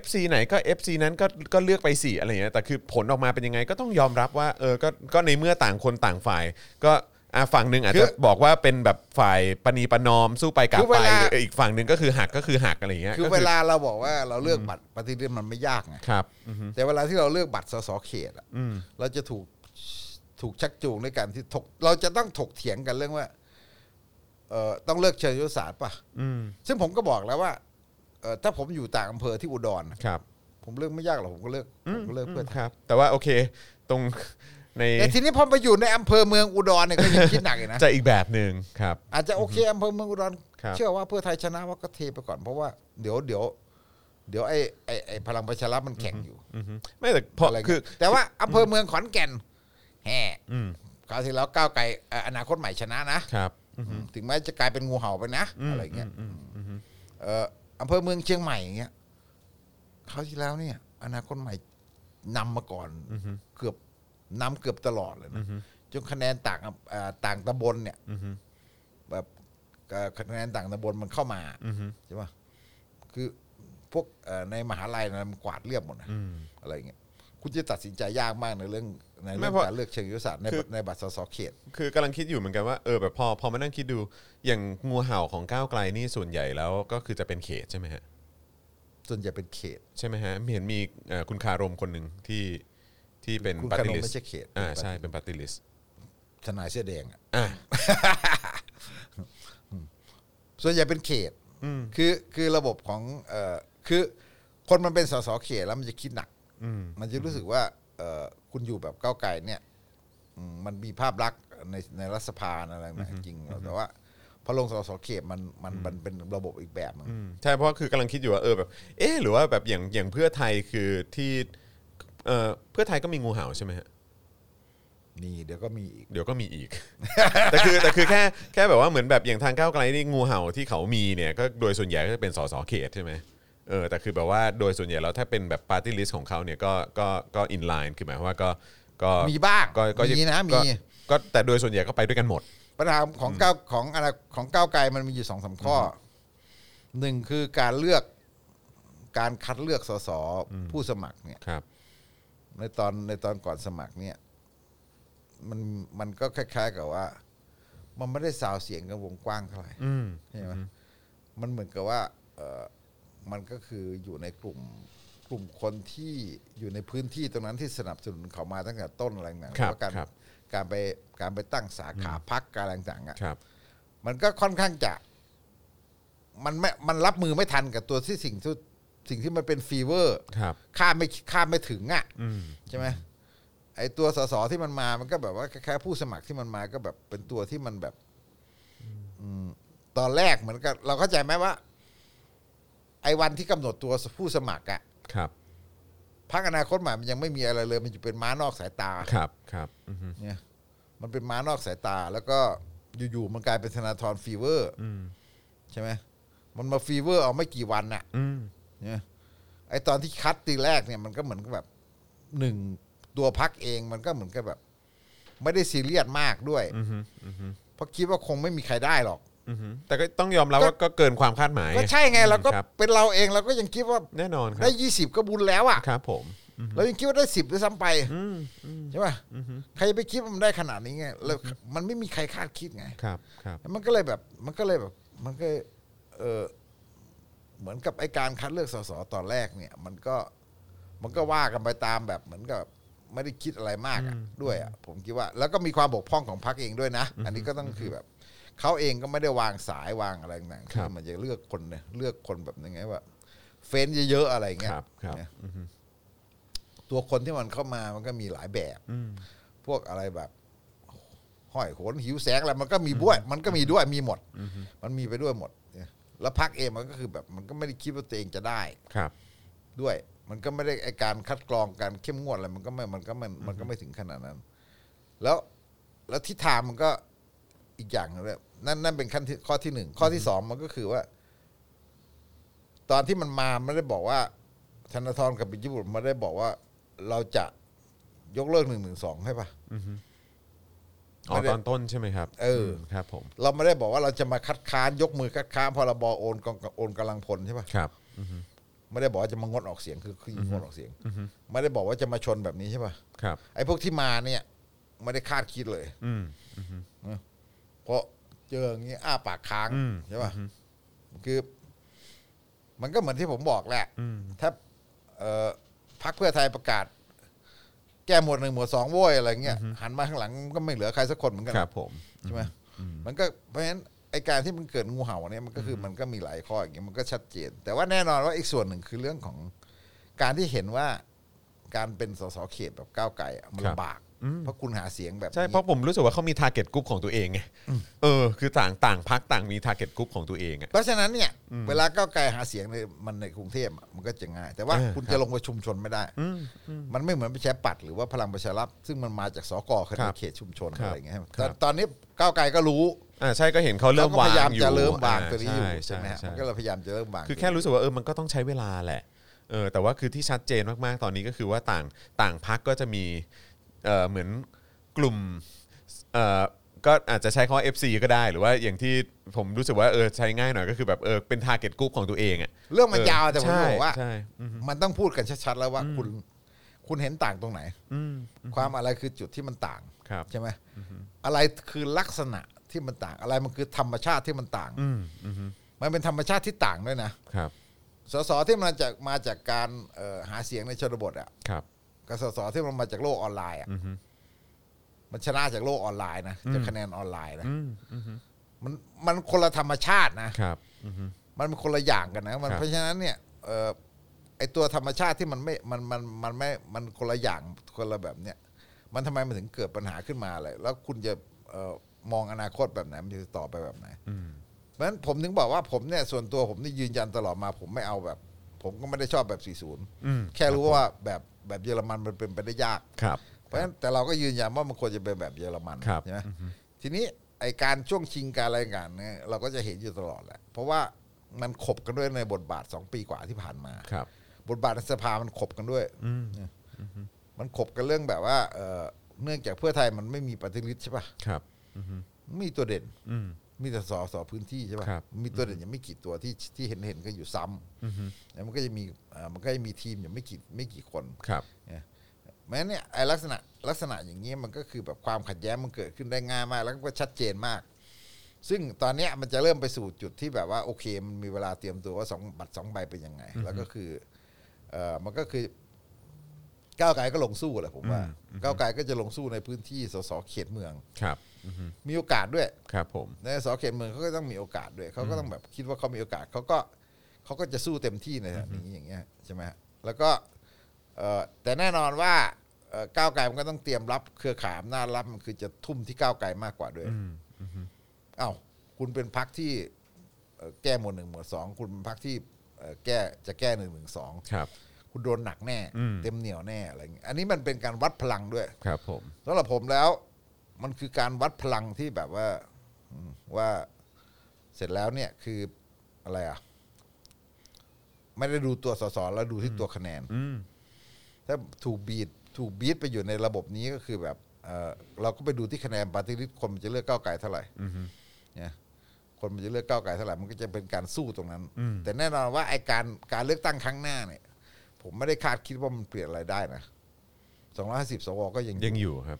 Speaker 2: FC ไหนก็ FC นั้นก็ก็เลือกไปสี่อะไรอย่างเงี้ยแต่คือผลออกมาเป็นยังไงก็ต้องยอมรับว่าเออก็ก็ในเมื่อต่างคนต่างฝ่าย ก็อ่ะฝั่งหนึ่งอาจ
Speaker 3: คื
Speaker 2: จะ
Speaker 3: อ
Speaker 2: บอกว่าเป็นแบบฝ่ายปณีประนอมสู้ไป กลับ
Speaker 3: คือ
Speaker 2: ไป
Speaker 3: เวลา
Speaker 2: หรืออีกฝั่งหนึ่งก็คือหักก็คือหักอะไรอย่างเงี้ย
Speaker 3: คือ
Speaker 2: ก็
Speaker 3: เวลาเราบอกว่าเราเลือกบัตรปฏิทินมันไม่ยากไง
Speaker 2: ครับ
Speaker 3: แต่เวลาที่เราเลือกบัตรสสเขตอะเราจะถูกถูกชักจูงด้วยกันที่ถกเราจะต้องถกเถียงกันเรื่องว่าเอ่อต้องเลือกเชิงยุทธศาสตร์ป่ะซึ่งผมก็บอกแล้วว่าเอ่อถ้าผมอยู่ต่างอำเภอที่อุดรนะครับ ผมเลือกไม่ยากหรอกผมก็เลือกผมก็เลือกเพื่อไทย
Speaker 2: ครับ แต่ว่าโอเคตรง ใน
Speaker 3: แต่ทีนี้พอมาอยู่ในอำเภอเมืองอุดรเนี่ยก็ยังคิดหนักอีกนะ
Speaker 2: จะอีกแบบหนึ่งครับ
Speaker 3: อาจจะโอเคอำเภอเมืองอุดร
Speaker 2: ครับ
Speaker 3: เชื่อว่าเพื่อไทยชนะว่าก็เทไปก่อนเพราะว่าเดี๋ยวเดี๋ยวเดี๋ยวไอ้ไอ้ไอ้พลังประชารัฐมันแข่งอยู่
Speaker 2: อือฮึไม่แต่พอ
Speaker 3: อะไรเงี้ย
Speaker 2: คือ
Speaker 3: แต่ว่าอำเภอเมืองขอนแก่นแห่
Speaker 2: อืม
Speaker 3: คราวที่แล้วก้าวไกลเอ่ออนาคตใหม่ชนะนะครับ อืมถึงแม้จะกลายเป็นงูเห่าไปนะอะไรเงี้ยเอ่ออำเภอเมืองเชียงใหม่อย่างเงี้ยคราวที่แล้วเนี่ย อนาคตใหม่นำมาก่อนเกือบนำเกือบตลอดเลยนะจนคะแนนต่างเอ่อต่างตำบลเนี่ย
Speaker 2: อือฮึ
Speaker 3: แบบเอ่อคะแนนต่างตำบลมันเข้ามา
Speaker 2: อือฮึ
Speaker 3: ใช่ป่ะคือพวกเอ่อในมหาลัยนะมันกวาดเรียบหมดนะ
Speaker 2: อืม
Speaker 3: อะไรเงี้ยคุณจะตัดสินใจยากมากในเรื่องใน
Speaker 2: ไม่
Speaker 3: เรื่อง
Speaker 2: เพราะ
Speaker 3: การเลือกเชิงยุทธศาสตร์ใน
Speaker 2: คือ
Speaker 3: ในบัตรสสเขต
Speaker 2: คือกำลังคิดอยู่เหมือนกันว่าเออแบบพอพอมานั่งคิดดูอย่างงูเห่าของก้าวไกลนี่ส่วนใหญ่แล้วก็คือจะเป็นเขตใช่ไหมฮะ
Speaker 3: ส่วนใหญ่เป็นเขต
Speaker 2: ใช่ไหมฮะเห็นมีเอ่อคุณคารมคนหนึ่งที่ที่เป็น
Speaker 3: คุณ
Speaker 2: ปา
Speaker 3: คาร
Speaker 2: ติ
Speaker 3: ม
Speaker 2: ลิส
Speaker 3: ไม่ใช่เขต
Speaker 2: อ่าใช่เป็นปาติลิส
Speaker 3: ทนายเสื้อแดงอะ
Speaker 2: อ่ะ
Speaker 3: ส่วนใหญ่เป็นเขต
Speaker 2: อืม
Speaker 3: คือคือระบบของเอ่อคือคนมันเป็นสสเขตแล้วมันจะคิดหนัก
Speaker 2: อืม
Speaker 3: มันจะรู้สึกว่าเอ่อคุณอยู่แบบก้าวไกลเนี่ยอืมมันมีภาพลักษณ์ในในรัฐสภาอะไรนะจริงแต่ว่าพอลงสสเขตมันมันมันเป็นระบบอีกแบบหนึง
Speaker 2: อืมใช่เพราะคือกำลังคิดอยู่ว่าเออแบบเออหรือว่าแบบอย่างอย่างเพื่อไทยคือที่เออเพื่อไทยก็มีงูเห่าใช่ไหมฮะ
Speaker 3: นี่เดี๋ยวก็มีอีก
Speaker 2: เดี๋ยวก็มี อีก แต่คือแต่คือแค่แค่แบบว่าเหมือนแบบอย่างทางก้าวไกลนี่งูเห่าที่เขามีเนี่ยก็โดยส่วนใหญ่ก็จะเป็นสสเขตใช่ไหมเออแต่คือแบบว่าโดยส่วนใหญ่แล้วถ้าเป็นแบบปาร์ตี้ลิสต์ของเขาเนี่ยก็ก็ก็อินไลน์คือหมายความว่าก็ก็
Speaker 3: มีบ้าง
Speaker 2: ก็ก็ยัง
Speaker 3: มีนะ
Speaker 2: ก็
Speaker 3: มี
Speaker 2: ก็แต่โดยส่วนใหญ่ก็ไปด้วยกันหมด
Speaker 3: ปัญหาของก้าวของอะไรของก้าวไกลมันมีอยู่สองสามข้ออหนึ่งคือการเลือกการคัดเลือกสสผู้สมัครเนี่ย
Speaker 2: ครับ
Speaker 3: ในตอนในตอนก่อนสมัครเนี่ย มันมันก็คล้าย ๆ กับว่า มันไม่ได้สาวเสียงกันวงกว้างเท่าไหร่
Speaker 2: อืม
Speaker 3: ใช่ไหมมันเหมือนกับว่าเออมันก็คืออยู่ในกลุ่มกลุ่มคนที่อยู่ในพื้นที่ตรงนั้นที่สนับสนุนเขามาตั้งแต่ต้นอะไรต่างๆ
Speaker 2: ครับ
Speaker 3: แล้วการ
Speaker 2: ครับ
Speaker 3: การไปการไปตั้งสาขาพักการอะไรต่างๆอ่ะ
Speaker 2: ครับ
Speaker 3: มันก็ค่อนข้างจะมันไม่มันรับมือไม่ทันกับตัวที่สิ่งที่สิ่งที่มันเป็นฟีเวอร์
Speaker 2: ครับ
Speaker 3: คาดไม่คาดไม่ถึงอ่ะ
Speaker 2: อืม
Speaker 3: ใช่ไหมไอตัวสสที่มันมา มันก็แบบว่าคล้ายๆผู้สมัครที่มันมาก็แบบเป็นตัวที่มันแบบอืมตอนแรกเหมือนกับเราเข้าใจไหมว่า ไอ้วันที่กำหนดตัวผู้สมัครอะ
Speaker 2: ครับ
Speaker 3: พักอนาคตใหม่มันยังไม่มีอะไรเลย มันอยู่เป็นม้านอกสายตา
Speaker 2: ครับครับอืม
Speaker 3: เนี่ย มันเป็นม้านอกสายตา แล้วก็ อยู่ๆมันกลายเป็นธนาธรฟีเวอร์ใช่ไหมมันมาฟีเวอร์เอาไม่กี่วันน่ะ
Speaker 2: อืม
Speaker 3: เนี่ยไอตอนที่คัดตีแรกเนี่ยมันก็เหมือนกับแบบหนึ่งตัวพักเองมันก็เหมือนกับแบบ ไม่ได้ซีเรียสมากด้วย
Speaker 2: อืมอืม
Speaker 3: เพราะคิดว่าคงไม่มีใครได้หรอก
Speaker 2: อืมแต่ก็ต้องยอมรับว่าก็เกินความคาดหมาย
Speaker 3: ก็ใช่ไงเราก็
Speaker 2: ครับ
Speaker 3: เป็นเราเองเราก็ยังคิดว่า
Speaker 2: แน่นอนครั
Speaker 3: ได้
Speaker 2: บ
Speaker 3: ยี่สิบก็บุญแล้วอ่ะ
Speaker 2: ครับผมอืม
Speaker 3: เรายังคิดว่าได้สิบด้วยซ้ำไป
Speaker 2: อืมอืม
Speaker 3: ใช่ป่ะ
Speaker 2: อืม
Speaker 3: ใครจะไปคิดว่ามันได้ขนาดนี้ไงแล้วมันไม่มีใครคาดคิดไง
Speaker 2: ครับครับ
Speaker 3: มันก็เลยแบบมันก็เลยแบบมันก็เออเหมือนกับไอการคัดเลือกสสตอนแรกเนี่ย มันก็มันก็ว่ากันไปตามแบบเหมือนกับไม่ได้คิดอะไรมากอะ
Speaker 2: อืม
Speaker 3: ด้วยอะผมคิดว่า แล้วก็มีความบกพร่องของพรรคเองด้วยนะ อันนี้ก็ต้องคือแบบเขาเองก็ไม่ได้วางสายวางอะไรต่างๆคือมันจะเลือกคนเนี่ยเลือกคนแบบยังไงว่า เฟ้นเยอะๆอะไร
Speaker 2: ค
Speaker 3: เงี้ย
Speaker 2: รับครับ
Speaker 3: เนี่ย
Speaker 2: อืม
Speaker 3: ตัวคนที่มันเข้ามามันก็มีหลายแบบ
Speaker 2: อืม
Speaker 3: พวกอะไรแบบ ห้อยโหนหิวแสงอะไรมันก็มีด้วย มันก็มีด้วยมีหมด มันมีไปด้วยหมดเนี่ยแล้วพักเองมันก็คือแบบ มันก็ไม่ได้คิดว่าตัวเองจะได้
Speaker 2: ครับ
Speaker 3: ด้วย มันก็ไม่ได้ไอการคัดกรองการเข้มงวดอะไรมันก็ไม่มันก็มันมันก็ไม่ถึงขนาดนั้น แล้วแล้วทิศทางมันก็อีกอย่างหนึงเลยนั่นนั่นเป็นขั้นที่ข้อที่หนึ่งข้อที่สองมันก็คือว่า ตอนที่มันมาไม่ได้บอกว่า ธนาธรกับปิยบุตรไม่ได้บอกว่า เราจะยกเลิกหนึ่งหนึ่งสองให้ปะ
Speaker 2: อ๋อ
Speaker 3: ไม่ได้
Speaker 2: ตอนต้นใช่ไหมครับ
Speaker 3: เออ
Speaker 2: ม
Speaker 3: อื
Speaker 2: ครับผม
Speaker 3: เราไม่ได้บอกว่าเราจะมาคัดค้านยกมือคัดค้านพรบโอนกองโอนกำลังพลใช่ปะ
Speaker 2: ครับ
Speaker 3: ไม่ได้บอกว่าจะมางดออกเสียงคือคืองดออกเสียงไม่ได้บอกว่าจะมาชนแบบนี้ใช่ปะ
Speaker 2: ครับ
Speaker 3: ไอ้พวกที่มาเนี่ย ไม่ได้คาดคิดเลย
Speaker 2: อืม
Speaker 3: เพราะเจออย่างนี้อ้าปากค้าง
Speaker 2: อืม
Speaker 3: ใช่ปะคือ มันก็เหมือนที่ผมบอกแหละถ้าเอ่อพักเพื่อไทยประกาศ แก้หมวดหนึ่งหมวดสองโว้ยอะไรเงี้ยหันมาข้างหลังก็ไม่เหลือใครสักคนเหมือนกัน
Speaker 2: ครับผม
Speaker 3: ใช่ไหมมันก็เพราะฉะนั้นไอการที่มันเกิดงูเห่าเนี่ยมันก็คือมันก็มีหลายข้ออย่างเงี้ยมันก็ชัดเจน แต่ว่าแน่นอนว่าอีกส่วนหนึ่งคือเรื่องของการที่เห็นว่าการเป็นสสเขตแบบก้าวไกลอะมัน
Speaker 2: ครับ
Speaker 3: ลำบากเพราะคุณหาเสียงแบบ
Speaker 2: ใช่
Speaker 3: นี้
Speaker 2: เพราะผมรู้สึกว่าเขามีทาร์เก็ตกลุ่มของตัวเองไงเออ คือต่างต่างพักต่างมีทาร์เก็ตกลุ่มของตัวเองอ่ะ
Speaker 3: เพราะฉะนั้นเนี่ย เวลาก้าวไกลหาเสียงในมันในกรุงเทพอะมันก็จะง่าย แต่ว่า
Speaker 2: เออ
Speaker 3: คุณ
Speaker 2: ครั
Speaker 3: จะ
Speaker 2: บ
Speaker 3: ลงไปชุมชนไม่ได้ มันไม่เหมือนประชาธิปัตย์หรือว่าพลังประชารัฐซึ่งมันมาจากสกค
Speaker 2: ค
Speaker 3: ณะ
Speaker 2: รับ
Speaker 3: เขตชุมชน
Speaker 2: ครั
Speaker 3: อะ
Speaker 2: บ
Speaker 3: ไรอย่างเงี้ย
Speaker 2: ครับ
Speaker 3: แต่ตอนนี้ก้าวไกลก็รู้
Speaker 2: อ่าใช่ก็เห็นเขาเริ่ม
Speaker 3: ขก็
Speaker 2: วาง
Speaker 3: พยายาม
Speaker 2: อยู่
Speaker 3: จะเริ่มวางตัวนี้อยู่
Speaker 2: อ่า
Speaker 3: ใช่ไหมฮะ
Speaker 2: ใช่
Speaker 3: มันก็เลยพยายามจะเริ่มวาง
Speaker 2: คือแค่รู้สึกว่าเออมันก็ต้องใช้เวลาแหละเออแต่ว่าคือที่ชัดเจนมากๆตอนนี้ก็คือว่าต่างต่างพักก็จะมีเออเหมือนกลุ่มเออก็อาจจะใช้คำว่า FC ก็ได้ หรือว่าอย่างที่ผมรู้สึกว่าเออใช้ง่ายหน่อยก็คือแบบเออเป็นทาร์เก็ตกลุ่มของตัวเองอ่ะ
Speaker 3: เรื่องมันยาวแต่ผม
Speaker 2: ใช่
Speaker 3: บอกว่า
Speaker 2: ใช่อืม
Speaker 3: มันต้องพูดกันชัดๆแล้วว่าคุณคุณเห็นต่างตรงไหน ความอะไรคือจุดที่มันต่าง
Speaker 2: ครับ
Speaker 3: ใช่ไหมอะไรคือลักษณะที่มันต่าง อะไรมันคือธรรมชาติที่มันต่าง
Speaker 2: อืมอืม
Speaker 3: มันเป็นธรรมชาติที่ต่างด้วยนะครับสสที่มันจากมาจากการเอ่อหาเสียงในชนบทอ่ะ
Speaker 2: ครับ
Speaker 3: กับสสที่มันมาจากโลกออนไลน์อ่ะ
Speaker 2: อืม
Speaker 3: มันชนะจากโลกออนไลน์นะจากคะแนนออนไลน์นะ
Speaker 2: อืมอืม
Speaker 3: มันมันคนละธรรมชาตินะ
Speaker 2: ครับอืม
Speaker 3: มันเป็นคนละอย่างกันนะมั
Speaker 2: ค
Speaker 3: น
Speaker 2: รับ
Speaker 3: เพราะฉะนั้นเนี่ยเอ่อไอตัวธรรมชาติที่มันไม่มันมันมันไม่มันคนละอย่างคนละแบบเนี่ยมันทำไมมันถึงเกิดปัญหาขึ้นมาเลยแล้วคุณจะเอ่อมองอนาคตแบบไหนมันจะต่อไปแบบไหน
Speaker 2: อืม
Speaker 3: เพราะฉะนั้นผมถึงบอกว่าผมเนี่ยส่วนตัวผมนี่ยืนยันตลอดมา ผมไม่เอาแบบ ผมก็ไม่ได้ชอบแบบ
Speaker 2: อืม
Speaker 3: 40 แค่รู้ว่าแบบแบบเยอรมันมันเป็นไปได้ยาก
Speaker 2: ครับ
Speaker 3: เพราะฉะนั้นแต่เราก็ยืนยันว่ามันควรจะเป็นแบบเยอรมัน
Speaker 2: ครับ
Speaker 3: ใช่ไหมทีนี้ไอการช่วงชิงการอะไรายงานเนี่ยเราก็จะเห็นอยู่ตลอดแหละ เพราะว่ามันขบกันด้วยในบทบาทสองปีกว่าที่ผ่านมา
Speaker 2: ครับ
Speaker 3: บทบาทในสภามันขบกันด้วย
Speaker 2: อืม
Speaker 3: มันขบกันเรื่องแบบว่าเอ่อเนื่องจากเพื่อไทยมันไม่มีปฏิริษีใช่ปะ
Speaker 2: ครับ
Speaker 3: ไม่มีตัวเด่น
Speaker 2: อืม
Speaker 3: มีแต่สอสอพื้นที่ใช่ปะ
Speaker 2: ครับ
Speaker 3: มีตัวเด่นยังไม่กี่ตัวที่ที่เห็นเห็นๆกันอยู่ซ้ำแล้วมันก็จะมีเอ่อมันก็จะมีทีมอยู่ไม่กี่ไม่กี่คน
Speaker 2: ครับ
Speaker 3: นะแม้เนี่ยไอลักษณะลักษณะอย่างนี้ยมันก็คือแบบความขัดแย้งมันเกิดขึ้นได้ง่ายมาก แล้วก็ชัดเจนมาก ซึ่งตอนเนี้ยมันจะเริ่มไปสู่จุดที่แบบว่าโอเค มันมีเวลาเตรียมตัวว่าสองบัตรสองใบเป็นยังไง แล้วก็คือเออมันก็คือก้าวไกลก็ลงสู้แหละผมว่าก้าวไกลก็จะลงสู้ในพื้นที่สสเขตเมือง
Speaker 2: ครับ
Speaker 3: มีโอกาสด้วย
Speaker 2: ครับผม
Speaker 3: ในสอเขตเมืองเขาก็ต้องมีโอกาสด้วยเขาก็ต้องแบบคิดว่าเขามีโอกาสเขาก็เขาก็จะสู้เต็มที่ในแบบนี้อย่างเงี้ยใช่ไหมฮะแล้วก็เอ่อแต่แน่นอนว่าเอ่อก้าวไกลมันก็ต้องเตรียมรับเครือข่ายอำนาจรับมันคือจะทุ่มที่ก้าวไกลมากกว่าด้วยเอ้าคุณเป็นพักที่เอ่อแก้หมวดหนึ่งหมวดสองคุณเป็นพักที่เอ่อแก้จะแก้หนึ่งหนึ่งสอง
Speaker 2: ครับ
Speaker 3: คุณโดนหนักแน่
Speaker 2: อืม
Speaker 3: เต็มเหนียวแน่อะไรเงี้ยอันนี้มันเป็นการวัดพลังด้วย
Speaker 2: ครับผม
Speaker 3: สำหรับผมแล้วมันคือการวัดพลังที่แบบว่า อืมว่าเสร็จแล้วเนี่ยคืออะไรอ่ะ ไม่ได้ดูตัวสสแล้วดูที่ตัวคะแนน
Speaker 2: อืม
Speaker 3: ถ้าถูกบีดถูกบีดไปอยู่ในระบบนี้ก็คือแบบเออเราก็ไปดูที่คะแนนปาร์ตี้ลิสต์คนมันจะเลือกก้าวไกลเท่าไหร่เนี่ยคนมันจะเลือกก้าวไกลเท่าไหร่มันก็จะเป็นการสู้ตรงนั้น แต่แน่นอนว่าไอการการเลือกตั้งครั้งหน้าเนี่ย ผมไม่ได้คาดคิดว่ามันเปลี่ยนอะไรได้นะสองร้อยห้าสิบสวก็ยัง
Speaker 2: ยังอยู่ครับ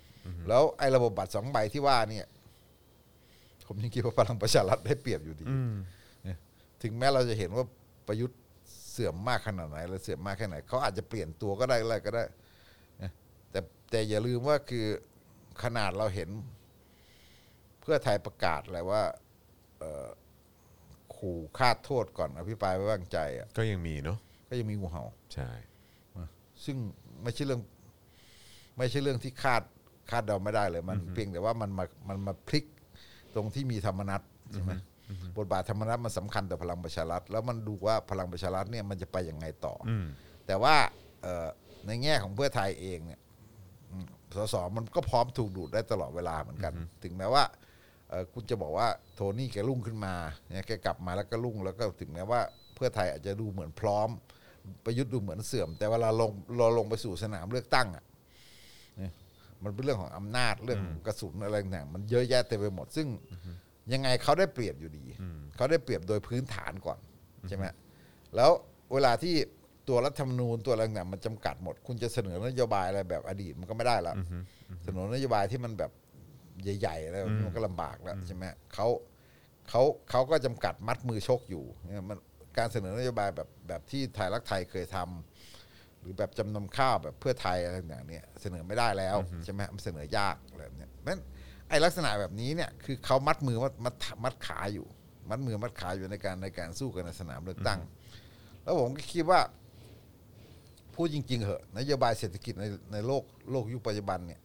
Speaker 3: แล้วไอระบบบัตรสองใบที่ว่าเนี่ย ผมยังคิดว่าพลังประชารัฐได้เปรียบอยู่ดีเนี่ยถึงแม้เราจะเห็นว่าประยุทธ์เสื่อมมากขนาดไหนและเสื่อมมากแค่ไหนเขาอาจจะเปลี่ยนตัวก็ได้อะไรก็ได้นะแต่แต่อย่าลืมว่าคือขนาดเราเห็น เพื่อไทยประกาศแหละว่าเอ่อขู่คาดโทษก่อนอภิปรายไม่วางใจอะ
Speaker 2: ก็ยังมีเนาะ
Speaker 3: ก็ยังมีงูเห่า
Speaker 2: ใช่
Speaker 3: ซึ่งไม่ใช่เรื่อง ไม่ใช่เรื่องที่คาดคาดเดาไม่ได้เลยมันเพียงแต่ว่ามันมามันมาพลิกตรงที่มีธรรมนัตใช่ไหมบทบาทธรรมนัตมันสำคัญต่อพลังประชารัฐ แล้วมันดูว่าพลังประชารัฐเนี่ยมันจะไปยังไงต่ออ
Speaker 2: อืม
Speaker 3: แต่ว่าเอ่อในแง่ของเพื่อไทยเองเนี่ยอืมสสมันก็พร้อมถูกดูดได้ตลอดเวลาเหมือนกัน ถึงแม้ว่าเอ่อคุณจะบอกว่าโทนี่แกรุ่งขึ้นมาเนี่ยแกกลับมาแล้วก็รุ่งแล้วก็ถึงแม้ว่าเพื่อไทยอาจจะดูเหมือนพร้อม ประยุทธ์ดูเหมือนเสื่อม แต่เวลาลงเราลงไปสู่สนามเลือกตั้งอ่ะ มันเป็นเรื่องของอำนาจเรื่องของกระสุนอะไรต่างๆมันเยอะแยะเต็มไปหมด ซึ่งยังไงเขาได้เปรียบอยู่ดีเขาได้เปรียบโดยพื้นฐานก่อนใช่ไหมแล้วเวลาที่ตัวรัฐธรรมนูญตัวอะไรต่างๆมันจำกัดหมด คุณจะเสนอนโยบายอะไรแบบอดีตมันก็ไม่ได้แล้วเสนอนโยบายที่มันแบบใหญ่ๆแล้วมันก็ลำบากแล้วใช่ไหมเขาเขาเขาก็จำกัดมัดมือชกอยู่เนี่ยมันการเสนอนโยบายแบบแบบที่ไทยรักไทยเคยทำ หรือแบบจำนำข้าวแบบเพื่อไทยอะไรต่างๆเนี่ยเสนอไม่ได้แล้วใช่ไหมมันเสนอยากอะไรแบบเนี้ยนั้นไอ้ลักษณะแบบนี้เนี่ยคือเขามัดมือมัดมัดมัดขาอยู่ มัดมือมัดขาอยู่ในการในการสู้กันในสนามเลือกตั้ง แล้วผมก็คิดว่า พูดจริง ๆเหอะนโยบายเศรษฐกิจในในโลกโลกยุคปัจจุบันเนี่ย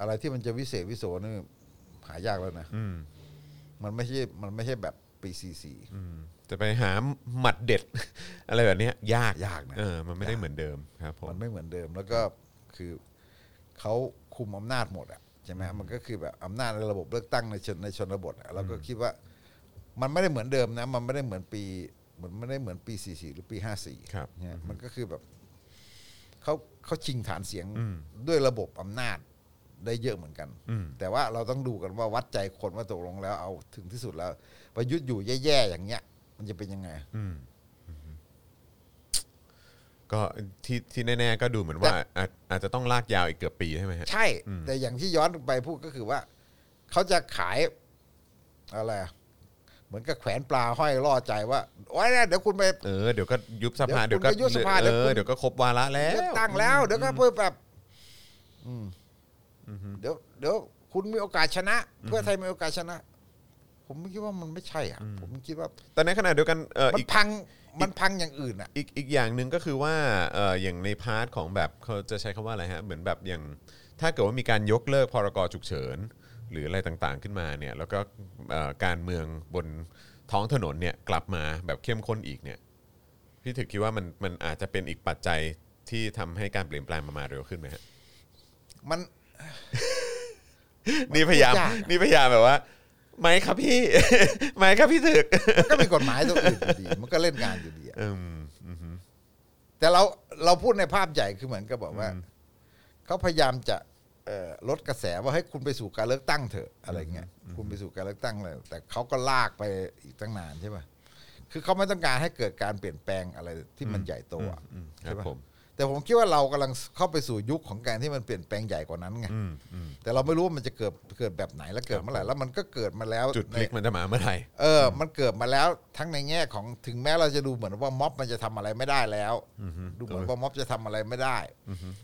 Speaker 3: อะไรที่มันจะวิเศษวิโสนี่หายากแล้วนะ
Speaker 2: อืม
Speaker 3: มันไม่ใช่มันไม่ใช่แบบปีสี่สี่
Speaker 2: อืมแต่ไปหาหมัดเด็ด อะไรแบบเนี้ยยาก
Speaker 3: ยากนะ
Speaker 2: เออมันไม่ได้เหมือนเดิมครับผม
Speaker 3: มันไม่เหมือนเดิมแล้วก็คือเขาคุมอำนาจหมดอะใช่ไหมมันก็คือแบบอำนาจในระบบเลือกตั้งในชนในชนบทอะเราก็คิดว่า มันไม่ได้เหมือนเดิมนะ มันไม่ได้เหมือนปีเหมือนไม่ได้เหมือนปีสี่สี่หรือปีห้าสี่
Speaker 2: ครับ
Speaker 3: เนี่ยมันก็คือแบบเขาเขาชิงฐานเสียงด้วยระบบอำนาจได้เยอะเหมือนกัน
Speaker 2: อืม
Speaker 3: แต่ว่าเราต้องดูกันว่าวัดใจคนว่าตกลงแล้วเอาถึงที่สุดแล้วประยุทธ์อยู่แย่ๆอย่างเงี้ย มันจะเป็นยังไง
Speaker 2: อืมอืมก็ที่ที่แน่ๆก็ดูเหมือนว่าอาจอาจจะต้องลากยาวอีกเกือบปีใช่ไหมฮะ
Speaker 3: ใช่
Speaker 2: อืม
Speaker 3: แต่อย่างที่ย้อนไปพูดก็คือว่า เขาจะขายอะไรอะเหมือนกับแขวนปลาห้อยล่อใจว่าโอ้ยนะเดี๋ยวคุณไป
Speaker 2: เออเดี๋ยวก็ยุบสภา
Speaker 3: เดี๋
Speaker 2: เดี๋ย
Speaker 3: ยว ว
Speaker 2: ก็
Speaker 3: คุณก็ยุบสภา
Speaker 2: เอ
Speaker 3: เดี๋ยวคุ
Speaker 2: อ
Speaker 3: ณ
Speaker 2: เดี๋ยวก็ครบวาระแล้ว
Speaker 3: เลือกตั้งแล้วเดี๋ยวก็เพื่อแบบ อืมเดี๋ยวเดี๋ยวคุณมีโอกาสชนะ เพื่อไทยมีโอกาสชนะ ผมคิดว่ามันไม่ใช่อ่ะ ผมคิดว่า
Speaker 2: แต่ในขณะเดียวกันเออ
Speaker 3: มั
Speaker 2: อี
Speaker 3: น
Speaker 2: ก
Speaker 3: พังมันพังอย่างอื่นอ่ะ
Speaker 2: อีกอีกอย่างหนึ่งก็คือว่าเอ่ออย่างในพาร์ทของแบบเขาจะใช้คำว่าอะไรฮะเหมือนแบบอย่างถ้าเกิดว่ามีการยกเลิกพรกฉุกเฉิน หรืออะไรต่างๆขึ้นมาเนี่ยแล้วก็เอ่อการเมืองบนท้องถนนเนี่ยกลับมาแบบเข้มข้นอีกเนี่ยพี่ถือคิดว่ามันมันอาจจะเป็นอีกปัจจัยที่ทำให้การเปลี่ยนแปลงมามาเร็วขึ้นไหมฮะ
Speaker 3: มัน
Speaker 2: นี่พยายาม
Speaker 3: ยากอะ
Speaker 2: นี่พยายามแบบว่า ไม่ครับพี่ ไม่ครับพี่ถึก
Speaker 3: มันก็มีกฎหมายตัวอื่นอยู่ดี มันก็เล่นงานอยู่ดีอะ
Speaker 2: อืมอืมฮึ
Speaker 3: แต่เราเราพูดในภาพใหญ่คือเหมือนกับบอกว่าเขาพยายามจะเอ่อลดกระแสว่าให้คุณไปสู่การเลือกตั้งเถอะอะไรเงี้ยคุณไปสู่การเลือกตั้งเลยแต่เขาก็ลากไปอีกตั้งนานใช่ป่ะคือเขาไม่ต้องการให้เกิดการเปลี่ยนแปลงอะไรที่มันใหญ่โตอะ
Speaker 2: อืมครั
Speaker 3: ใช่
Speaker 2: บ
Speaker 3: ป่ะ
Speaker 2: ผม
Speaker 3: แต่ผมคิดว่าเรากำลังเข้าไปสู่ยุคของการที่มันเปลี่ยนแปลงใหญ่กว่านั้นไง
Speaker 2: อืมอืม
Speaker 3: แต่เราไม่รู้ว่ามันจะเกิดเกิดแบบไหนและเกิดเมื่อไหร่แล้วมันก็เกิดมาแล้ว
Speaker 2: จุดพ
Speaker 3: ใน
Speaker 2: ลิกมันจะมาเมื่อไหร่
Speaker 3: เออ มันเกิดมาแล้วทั้งในแง่ของถึงแม้เราจะดูเหมือนว่าม็อบมันจะทำอะไรไม่ได้แล้ว ดูเหมือนว่าม็อบจะทำอะไรไม่ได้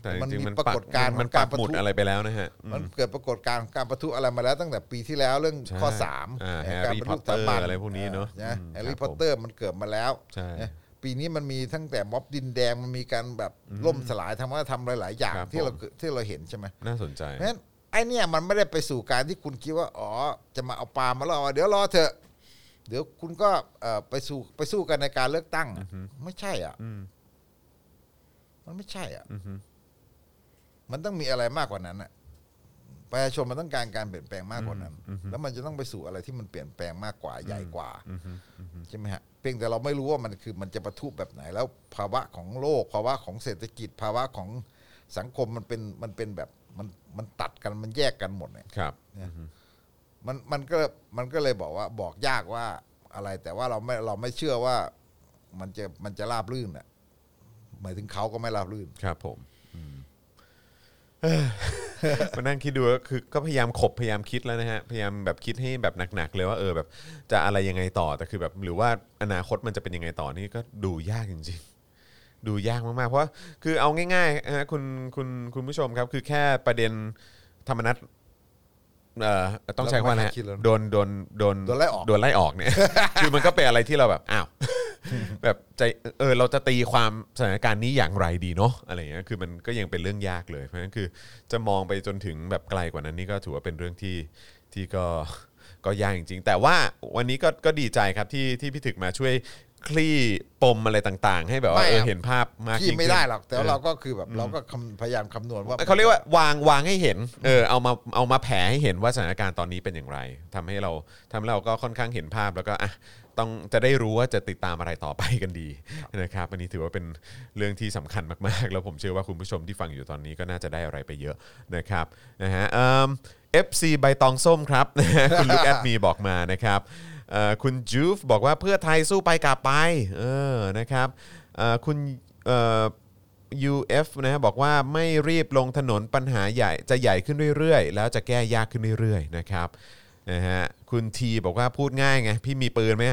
Speaker 2: แต่จ
Speaker 3: มัน
Speaker 2: ริง
Speaker 3: มี
Speaker 2: ๆมัน
Speaker 3: ปรากฏการณ์
Speaker 2: มัน
Speaker 3: ของ
Speaker 2: ปั
Speaker 3: กาก ร
Speaker 2: หมุด
Speaker 3: ประทุ
Speaker 2: อะไรไปแล้วนะฮะอืม
Speaker 3: มันเกิดปรากฏการณ์ของการประทุอะไรมาแล้วตั้งแต่ปีที่แล้วเรื่อง
Speaker 2: ใช่
Speaker 3: ข้อสาม
Speaker 2: อ่า
Speaker 3: เนี่ย
Speaker 2: Harry
Speaker 3: การปะทุ
Speaker 2: Potter อะไรพวกนี้เนอะ
Speaker 3: นะ
Speaker 2: อืม
Speaker 3: แฮร์รี่
Speaker 2: ค
Speaker 3: พ
Speaker 2: รับ
Speaker 3: อตเตอร์มันเกิดมาแล้ว
Speaker 2: ใช่
Speaker 3: นะปีนี้มันมีตั้งแต่ม็อบดินแดงมันมีการแบบล่มสลายทำว่าทำหลาย ๆ อย่าง
Speaker 2: ครับ
Speaker 3: ที่เรา
Speaker 2: ผม
Speaker 3: เกิดที่เราเห็นใช่ไหม
Speaker 2: น่าสนใจ
Speaker 3: เพราะฉะนั้นไอเนี่ยมันไม่ได้ไปสู่การที่คุณคิดว่าอ๋อจะมาเอาปลามาล่อเดี๋ยวรอเถอะเดี๋ยวคุณก็เอ่อไปสู่ไปสู้กันในการเลือกตั้งอะไม่ใช่อ่ะ
Speaker 2: อืม
Speaker 3: มันไม่ใช่อ่ะ
Speaker 2: อือฮึ
Speaker 3: มันต้องมีอะไรมากกว่านั้นอ่ะ ประชาชนมันต้องการการเปลี่ยนแปลงมากกว่านั้น แล้วมันจะต้องไปสู่อะไรที่มันเปลี่ยนแปลงมากกว่าใหญ่กว่าใช่ไหมฮะเพียงแต่เราไม่รู้ว่ามันคือมันจะประทุแบบไหน แล้วภาวะของโลก ภาวะของเศรษฐกิจ ภาวะของสังคมมันเป็นมันเป็นแบบมันมันตัดกันมันแยกกันหมดเนี่ย
Speaker 2: ครับ
Speaker 3: เนี่ยมันมันก็มันก็เลยบอกว่าบอกยากว่าอะไร แต่ว่าเราไม่เราไม่เชื่อว่ามันจะมันจะราบรื่นอ่ะหมายถึงเขาก็ไม่ราบรื่น
Speaker 2: ครับผม มานั่งคิดดูก็คือก็พยายามขบพยายามคิดแล้วนะฮะ พยายามแบบคิดให้แบบหนักๆเลยว่าเออแบบ จะอะไรยังไงต่อแต่คือแบบ หรือว่าอนาคตมันจะเป็นยังไงต่อนี่ก็ดูยากจริง ๆ ดูยากมากๆ เพราะว่าคือเอาง่ายๆนะฮะคุณคุณคุณผู้ชมครับ คือแค่ประเด็นธรรมนัตเอ่อต้องใช้คำว่าอะไรฮะ
Speaker 3: เราไม่คาดคิดแล้วนะ
Speaker 2: โดนโดนโดน
Speaker 3: โดนไล่ออก
Speaker 2: โดนไล่ออกเนี่ย คือมันก็เป็นอะไรที่เราแบบอ้าว แบบใจเออเราจะตีความสถานการณ์นี้อย่างไรดีเนาะอะไรเงี้ยคือมันก็ยังเป็นเรื่องยากเลยเพราะฉะนั้นคือจะมองไปจนถึงแบบไกลกว่านั้นนี่ก็ถือว่าเป็นเรื่องที่ที่ก็ก็ยากจริงๆ แต่ว่าวันนี้ก็ก็ดีใจครับที่ที่พี่ถึกมาช่วยคลี่ปมอะไรต่างๆ ให้แบบว่า
Speaker 3: ไม่
Speaker 2: เออ
Speaker 3: ครับ
Speaker 2: เห็นภาพมาก
Speaker 3: ที่
Speaker 2: ยิ่งขึ้น
Speaker 3: ไม่ได้หรอกแต่ว่าเราก็คือแบบเราก็คำพยายามคำนวณว่า
Speaker 2: เขาเรียกว่าวางวางให้เห็นเออเอามาเอามาแผ่ให้เห็นว่าสถานการณ์ตอนนี้เป็นอย่างไรทำให้เราทำให้เราก็ค่อนข้างเห็นภาพแล้วก็อ่ะต้องจะได้รู้ว่าจะติดตามอะไรต่อไปกันดีนะครับอันนี้ถือว่าเป็นเรื่องที่สำคัญมากๆ แล้วผมเชื่อว่าคุณผู้ชมที่ฟังอยู่ตอนนี้ก็น่าจะได้อะไรไปเยอะนะครับนะฮะเอิ่ม FC ใบตองส้มครับ คุณลูกแอดมีบอกมานะครับเอ่อคุณจูฟบอกว่าเพื่อไทยสู้ไปกลับไปเออนะครับเอ่อคุณเอ่อ UF นะฮะบอกว่าไม่รีบลงถนนปัญหาใหญ่จะใหญ่ขึ้นเรื่อยๆ แล้วจะแก้ยากขึ้นเรื่อยๆนะครับนะฮะคุณทีบอกว่าพูดง่ายไง พี่มีปืนไหม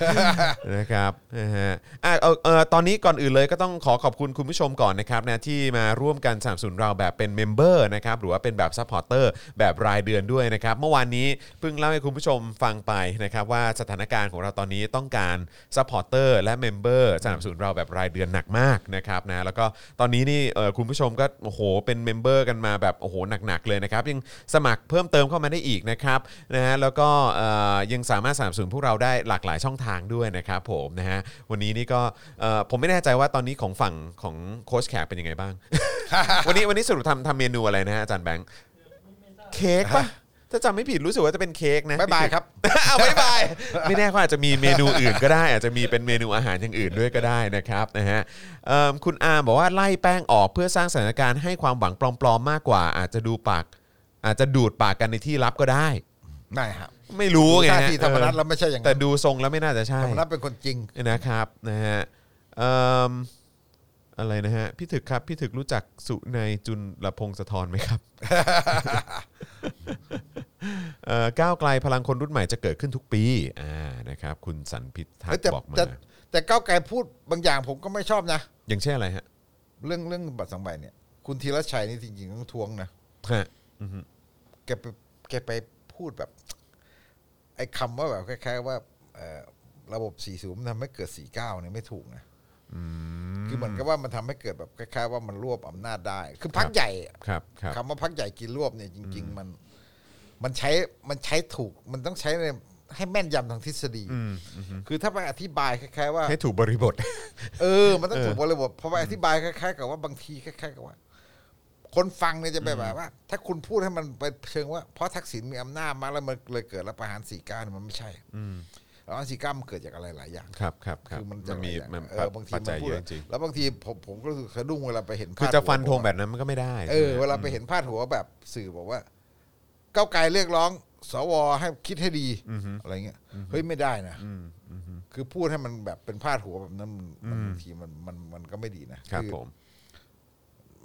Speaker 2: นะครับนะฮะอ่ะเอาเอ่อตอนนี้ก่อนอื่นเลยก็ต้องขอขอบคุณคุณผู้ชมก่อนนะครับนะที่มาร่วมกันสนับสนุนเราแบบเป็นเมมเบอร์นะครับหรือว่าเป็นแบบซัพพอร์เตอร์แบบรายเดือนด้วยนะครับ เมื่อวานนี้เพิ่งเล่าให้คุณผู้ชมฟังไปนะครับว่าสถานการณ์ของเราตอนนี้ต้องการซัพพอร์เตอร์และเมมเบอร์สนับสนุนเราแบบรายเดือนหนักมากนะครับนะแล้วก็ตอนนี้นี่เอ่อคุณผู้ชมก็โอ้โหเป็นเมมเบอร์กันมาแบบโอ้โหหนักๆเลยนะครับยังสมัครเพิ่มเติมเข้ามาได้อีกนะครับนะฮะแล้วก็เอ่อยังสามารถสนับสนุนพวกเราได้หลากหลายช่องทางด้วยนะครับผมนะฮะวันนี้นี่ก็เอ่อผมไม่แน่ใจว่าตอนนี้ของฝั่งของโค้ชแขกเป็นยังไงบ้าง วันนี้วันนี้สรุปทำทำเมนูอะไรนะฮะอาจารย์แบงค์เค้กปะถ้าจำไม่ผิดรู้สึกว่าจะเป็นเค้กนะ
Speaker 3: บายบายครับ
Speaker 2: เอาไม่บาย ไม่แน่เขาอาจจะมีเมนูอื่นก็ได้ อาจจะมีเป็นเมนูอาหารอย่างอื่นด้วยก็ได้นะครับนะฮะเอิ่มคุณอาร์มบอกว่าไล่แป้งออกเพื่อสร้างสถานการณ์ให้ความหวังปลอมๆมากกว่า อาจจะดูปาก อาจจะดูดปากกันในที่ลับก็ได้
Speaker 3: ไม่ฮะ
Speaker 2: ไม่รู้ไง
Speaker 3: ท่า
Speaker 2: ฮะ
Speaker 3: ทีธรรมนัต
Speaker 2: เอ
Speaker 3: แล้วไม่ใช่อย่า
Speaker 2: อง แต่
Speaker 3: นั้น
Speaker 2: ดูทรงแล้วไม่น่าจะใช่
Speaker 3: ธรรมนัตเป็นคนจริง
Speaker 2: นะครับนะฮะเอิ่มอะไรนะฮะพี่ถึกครับ พี่ถึกรู้จักสุในยจุลพงศธรไหมครับ เอ่อก้าวไกลพลังคนรุ่นใหม่จะเกิดขึ้นทุกปีอ่านะครับ คุณสันพิษทัก
Speaker 3: เอ้ยแต่
Speaker 2: บอกมา
Speaker 3: แต่แต่ก้าวไกลพูดบางอย่างผมก็ไม่ชอบนะ
Speaker 2: อย่างเช่นอะไรฮะ
Speaker 3: เรื่องเรื่องบัตรสองใบเนี่ย คุณธีรชัยนี่จริงๆต้องทวงนะ
Speaker 2: ฮะ
Speaker 3: แกไปแกไปพูดแบบ ไอ้คำว่าแบบคล้ายๆว่าเอ่อระบบ 40มันทำให้เกิด 49เนี่ยไม่ถูกนะคือเหมือนกับว่ามันทำให้เกิดแบบคล้ายๆว่ามันรวบอำนาจได้ คือพักใหญ่อะ
Speaker 2: ครับครับ
Speaker 3: คำว่าพักใหญ่กินรวบเนี่ยจริง ๆ มัน มันใช้มันใช้ถูก มันต้องใช้ในให้แม่นยำทางทฤษฎี คือถ้าไปอธิบายคล้ายๆว่า
Speaker 2: ให้ถูกบริบท
Speaker 3: เออ มันต้องถูกบริบทเพราะว่าอธิบายคล้ายๆกับว่าบางทีคล้ายๆกับว่า คนฟังเนี่ยจะแบบว่า ถ้าคุณพูดให้มันไปเชิงว่า เพราะทักษิณมีอำนาจมากแล้วมันเลยเกิดรัฐประหารสี่เก้าเนี่ยมันไม่ใช่รัฐประหารสี่เก้ามันเกิดจากอะไรหลายอย่าง
Speaker 2: ครับครับครับ
Speaker 3: คือมัน
Speaker 2: มั
Speaker 3: จะ
Speaker 2: นมี
Speaker 3: หลายอย่าง
Speaker 2: มัน
Speaker 3: เออบางที
Speaker 2: ปัจ
Speaker 3: มั
Speaker 2: จั
Speaker 3: น
Speaker 2: ย
Speaker 3: พู
Speaker 2: เย
Speaker 3: ด
Speaker 2: อะจริง
Speaker 3: แล้วบางทีผมผมก็รู้สึกสะดุ้งเวลาไปเห็น
Speaker 2: คือ
Speaker 3: พาด
Speaker 2: จะ
Speaker 3: หัว
Speaker 2: ฟันธงแบบนั้นมันก็ไม่ได้
Speaker 3: เออ
Speaker 2: ใช่ไหม
Speaker 3: เวลาไปเห็นพาดหัวแบบสื่อบอกว่าก้าวไกลเรียกร้อง สวให้คิดให้ดีอะไรเงี้ยเฮ้ยไม่ได้นะ
Speaker 2: อืมอืม
Speaker 3: คือพูดให้มันแบบเป็นพาดหัวแบบนั้นมันมันบางทีมันมันมันก็ไม่ดีนะครับ อ
Speaker 2: ผม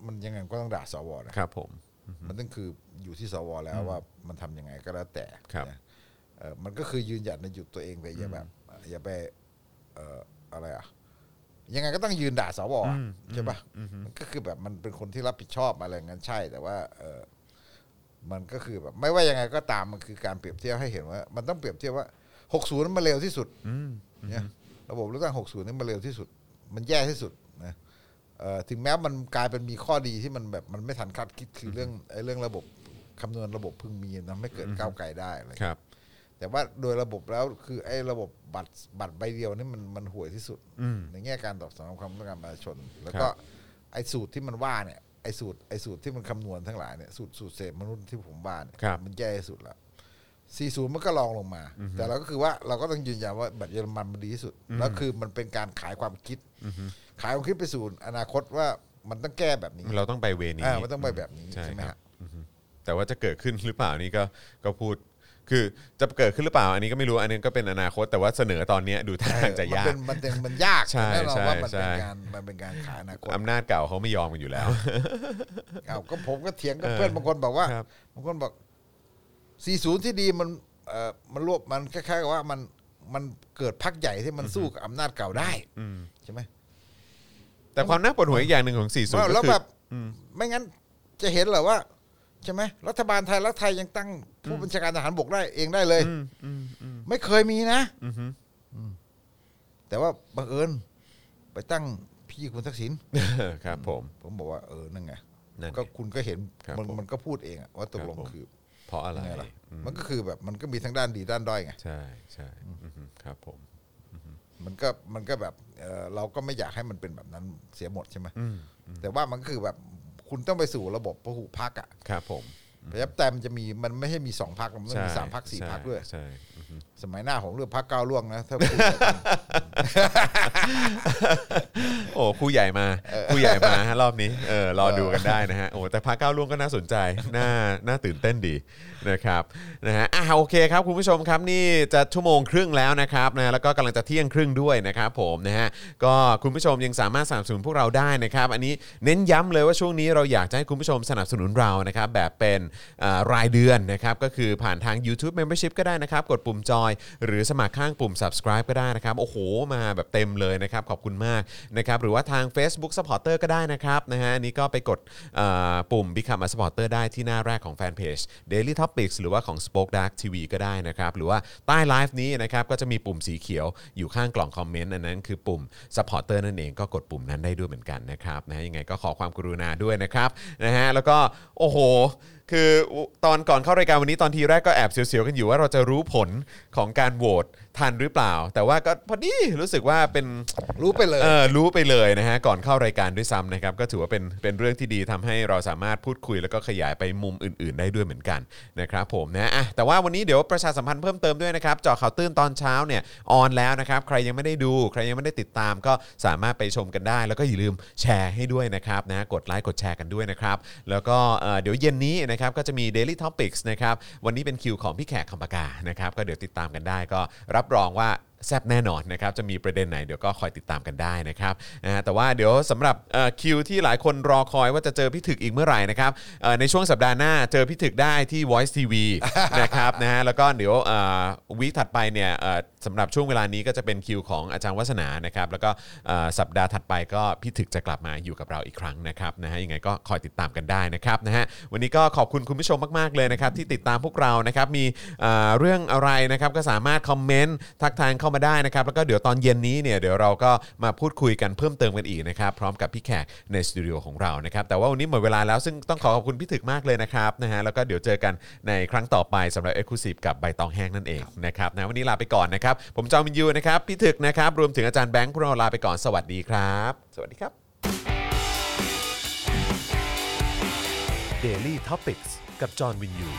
Speaker 3: มันยังไงก็ต้องด่าสวนะครับ
Speaker 2: ผม
Speaker 3: มันต้องคืออยู่ที่สวแล้วว่ามันทำยังไงก็แล้วแต่
Speaker 2: ครับ
Speaker 3: นะเอ่อมันก็คือยืนหยัดในจุดตัวเองไปอย่าแบบอย่าไปเอ่ออะไรอ่ะยังไงก็ต้องยืนด่าสวอะใช่ปะมันก็คือแบบมันเป็นคนที่รับผิดชอบอะไรอย่างนั้นใช่ แต่ว่าเอ่อมันก็คือแบบไม่ว่ายังไงก็ตามมันคือการเปรียบเทียบให้เห็นว่า มันต้องเปรียบเทียบว่า60นั้นมาเร็วที่สุด
Speaker 2: อืม
Speaker 3: เนี่ยระบบเลือกตั้ง 60 นี่มันเร็วที่สุด มันแย่ที่สุดนะเอ่อถึงแม้มันกลายเป็นมีข้อดีที่มันแบบมันไม่ทันคาดคิดคือเรื่องไอ้เรื่องระบบคำนวณระบบพึงมีนะไม่เกิดก้าวไกลได้อะไร
Speaker 2: ครับ
Speaker 3: แต่ว่าโดยระบบแล้วคือไอ้ระบบบัตรบัตรใบเดียวนี่มันมันห่วยที่สุด
Speaker 2: อืม
Speaker 3: ในแง่การตอบสนองความต้องการประชาชน แล้วก็
Speaker 2: ครับ
Speaker 3: ไอ้สูตรที่มันว่าเนี่ยไอ อ้สูตรไอ้สูตรที่มันคำนวณทั้งหลายเนี่ยสูตรสูตรเศษมนุษย์ที่ผมว่าเนี่ย
Speaker 2: ครับ
Speaker 3: มันแย่ที่สุดละ40 มันก็ลองลงมา แต่เราก็คือว่าเราก็ต้องยืนยันว่าแบบเยอรมันมันดีที่สุดแล้วคือมันเป็นการขายความคิด ขายความคิดไปสู่อนาคตว่ามันต้องแก้แบบนี้
Speaker 2: เราต้องไปเวนี้
Speaker 3: อ่ามันต้องไปแบบนี้
Speaker 2: ใช่
Speaker 3: ใช่ไหม
Speaker 2: ครั
Speaker 3: ฮะ
Speaker 2: บ แต่ว่าจะเกิดขึ้นหรือเปล่านี่ก็ก็พูด คือจะเกิดขึ้นหรือเปล่า อันนี้ก็ไม่รู้อันนี้ก็เป็นอนาคตแต่ว่าเสนอตอนเนี้ยดูท่าท างจะยาก
Speaker 3: มันเป็นมันเป็นมันยาก
Speaker 2: ใช่
Speaker 3: แน่นอนว่า
Speaker 2: ใช่
Speaker 3: มันเป็น
Speaker 2: ใช่
Speaker 3: การมันเป็นการขายอนาคต
Speaker 2: อำนาจเก่าเขาไม่ยอมกันอยู่แล้ว
Speaker 3: เอาก็ผมก็เถียงกับ
Speaker 2: เออ
Speaker 3: เพื่อนบางคนบอกว่า
Speaker 2: ครับ
Speaker 3: บางคนบอก 40 ที่ดีมันเอ่อมันรวบมันคล้ายๆกับว่ามันมันเกิดพักใหญ่ที่มันสู้กับอำนาจเก่าได้ใช่ไหม
Speaker 2: แต่ความน่าปวดหัวอีกอย่างหนึ่งของ 40 ก็
Speaker 3: แล้ว
Speaker 2: คื
Speaker 3: แบ
Speaker 2: อ
Speaker 3: บไม่งั้นจะเห็นเหรอว่าใช่ไหมรัฐบาลไทยรัฐไทยยังตั้งผู้บัญชาการทหารบกได้เองได้เลย ไม่เคยมีนะอืมแต่ว่าบังเอิญไปตั้งพี่คุณทักษิณ
Speaker 2: ครับผม
Speaker 3: ผมบอกว่าเออนั่นไง
Speaker 2: นั่นไง
Speaker 3: ก็คุณก็เห็น
Speaker 2: ครับ
Speaker 3: มัน
Speaker 2: ผม
Speaker 3: มันก็พูดเองอะว่าตกลง
Speaker 2: ครับผม
Speaker 3: คือ
Speaker 2: เพราะอะไร
Speaker 3: ไงล่ะ
Speaker 2: อืม
Speaker 3: มันก็คือแบบมันก็มีทั้งด้านดีด้านด้อยไง
Speaker 2: ใช่ใช่อือฮึครับผม
Speaker 3: มันก็มันก็แบบเอ่อเราก็ไม่อยากให้มันเป็นแบบนั้นเสียหมดใช่ไหมแต่ว่ามันก็คือแบบคุณต้องไปสู่ระบบพหุพักอ่ะ
Speaker 2: ครับผม
Speaker 3: ประชาธิปไตยมันจะมีมันไม่ใช่มีสองพักมันต้องมีสามพักสี่
Speaker 2: ใช่
Speaker 3: พักด้วย
Speaker 2: ใช่อือฮึ
Speaker 3: สมัยหน้าผมเลือกพักก้าวล่วงนะถ้าคุณ
Speaker 2: โอ้ครูใหญ่มาครูใหญ่มา ฮะรอบนี้เออรอดูกันได้นะฮะโอ้แต่พาก้าวล่วงก็น่าสนใจน่าน่าตื่นเต้นดีนะครับนะฮะอ่ะโอเคครับคุณผู้ชมครับนี่จะชั่วโมงครึ่งแล้วนะครับนะแล้วก็กำลังจะเที่ยงครึ่งด้วยนะครับผมนะฮะก็คุณผู้ชมยังสามารถสนับสนุนพวกเราได้นะครับ อันนี้เน้นย้ำเลยว่าช่วงนี้เราอยากจะให้คุณผู้ชมสนับสนุนเรานะครับแบบเป็นอ่ารายเดือนนะครับก็คือผ่านทาง YouTube Membership ก็ได้นะครับกดปุ่มจอย หรือสมัครข้างปุ่ม subscribe ก็ได้นะครับ โอ้โห มาแบบเต็มเลยนะครับ ขอบคุณมากนะครับหรือว่าทาง Facebook Supporter ก็ได้นะครับนะฮะอันนี้ก็ไปกดเอ่อปุ่ม Become a supporter ได้ที่หน้าแรกของแฟนเพจ Daily Topics หรือว่าของ Spoke Dark TV ก็ได้นะครับ หรือว่าใต้ไลฟ์นี้นะครับ ก็จะมีปุ่มสีเขียวอยู่ข้างกล่องคอมเมนต์อันนั้นคือปุ่ม supporter นั่นเองก็กดปุ่มนั้นได้ด้วยเหมือนกันนะครับนะฮะยังไงก็ขอความกรุณาด้วยนะครับนะฮะแล้วก็โอ้โห คือตอนก่อนเข้ารายการวันนี้ตอนทีแรกก็แอบเสียวๆกันอยู่ว่าเราจะรู้ผลของการโหวตทันหรือเปล่า แต่ว่าก็พอดีรู้สึกว่าเป็น
Speaker 3: รู้ไปเลย
Speaker 2: เออรู้ไปเลยนะฮะก่อนเข้ารายการด้วยซ้ำนะครับก็ถือว่าเป็นเป็นเรื่องที่ดีทำให้เราสามารถพูดคุยแล้วก็ขยายไปมุมอื่น ๆ ได้ด้วยเหมือนกันนะครับผมนะอ่ะแต่ว่าวันนี้เดี๋ยวประชาสัมพันธ์เพิ่มเติมด้วยนะครับเจอข่าวตื้นตอนเช้าเนี่ยออนแล้วนะครับใครยังไม่ได้ดูใครยังไม่ได้ติดตามก็สามารถไปชมกันได้ แล้วก็อย่าลืมแชร์ให้ด้วยนะครับนะกดไลค์กดแชร์กันด้วยนะครับแล้วก็เอ่อเดี๋ยวเย็นนี้นะครับก็จะมี Daily Topics นะครับวันนี้เป็นคิวของพี่แขกคำปากานะครับก็เดี๋ยวติดตามกันได้ก็รับรองว่า แซบแน่นอนนะครับ จะมีประเด็นไหนเดี๋ยวก็คอยติดตามกันได้นะครับนะฮะแต่ว่าเดี๋ยวสำหรับเอ่อคิวที่หลายคนรอคอยว่าจะเจอพี่ถึกอีกเมื่อไหร่นะครับเอ่อในช่วงสัปดาห์หน้าเจอพี่ถึกได้ที่ Voice TV นะครับนะฮะแล้วก็เดี๋ยวเอ่อวีคถัดไปเนี่ยเอ่อสำหรับช่วงเวลานี้ก็จะเป็นคิวของอาจารย์วัฒนานะครับแล้วก็เอ่อสัปดาห์ถัดไปก็พี่ถึกจะกลับมาอยู่กับเราอีกครั้งนะครับนะฮะยังไงก็คอยติดตามกันได้นะครับนะฮะวันนี้ก็ขอบคุณคุณผู้ชมมากๆเลยนะครับที่ติดตามพวกเรานะครับมีเอ่อเรื่องอะไรนะครับก็สามารถคอมเมนต์ทักทายเข้ามาได้นะครับแล้วก็เดี๋ยวตอนเย็นนี้เนี่ยเดี๋ยวเราก็มาพูดคุยกันเพิ่มเติมกันอีกนะครับพร้อมกับพี่แขกในสตูดิโอของเรานะครับแต่ว่าวันนี้หมดเวลาแล้วซึ่งต้องขอขอบคุณพี่ถึกมากเลยนะครับนะฮะแล้วก็เดี๋ยวเจอกันในครั้งต่อไปสำหรับ e x c l u s i v e กับใบตองแห้งนั่นเองนะครับนะวันนี้ลาไปก่อนนะครับผมจอมวินยูนะครับพี่ถึกนะครับรวมถึงอาจารย์แบงค์พวกเราลาไปก่อนสวัสดีครับ สวัสดีครับ
Speaker 1: Daily t o p i c กกับจอห์นวินยู